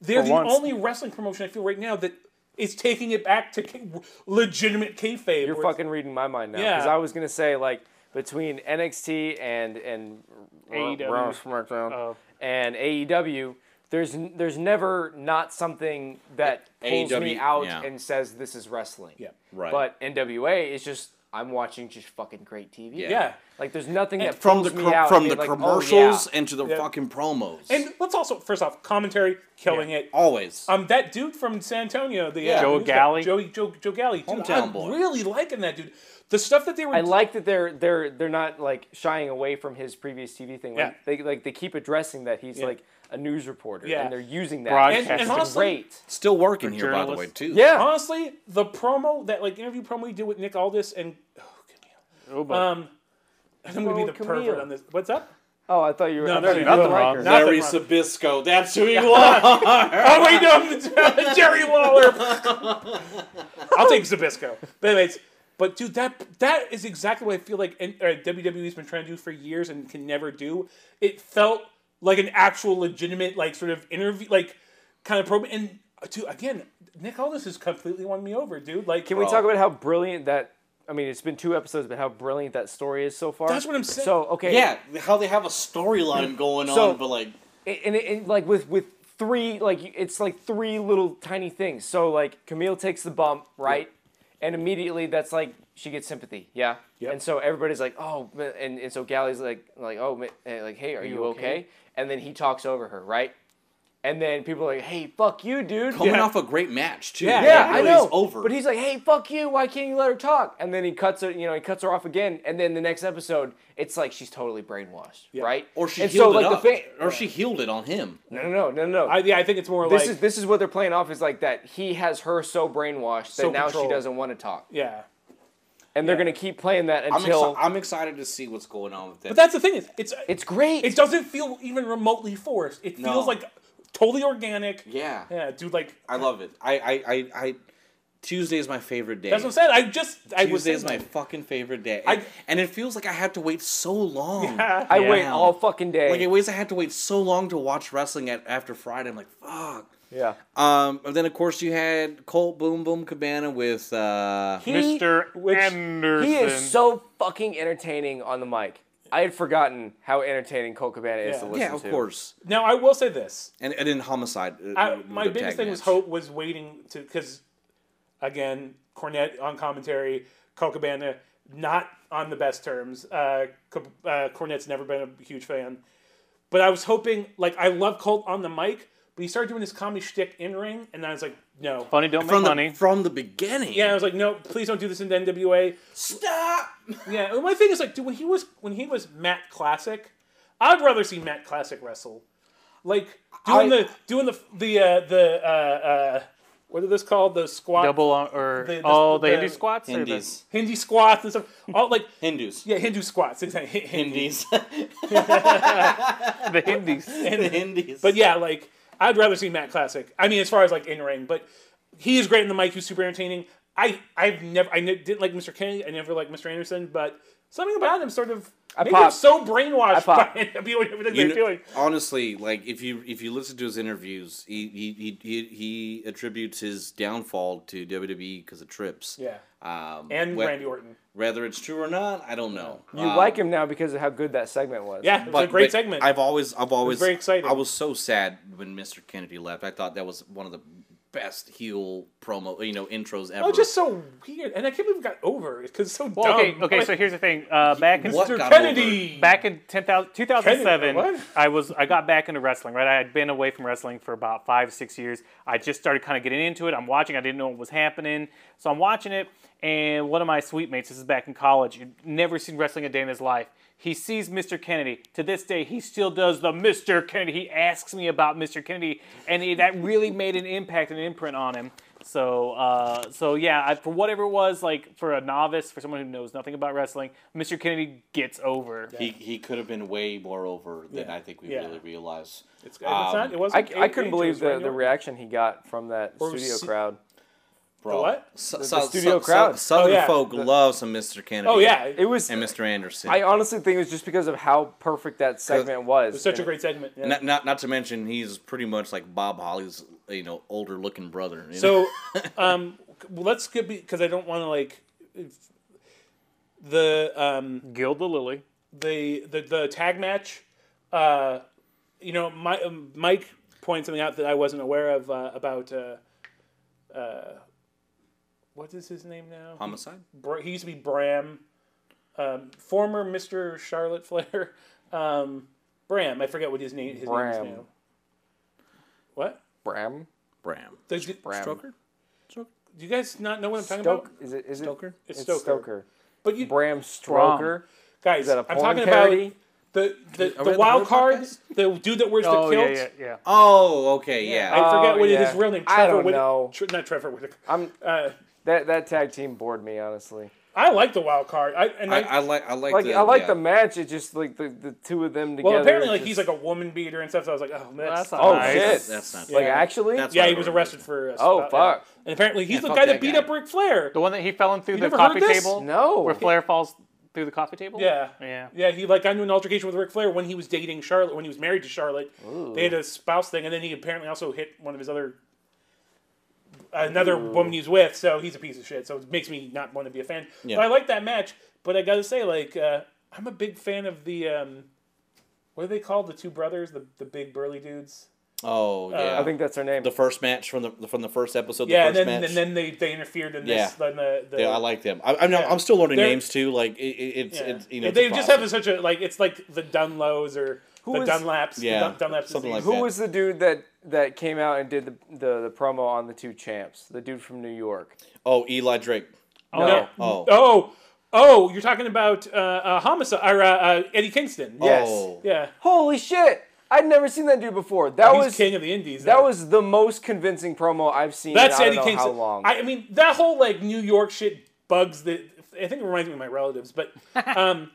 S4: they're
S1: For
S4: the
S1: once.
S4: only wrestling promotion I feel right now that is taking it back to k- legitimate kayfabe.
S2: You're
S4: where it's-
S2: fucking reading my mind now because
S4: Yeah.
S2: I was gonna say like between NXT and and
S4: E
S1: AEW.
S2: Raw, SmackDown
S1: Oh.
S2: and AEW, there's n- there's never not something that pulls me
S3: AEW,
S2: out
S3: E yeah.
S2: and says this is wrestling.
S4: Yeah.
S3: Right.
S2: But NWA is just I'm watching just fucking great TV.
S4: Yeah.
S2: Like there's nothing that
S3: From the
S2: pulls me
S3: com-
S2: out
S3: from
S2: and
S3: the
S2: be like, oh,
S3: commercials
S2: yeah.
S3: and to the fucking promos.
S4: And let's also, first off, commentary killing it.
S3: always.
S4: Um, that dude from San Antonio, the
S3: Yeah.
S4: uh,
S3: Joe
S4: who's that?
S1: Galley?
S4: Joey Joe Joe Galley, dude,
S3: Hometown
S4: I'm
S3: boy.
S4: really liking that dude. the stuff that they were
S2: I like that they're they're they're not like shying away from his previous TV thing. Like,
S4: Yeah.
S2: They like they keep addressing that he's like a news reporter
S4: Yeah.
S2: and they're using that.
S1: Broadcast.
S2: It's
S1: And- and
S4: honestly-
S2: great.
S3: Still working here, by the way,
S1: journalists.
S3: too.
S2: Yeah.
S4: honestly the promo that like interview promo he did with Nick Aldis and oh, Camille.
S1: Oh, boy.
S4: Um, I'm gonna be
S2: Well,
S4: the
S2: Camille.
S4: pervert on this. What's up?
S2: Oh, I thought you were
S4: No,
S2: I thought
S4: there's
S2: you were
S1: nothing
S2: the
S1: wrong.
S2: Riker.
S1: No.
S3: Larry Sabisco, that's who you are.
S4: Oh wait, no, Jerry Lawler. I'll take Zabisco. But anyways, but dude, that that is exactly what I feel like and, uh, WWE's been trying to do for years and can never do. It felt like an actual legitimate, like sort of interview, like kind of probe. And uh, dude, again, Nick Aldis has completely won me over, dude. Like,
S2: Can we talk about how brilliant that I mean, it's been two episodes, but how brilliant that story is so far.
S4: That's what I'm saying.
S2: So okay,
S3: yeah, how they have a storyline going
S2: So-
S3: on, but like,
S2: and, and, and like with with three like it's like three little tiny things so like camille takes the bump right and immediately that's like she gets sympathy yeah
S4: Yep.
S2: and so everybody's like oh ma- and, and so gally's like like oh ma- eh, like hey are, you, okay? and then he talks over her right and then people are like hey fuck you dude
S3: coming off a great match too.
S4: Yeah.
S3: Like,
S2: yeah, I
S3: everybody's
S2: know.
S3: Over,
S2: But he's like, "Hey, fuck you! Why can't you let her talk?" And then he cuts her, you know, he cuts her off again. And then the next episode, it's like she's totally brainwashed, right?
S3: or she
S2: and
S3: healed it up,
S2: the fan-
S3: or she healed it on him.
S2: no, no, no, no, no.
S4: I, yeah, I think it's more
S2: This
S4: like
S2: is this is what they're playing off is like that he has her so brainwashed that
S4: So
S2: now
S4: controlled.
S2: she doesn't want to talk,
S4: yeah.
S2: and they're gonna keep playing that
S3: I'm,
S2: until
S3: exci- I'm excited to see what's going on with that.
S4: But that's the thing is, it's
S2: it's great.
S4: it doesn't feel even remotely forced. It
S3: No.
S4: feels like totally organic.
S3: yeah,
S4: Yeah, dude, like
S3: I love it. I, I, I, I Tuesday is my favorite day.
S4: that's what I'm saying. I just I was
S3: Tuesday is my
S4: saying-
S3: fucking favorite day,
S4: I-
S3: and, and it feels like I have to wait so long.
S4: Yeah.
S2: I wait
S3: Yeah.
S2: all fucking day.
S3: Like it ways I had to wait so long to watch wrestling at, after Friday. I'm like, fuck.
S2: yeah,
S3: Um, and then of course you had Colt Boom Boom Cabana with uh,
S2: he,
S1: Mr. Anderson.
S2: He is so fucking entertaining on the mic. I had forgotten how entertaining Cole Cabana is
S4: Yeah.
S2: to listen
S3: yeah, of
S2: to.
S3: course,
S4: Now I will say this:
S3: and and then Homicide. uh,
S4: I,
S3: with
S4: my
S3: the
S4: biggest
S3: tag
S4: thing was
S3: match.
S4: hope was waiting to because, again, Cornette on commentary, Cocabana not on the best terms. Uh, Co- uh, Cornette's never been a huge fan, but I was hoping like I love Colt on the mic, but he started doing his comedy shtick in ring, and I was like, no.
S1: funny. Don't make
S3: from the
S1: money.
S3: from the beginning.
S4: Yeah, I was like, no, please don't do this in the NWA.
S3: stop.
S4: Yeah, and my thing is like, dude, when he was when he was Matt Classic, I'd rather see Matt Classic wrestle, like doing
S3: I-
S4: the doing the the uh, the uh, uh, what are those called? Those squat
S1: Double on- or
S4: The- the-
S1: all the,
S4: the-
S1: Hindu squats. or the-
S3: Indies,
S4: Hindi squats and stuff. All like
S3: Hindus,
S4: yeah, Hindu squats. Exactly. Hindi.
S3: Indies,
S1: The Hindies.
S3: the Indies.
S4: But yeah, like I'd rather see Matt Classic. I mean, as far as like in ring, but he is great in the mic. He's super entertaining. I I've never I ne- didn't like Mr. Kennedy. I never liked Mr. Anderson, but something about him sort of. I maybe I'm
S2: popped.
S4: so brainwashed
S2: popped.
S4: by NWA everything
S3: You kn-
S4: they're doing.
S3: honestly, like if you if you listen to his interviews, he he he, he, he attributes his downfall to WWE because of trips.
S4: Yeah,
S3: Um,
S4: and
S3: whe-
S4: Randy Orton.
S3: Whether it's true or not, I don't know.
S2: You like him now because of how good that segment was.
S4: Um, Yeah, it was a great segment.
S3: I've always, I've always,
S4: very exciting.
S3: I was so sad when Mr. Kennedy left. I thought that was one of the best heel promo, you know, intros ever.
S4: Oh, just so weird, and I can't believe it got over because it's so
S1: Well,
S4: dumb.
S1: okay, okay. So here's the thing. Uh, back in
S3: What
S4: Mr.
S3: got
S4: Kennedy
S1: back in 10,000 2007
S4: Kenny, what?
S1: i was i got back into wrestling right i had been away from wrestling for about five six years i just started kind of getting into it i'm watching i didn't know what was happening so i'm watching it and one of my sweet mates this is back in college he'd never seen wrestling a day in his life he sees mr kennedy to this day he still does the mr kennedy he asks me about mr kennedy and he, that really made an impact and imprint on him so, uh, so yeah, I, for whatever it was, like for a novice, for someone who knows nothing about wrestling, Mr. Kennedy gets over.
S3: he he could have been way more over than
S4: Yeah.
S3: I think we
S4: Yeah.
S3: really realize. Um,
S4: it's, it's not. It
S2: Um, I,
S4: wasn't.
S2: I couldn't believe the, the reaction
S4: reaction.
S2: he got from that studio
S4: se-
S2: crowd.
S3: Bro,
S4: what?
S3: So,
S2: studio crowd.
S3: Southern
S4: Oh, yeah.
S3: folk love some Mr. Kennedy.
S4: Oh yeah,
S2: It was.
S3: and Mr. Anderson.
S2: I honestly think it was just because of how perfect that segment was.
S4: It's such a great segment. yeah.
S3: not, not not to mention he's pretty much like Bob Holly's you know older looking brother. you know?
S4: So, um, well, let's get because I don't want to like if- the um
S1: Gilda Lily.
S4: the the, the tag match. Uh, you know, my, um, Mike pointed something out that I wasn't aware of uh, about. Uh, uh, what is his name now?
S3: homicide.
S4: Br- he used to be Bram, um, former Mister Charlotte Flair. Um, Bram, I forget what his name his
S2: Bram.
S4: name is now. What?
S2: Bram
S3: Bram.
S4: Does- do
S2: Bram
S3: Stroker.
S4: you guys not know what I'm talking
S2: Stoker
S4: about?
S2: is it? Is it
S3: Stoker?
S4: It's
S2: It's
S4: Stoker.
S2: Stoker.
S4: But But you,
S2: Bram Stroker.
S4: guys,
S2: Is that a
S4: I'm
S2: porn
S4: talking
S2: parody?
S4: about the the,
S3: Are we
S4: the
S3: on the
S4: wild
S3: Bird
S4: card,
S3: podcast?
S4: the dude that wears
S1: Oh
S4: the kilt.
S1: yeah, yeah, yeah.
S3: Oh, okay, yeah.
S4: I forget
S2: Oh,
S4: what
S2: yeah.
S4: his real name.
S2: I
S4: Trevor
S2: don't
S4: Whitt-
S2: know.
S4: Tre- not Trevor Whitaker.
S2: I'm
S4: Uh,
S2: that that tag team bored me honestly.
S4: I like the wild card. I and
S3: I,
S4: I,
S3: I like I like
S2: Like
S3: the,
S2: I like
S3: yeah.
S2: the match. It's just like the, the two of them together.
S4: well, apparently, like
S2: just-
S4: he's like a woman beater and stuff. So I was like, oh, that's,
S1: that's not
S2: oh
S1: Nice.
S2: shit.
S3: That's not-
S2: like
S4: Yeah.
S2: actually.
S3: That's
S4: yeah.
S3: not
S4: He was
S3: right.
S4: arrested for. A
S2: Oh,
S4: spot, yeah.
S2: fuck.
S4: And apparently, he's
S3: Yeah,
S4: the
S3: fuck
S4: guy that,
S3: that
S4: beat
S3: guy.
S4: up Ric Flair.
S1: The one that he fell in through the
S4: never heard
S1: coffee
S4: this?
S1: table.
S2: No.
S1: where Flair falls through the coffee table.
S4: Yeah.
S1: yeah.
S4: Yeah, he like got into an altercation with Ric Flair when he was dating Charlotte, when he was married to Charlotte. They had a spouse thing, and then he apparently also hit one of his other another woman he's with. So he's a piece of shit. So it makes me not want to be a fan.
S3: Yeah.
S4: But I like that match. But I gotta say, like, uh, I'm a big fan of the um, what are they called? The two brothers, the the big burly dudes. uh,
S3: Oh yeah.
S2: I think that's her name.
S3: the first match from the from the first episode. The
S4: yeah, and
S3: first
S4: then
S3: match.
S4: and then they they interfered in this.
S3: Yeah.
S4: Then the, the
S3: yeah, I like them. I, I'm,
S4: Yeah.
S3: I'm still learning
S4: They're-
S3: names too. Like it, it, it's,
S4: yeah.
S3: it's you know it's a
S4: they just
S3: process.
S4: have a, such a like it's like the Dunlows or the
S2: is-
S4: Dunlaps.
S3: Yeah,
S4: the Dun- Dunlaps
S3: something like
S4: disease.
S2: Who
S3: that.
S2: was the dude that that came out and did the, the the promo on the two champs? The dude from New York.
S3: oh Eli Drake.
S1: Oh,
S4: No.
S1: yeah.
S3: Oh.
S4: Oh, oh, you're talking about uh, uh, homicide or uh, uh, Eddie Kingston?
S2: Yes.
S3: Oh.
S4: Yeah,
S2: Holy shit! I'd never seen that dude before. That
S4: he's
S2: was
S4: king of the Indies.
S2: that
S4: though.
S2: was the most convincing promo I've seen.
S4: that's
S2: in I
S4: Eddie
S2: don't know
S4: Kingston.
S2: How long?
S4: I, I mean, that whole like New York shit bugs the. I think it reminds me of my relatives, but um,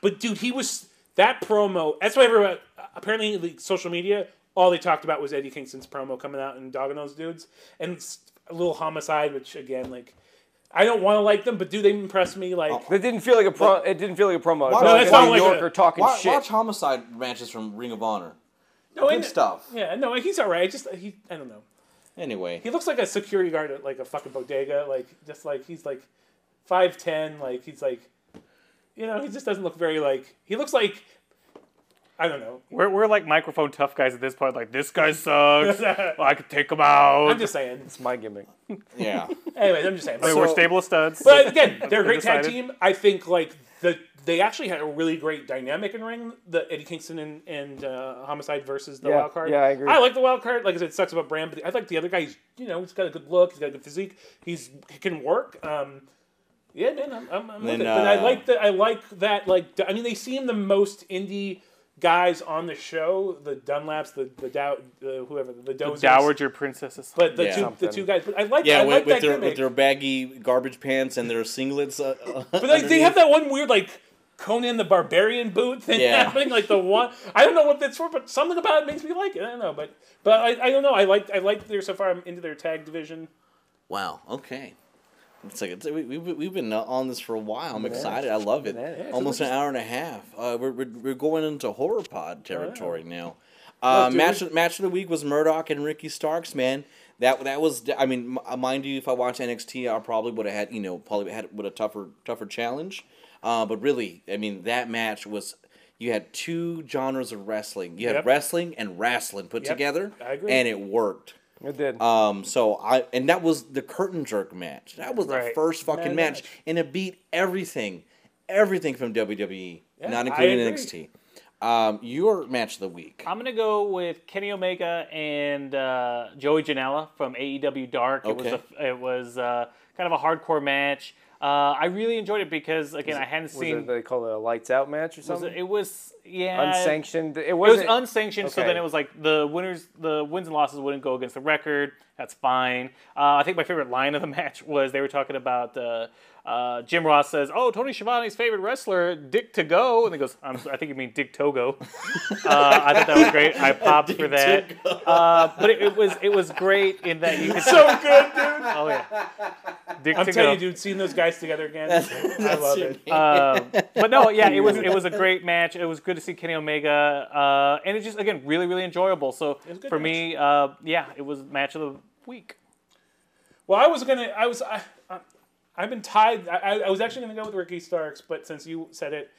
S4: but dude, he was that promo. That's why everyone apparently like, social media. All they talked about was Eddie Kingston's promo coming out and dogging those dudes, and it's a little homicide, which again, like, I don't want to like them, but do they impress me? Like,
S2: That didn't feel like a pro. It didn't feel like a promo. It felt
S3: No,
S2: like
S3: that's
S2: a
S3: not
S2: New
S4: like a-
S2: Yorker talking
S3: Watch,
S2: shit.
S3: watch homicide matches from Ring of Honor.
S4: no,
S3: good
S4: and-
S3: stuff.
S4: Yeah, no, he's all right. I just he, I don't know.
S3: Anyway,
S4: He looks like a security guard at like a fucking bodega, like just like he's like five ten, like he's like you know, he just doesn't look very like he looks like I don't know.
S1: We're, we're like microphone tough guys at this point. Like this guy sucks. Well, I could take him out.
S4: I'm just saying.
S2: It's my gimmick.
S3: yeah,
S4: Anyways, I'm just saying.
S1: I mean, we're
S3: So-
S1: stable as studs.
S4: But again, they're a great tag
S1: Undecided.
S4: team. I think like the they actually had a really great dynamic in ring. The Eddie Kingston and, and uh, Homicide versus the
S2: Yeah,
S4: Wild Card.
S2: yeah, I agree.
S4: I like the Wild Card. Like I said, it sucks about Bram, but I like the other guy. He's you know he's got a good look. He's got a good physique. He's he can work. Um, yeah, man, I'm, I'm, I'm with
S3: Then,
S4: it. But I
S3: uh,
S4: like that. I like that. Like d- I mean, they seem the most indie guys on the show. The Dunlaps, the the Dow, the whoever, the Dozers.
S1: Dowager princesses.
S4: But the
S3: Yeah.
S4: two the
S2: Something.
S4: two guys. But I like
S3: yeah,
S4: I
S3: with,
S4: like
S3: with
S4: that
S3: their
S4: gimmick.
S3: with their baggy garbage pants and their singlets. Uh, but
S4: But like, they have that one weird like Conan the Barbarian boot thing
S3: Yeah.
S4: happening. Like the one I don't know what that's for, but something about it makes me like it. I don't know, but but I, I don't know. I like I like their so far. I'm into their tag division.
S3: Wow. Okay. It's like it's, we, we, we've been uh, on this for a while. I'm excited. I love it.
S2: Yeah, so
S3: Almost an hour and a half. Uh, we're, we're, we're going into horror pod territory now.
S4: Look,
S3: Uh,
S4: Oh, dude,
S3: match of- match of the week was Murdoch and Ricky Starks. Man, that that was. I mean, m- uh, mind you, if I watched NXT, I probably would have had you know probably had would a tougher tougher challenge. Uh, but really, I mean, that match was. You had two genres of wrestling. You had
S4: Yep.
S3: wrestling and wrestling put
S4: Yep,
S3: together,
S4: I agree.
S3: and it worked.
S2: It did.
S3: Um, so I and that was the curtain jerk match. That was the
S1: Right.
S3: first fucking
S4: Mad
S3: match,
S4: match.
S3: and it beat everything, everything from WWE, not
S4: I
S3: including
S4: agree.
S3: NXT. Um, your match of the week.
S1: I'm gonna go with Kenny Omega and uh, Joey Janela from AEW Dark. It was
S3: Okay.
S1: a, it was uh, kind of a hardcore match. Uh, I really enjoyed it because again, I hadn't
S2: was it,
S1: seen.
S2: they call it a lights out match or
S1: was
S2: something?
S1: it, it was yeah.
S2: unsanctioned. It
S1: It was
S2: wasn't.
S1: unsanctioned, so
S2: okay.
S1: then it was like the winners, the wins and losses wouldn't go against the record. That's fine. Uh, I think my favorite line of the match was they were talking about uh, uh, Jim Ross says, "Oh, Tony Schiavone's favorite wrestler, Dick To Go," and he goes, I'm, "I think you mean Dick Togo." uh, I thought that was great. I popped for that. Uh, but it, it was it was great in that you could
S4: So good, dude.
S1: oh yeah, Dick
S4: I'm
S1: To
S4: telling
S1: Go.
S4: you, dude. Seeing those guys together again, I love it. Uh,
S1: Um, but no, yeah, it was it was a great match. It was good to see Kenny Omega, uh, and it just again really really enjoyable. So
S4: was a good
S1: for me, uh, yeah, it was match of the week.
S4: Well, I was gonna. I was. I, I, I've been tied. I, I- I was actually gonna go with Ricky Starks, but since you said it,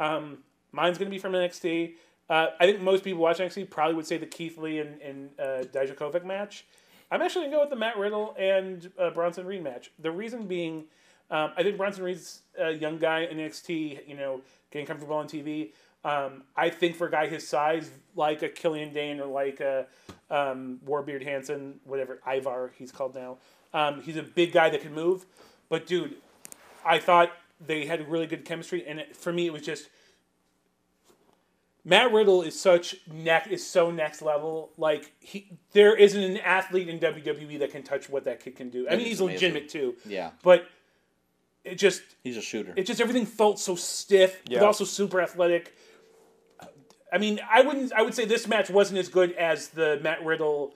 S4: um, mine's gonna be from NXT. Uh, I think most people watching NXT probably would say the Keith Lee and, and uh, Dijakovic match. I'm actually gonna go with the Matt Riddle and uh, Bronson Reed match. The reason being, um, I think Bronson Reed's a young guy in NXT. You know, getting comfortable on TV. Um, I think for a guy his size, like a Killian Dane or like a um, Warbeard Hansen, whatever Ivar he's called now, um, he's a big guy that can move. But dude, I thought They had really good chemistry, and it, for me, it was just Matt Riddle is such neck is so next level. Like he, there isn't an athlete in WWE that can touch what that kid can do. I mean, he's
S3: It's amazing.
S4: legitimate too,
S3: Yeah,
S4: but it just
S3: he's a shooter.
S4: it just everything felt so stiff,
S2: Yeah.
S4: but also super athletic. I mean, I wouldn't. I would say this match wasn't as good as the Matt Riddle,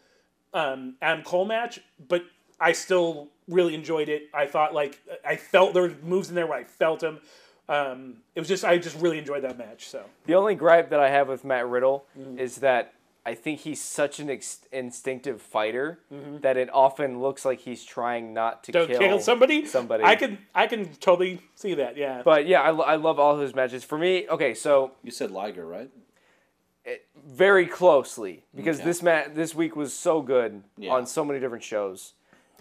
S4: um, Adam Cole match, but I still really enjoyed it. I thought like I felt there were moves in there where I felt them. Um, it was just I just really enjoyed that match. So
S2: The only gripe that I have with Matt Riddle is that I think he's such an ex- instinctive fighter that it often looks like he's trying not to
S4: don't
S2: kill,
S4: kill, somebody.
S2: somebody.
S4: I can I can totally see that. Yeah.
S2: But yeah, I, lo- I love all his matches. For me, okay, so
S3: you said Liger, right?
S2: very closely because
S3: Okay.
S2: this mat this week was so good
S3: Yeah.
S2: on so many different shows.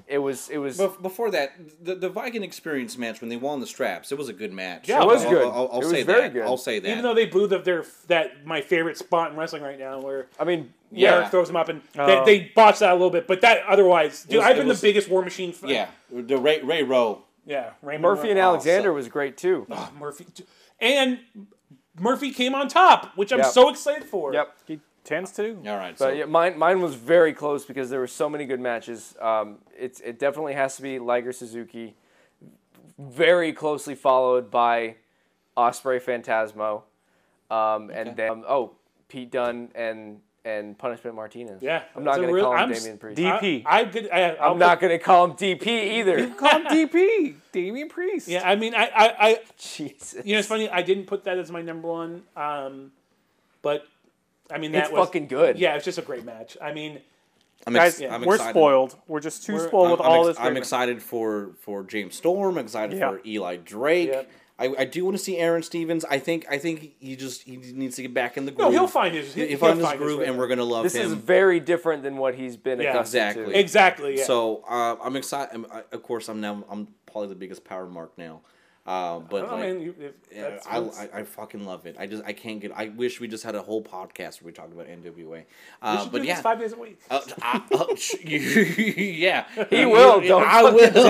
S2: It was it was
S3: Bef- Before that, the, the Viking Experience match when they won the straps, it was a good match.
S4: Yeah, it was
S3: I'll-
S2: good.
S3: I'll, I'll- I'll
S2: It was
S3: say
S2: very
S3: that.
S2: good.
S3: I'll say that.
S4: even though they blew the, their that my favorite spot in wrestling right now, where
S2: I mean
S4: yeah.
S2: yeah.
S4: Eric throws him up, and
S2: Oh.
S4: they, they botched that a little bit. But that otherwise, dude,
S3: was-
S4: I've
S3: Um, it
S4: been
S3: was-
S4: the biggest War Machine. Fan.
S3: yeah, the Ray Ray Rowe.
S4: yeah. Raymond
S2: Murphy and
S4: Ro-
S2: Alexander was great too.
S4: oh, Murphy, and Murphy came on top, which I'm
S2: Yep.
S4: so excited for.
S2: Yep.
S1: He tends to.
S3: All right, so
S2: But yeah, mine mine was very close because there were so many good matches. Um, it's it definitely has to be Liger Suzuki, very closely followed by Osprey Phantasmo, um, and then um, oh Pete Dunn and and Punishment Martinez.
S4: Yeah,
S2: I'm not
S4: it's a
S2: gonna
S4: real-
S2: call him
S4: I'm s-
S2: Damian Priest.
S1: D- DP.
S4: I, I could. I, I'll
S2: I'm not gonna call him DP either.
S1: Call him DP, Damian Priest.
S4: Yeah, I mean, I, I, I,
S2: Jesus,
S4: you know, it's funny. I didn't put that as my number one, um, but I mean, that
S2: it's
S4: was
S2: fucking good.
S4: yeah, it's just a great match. I mean,
S3: I'm
S1: Guys,
S3: ex- I'm
S1: we're
S3: excited.
S1: spoiled. We're just too
S4: We're-
S1: spoiled
S3: I'm,
S1: with all
S3: I'm
S1: this.
S3: ex- I'm
S1: great-
S3: excited for for James Storm. Excited
S1: Yeah.
S3: for Eli Drake.
S4: Yep.
S3: I, I do want to see Aaron Stevens. I think I think he just he needs to get back in the
S4: no,
S3: groove.
S4: he'll find his.
S3: He'll
S4: he'll
S3: find his
S4: find
S3: groove,
S4: way.
S3: and we're gonna love
S2: This
S3: him.
S2: is very different than what he's been
S4: Yeah.
S2: accustomed
S3: Exactly.
S2: to.
S4: exactly. Yeah.
S3: So uh, I'm excited. I'm, I, of course, I'm now. I'm probably the biggest power mark now. Uh, but
S4: I
S3: like,
S4: mean, you- if-
S3: yeah,
S4: Oh, that's-
S3: I, I, I fucking love it. I just I can't get. I wish we just had a whole podcast where we talked about NWA.
S4: we
S3: Uh,
S4: should
S3: but
S4: do
S3: yeah,
S4: this five days a week.
S3: Uh, I- uh, sh- yeah,
S2: He will. Don't
S3: I
S2: fucking
S3: will.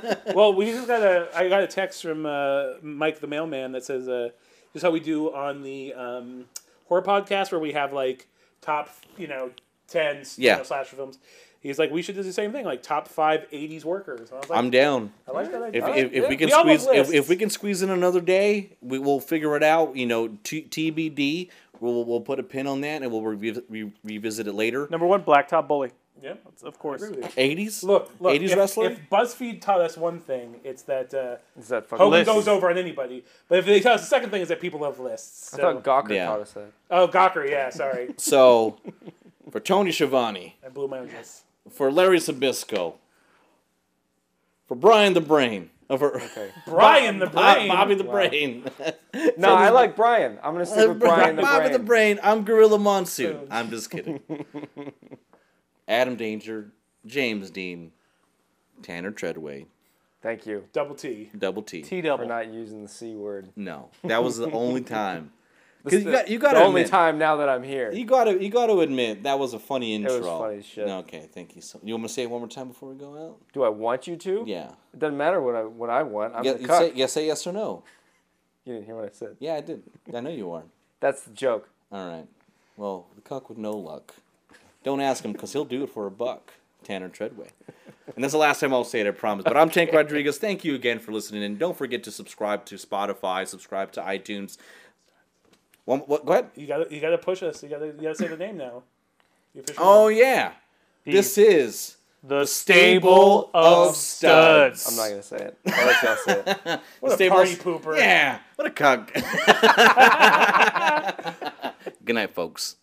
S2: tempt him.
S4: well, we just got a. I got a text from uh, Mike the mailman that says, uh, "Just how we do on the um, horror podcast, where we have like top, you know, ten
S3: Yeah.
S4: you know, slasher films." He's like, "We should do the same thing, like top five '80s workers." And I was like,
S3: I'm down.
S4: "I like that
S3: If,
S4: idea."
S3: if, if we can
S4: We all
S3: squeeze
S4: love
S3: if, if
S4: lists.
S3: we can squeeze in another day, we will figure it out. You know, t- TBD. We'll, we'll put a pin on that and we'll revi- re- revisit it later.
S1: Number one, Blacktop Bully,
S4: yeah,
S1: of course.
S4: I agree with you.
S3: 80s.
S4: Look, look.
S3: 80s
S4: if,
S3: wrestler.
S4: If BuzzFeed taught us one thing, it's that uh,
S2: Is that fucking
S4: Hogan
S1: Lists.
S4: goes over on anybody. But if they tell us the second thing is that people love lists.
S2: I
S4: So.
S2: thought Gawker
S3: Yeah.
S2: taught us that.
S4: oh, Gawker. Yeah, sorry,
S3: So, for Tony Schiavone,
S4: I blew my own guess.
S3: for Larry Sabisco, for Brian the Brain, uh, for
S4: Brian the
S3: Bob-
S4: Brain.
S3: Bobby the Brain,
S2: No, I like Brian. I'm gonna stick with Brian the
S3: Bobby
S2: Brain.
S3: the Brain. I'm Gorilla Monsoon. I'm just kidding. Adam Danger, James Dean, Tanner Treadway,
S2: Thank you
S4: Double T.
S3: Double T.
S1: T
S2: for
S1: double.
S2: not using the c word.
S3: No, that was the only time.
S2: This
S3: Because
S2: is
S3: you
S2: the-
S3: got you got
S2: the
S3: to
S2: only
S3: admit,
S2: time now that I'm here.
S3: you got to you got to admit that was a funny intro.
S2: was funny as shit.
S3: Okay, thank you. So you want me to say it one more time before we go out?
S2: Do I want you to?
S3: Yeah.
S2: It doesn't matter what I what I want. I'm
S3: Yeah,
S2: the
S3: you
S2: cuck.
S3: say, yeah, say yes or no.
S2: You didn't hear what I said.
S3: Yeah, I did. I know you are.
S2: That's the joke.
S3: All right. Well, the cuck with no luck. Don't ask him because he'll do it for a buck. Tanner Treadway. And that's the last time I'll say it, I promise. But I'm Tank Rodriguez. Thank you again for listening. And don't forget to subscribe to Spotify, subscribe to iTunes. One, what, go ahead.
S4: You gotta, you gotta push us. You gotta, you gotta say the name now. The official
S3: Oh, yeah. This is
S1: The
S3: Stable of Studs.
S2: I'm not gonna say it. I'll let y'all say it.
S3: What
S4: a party pooper.
S3: Yeah. What a cuck. Good night, folks.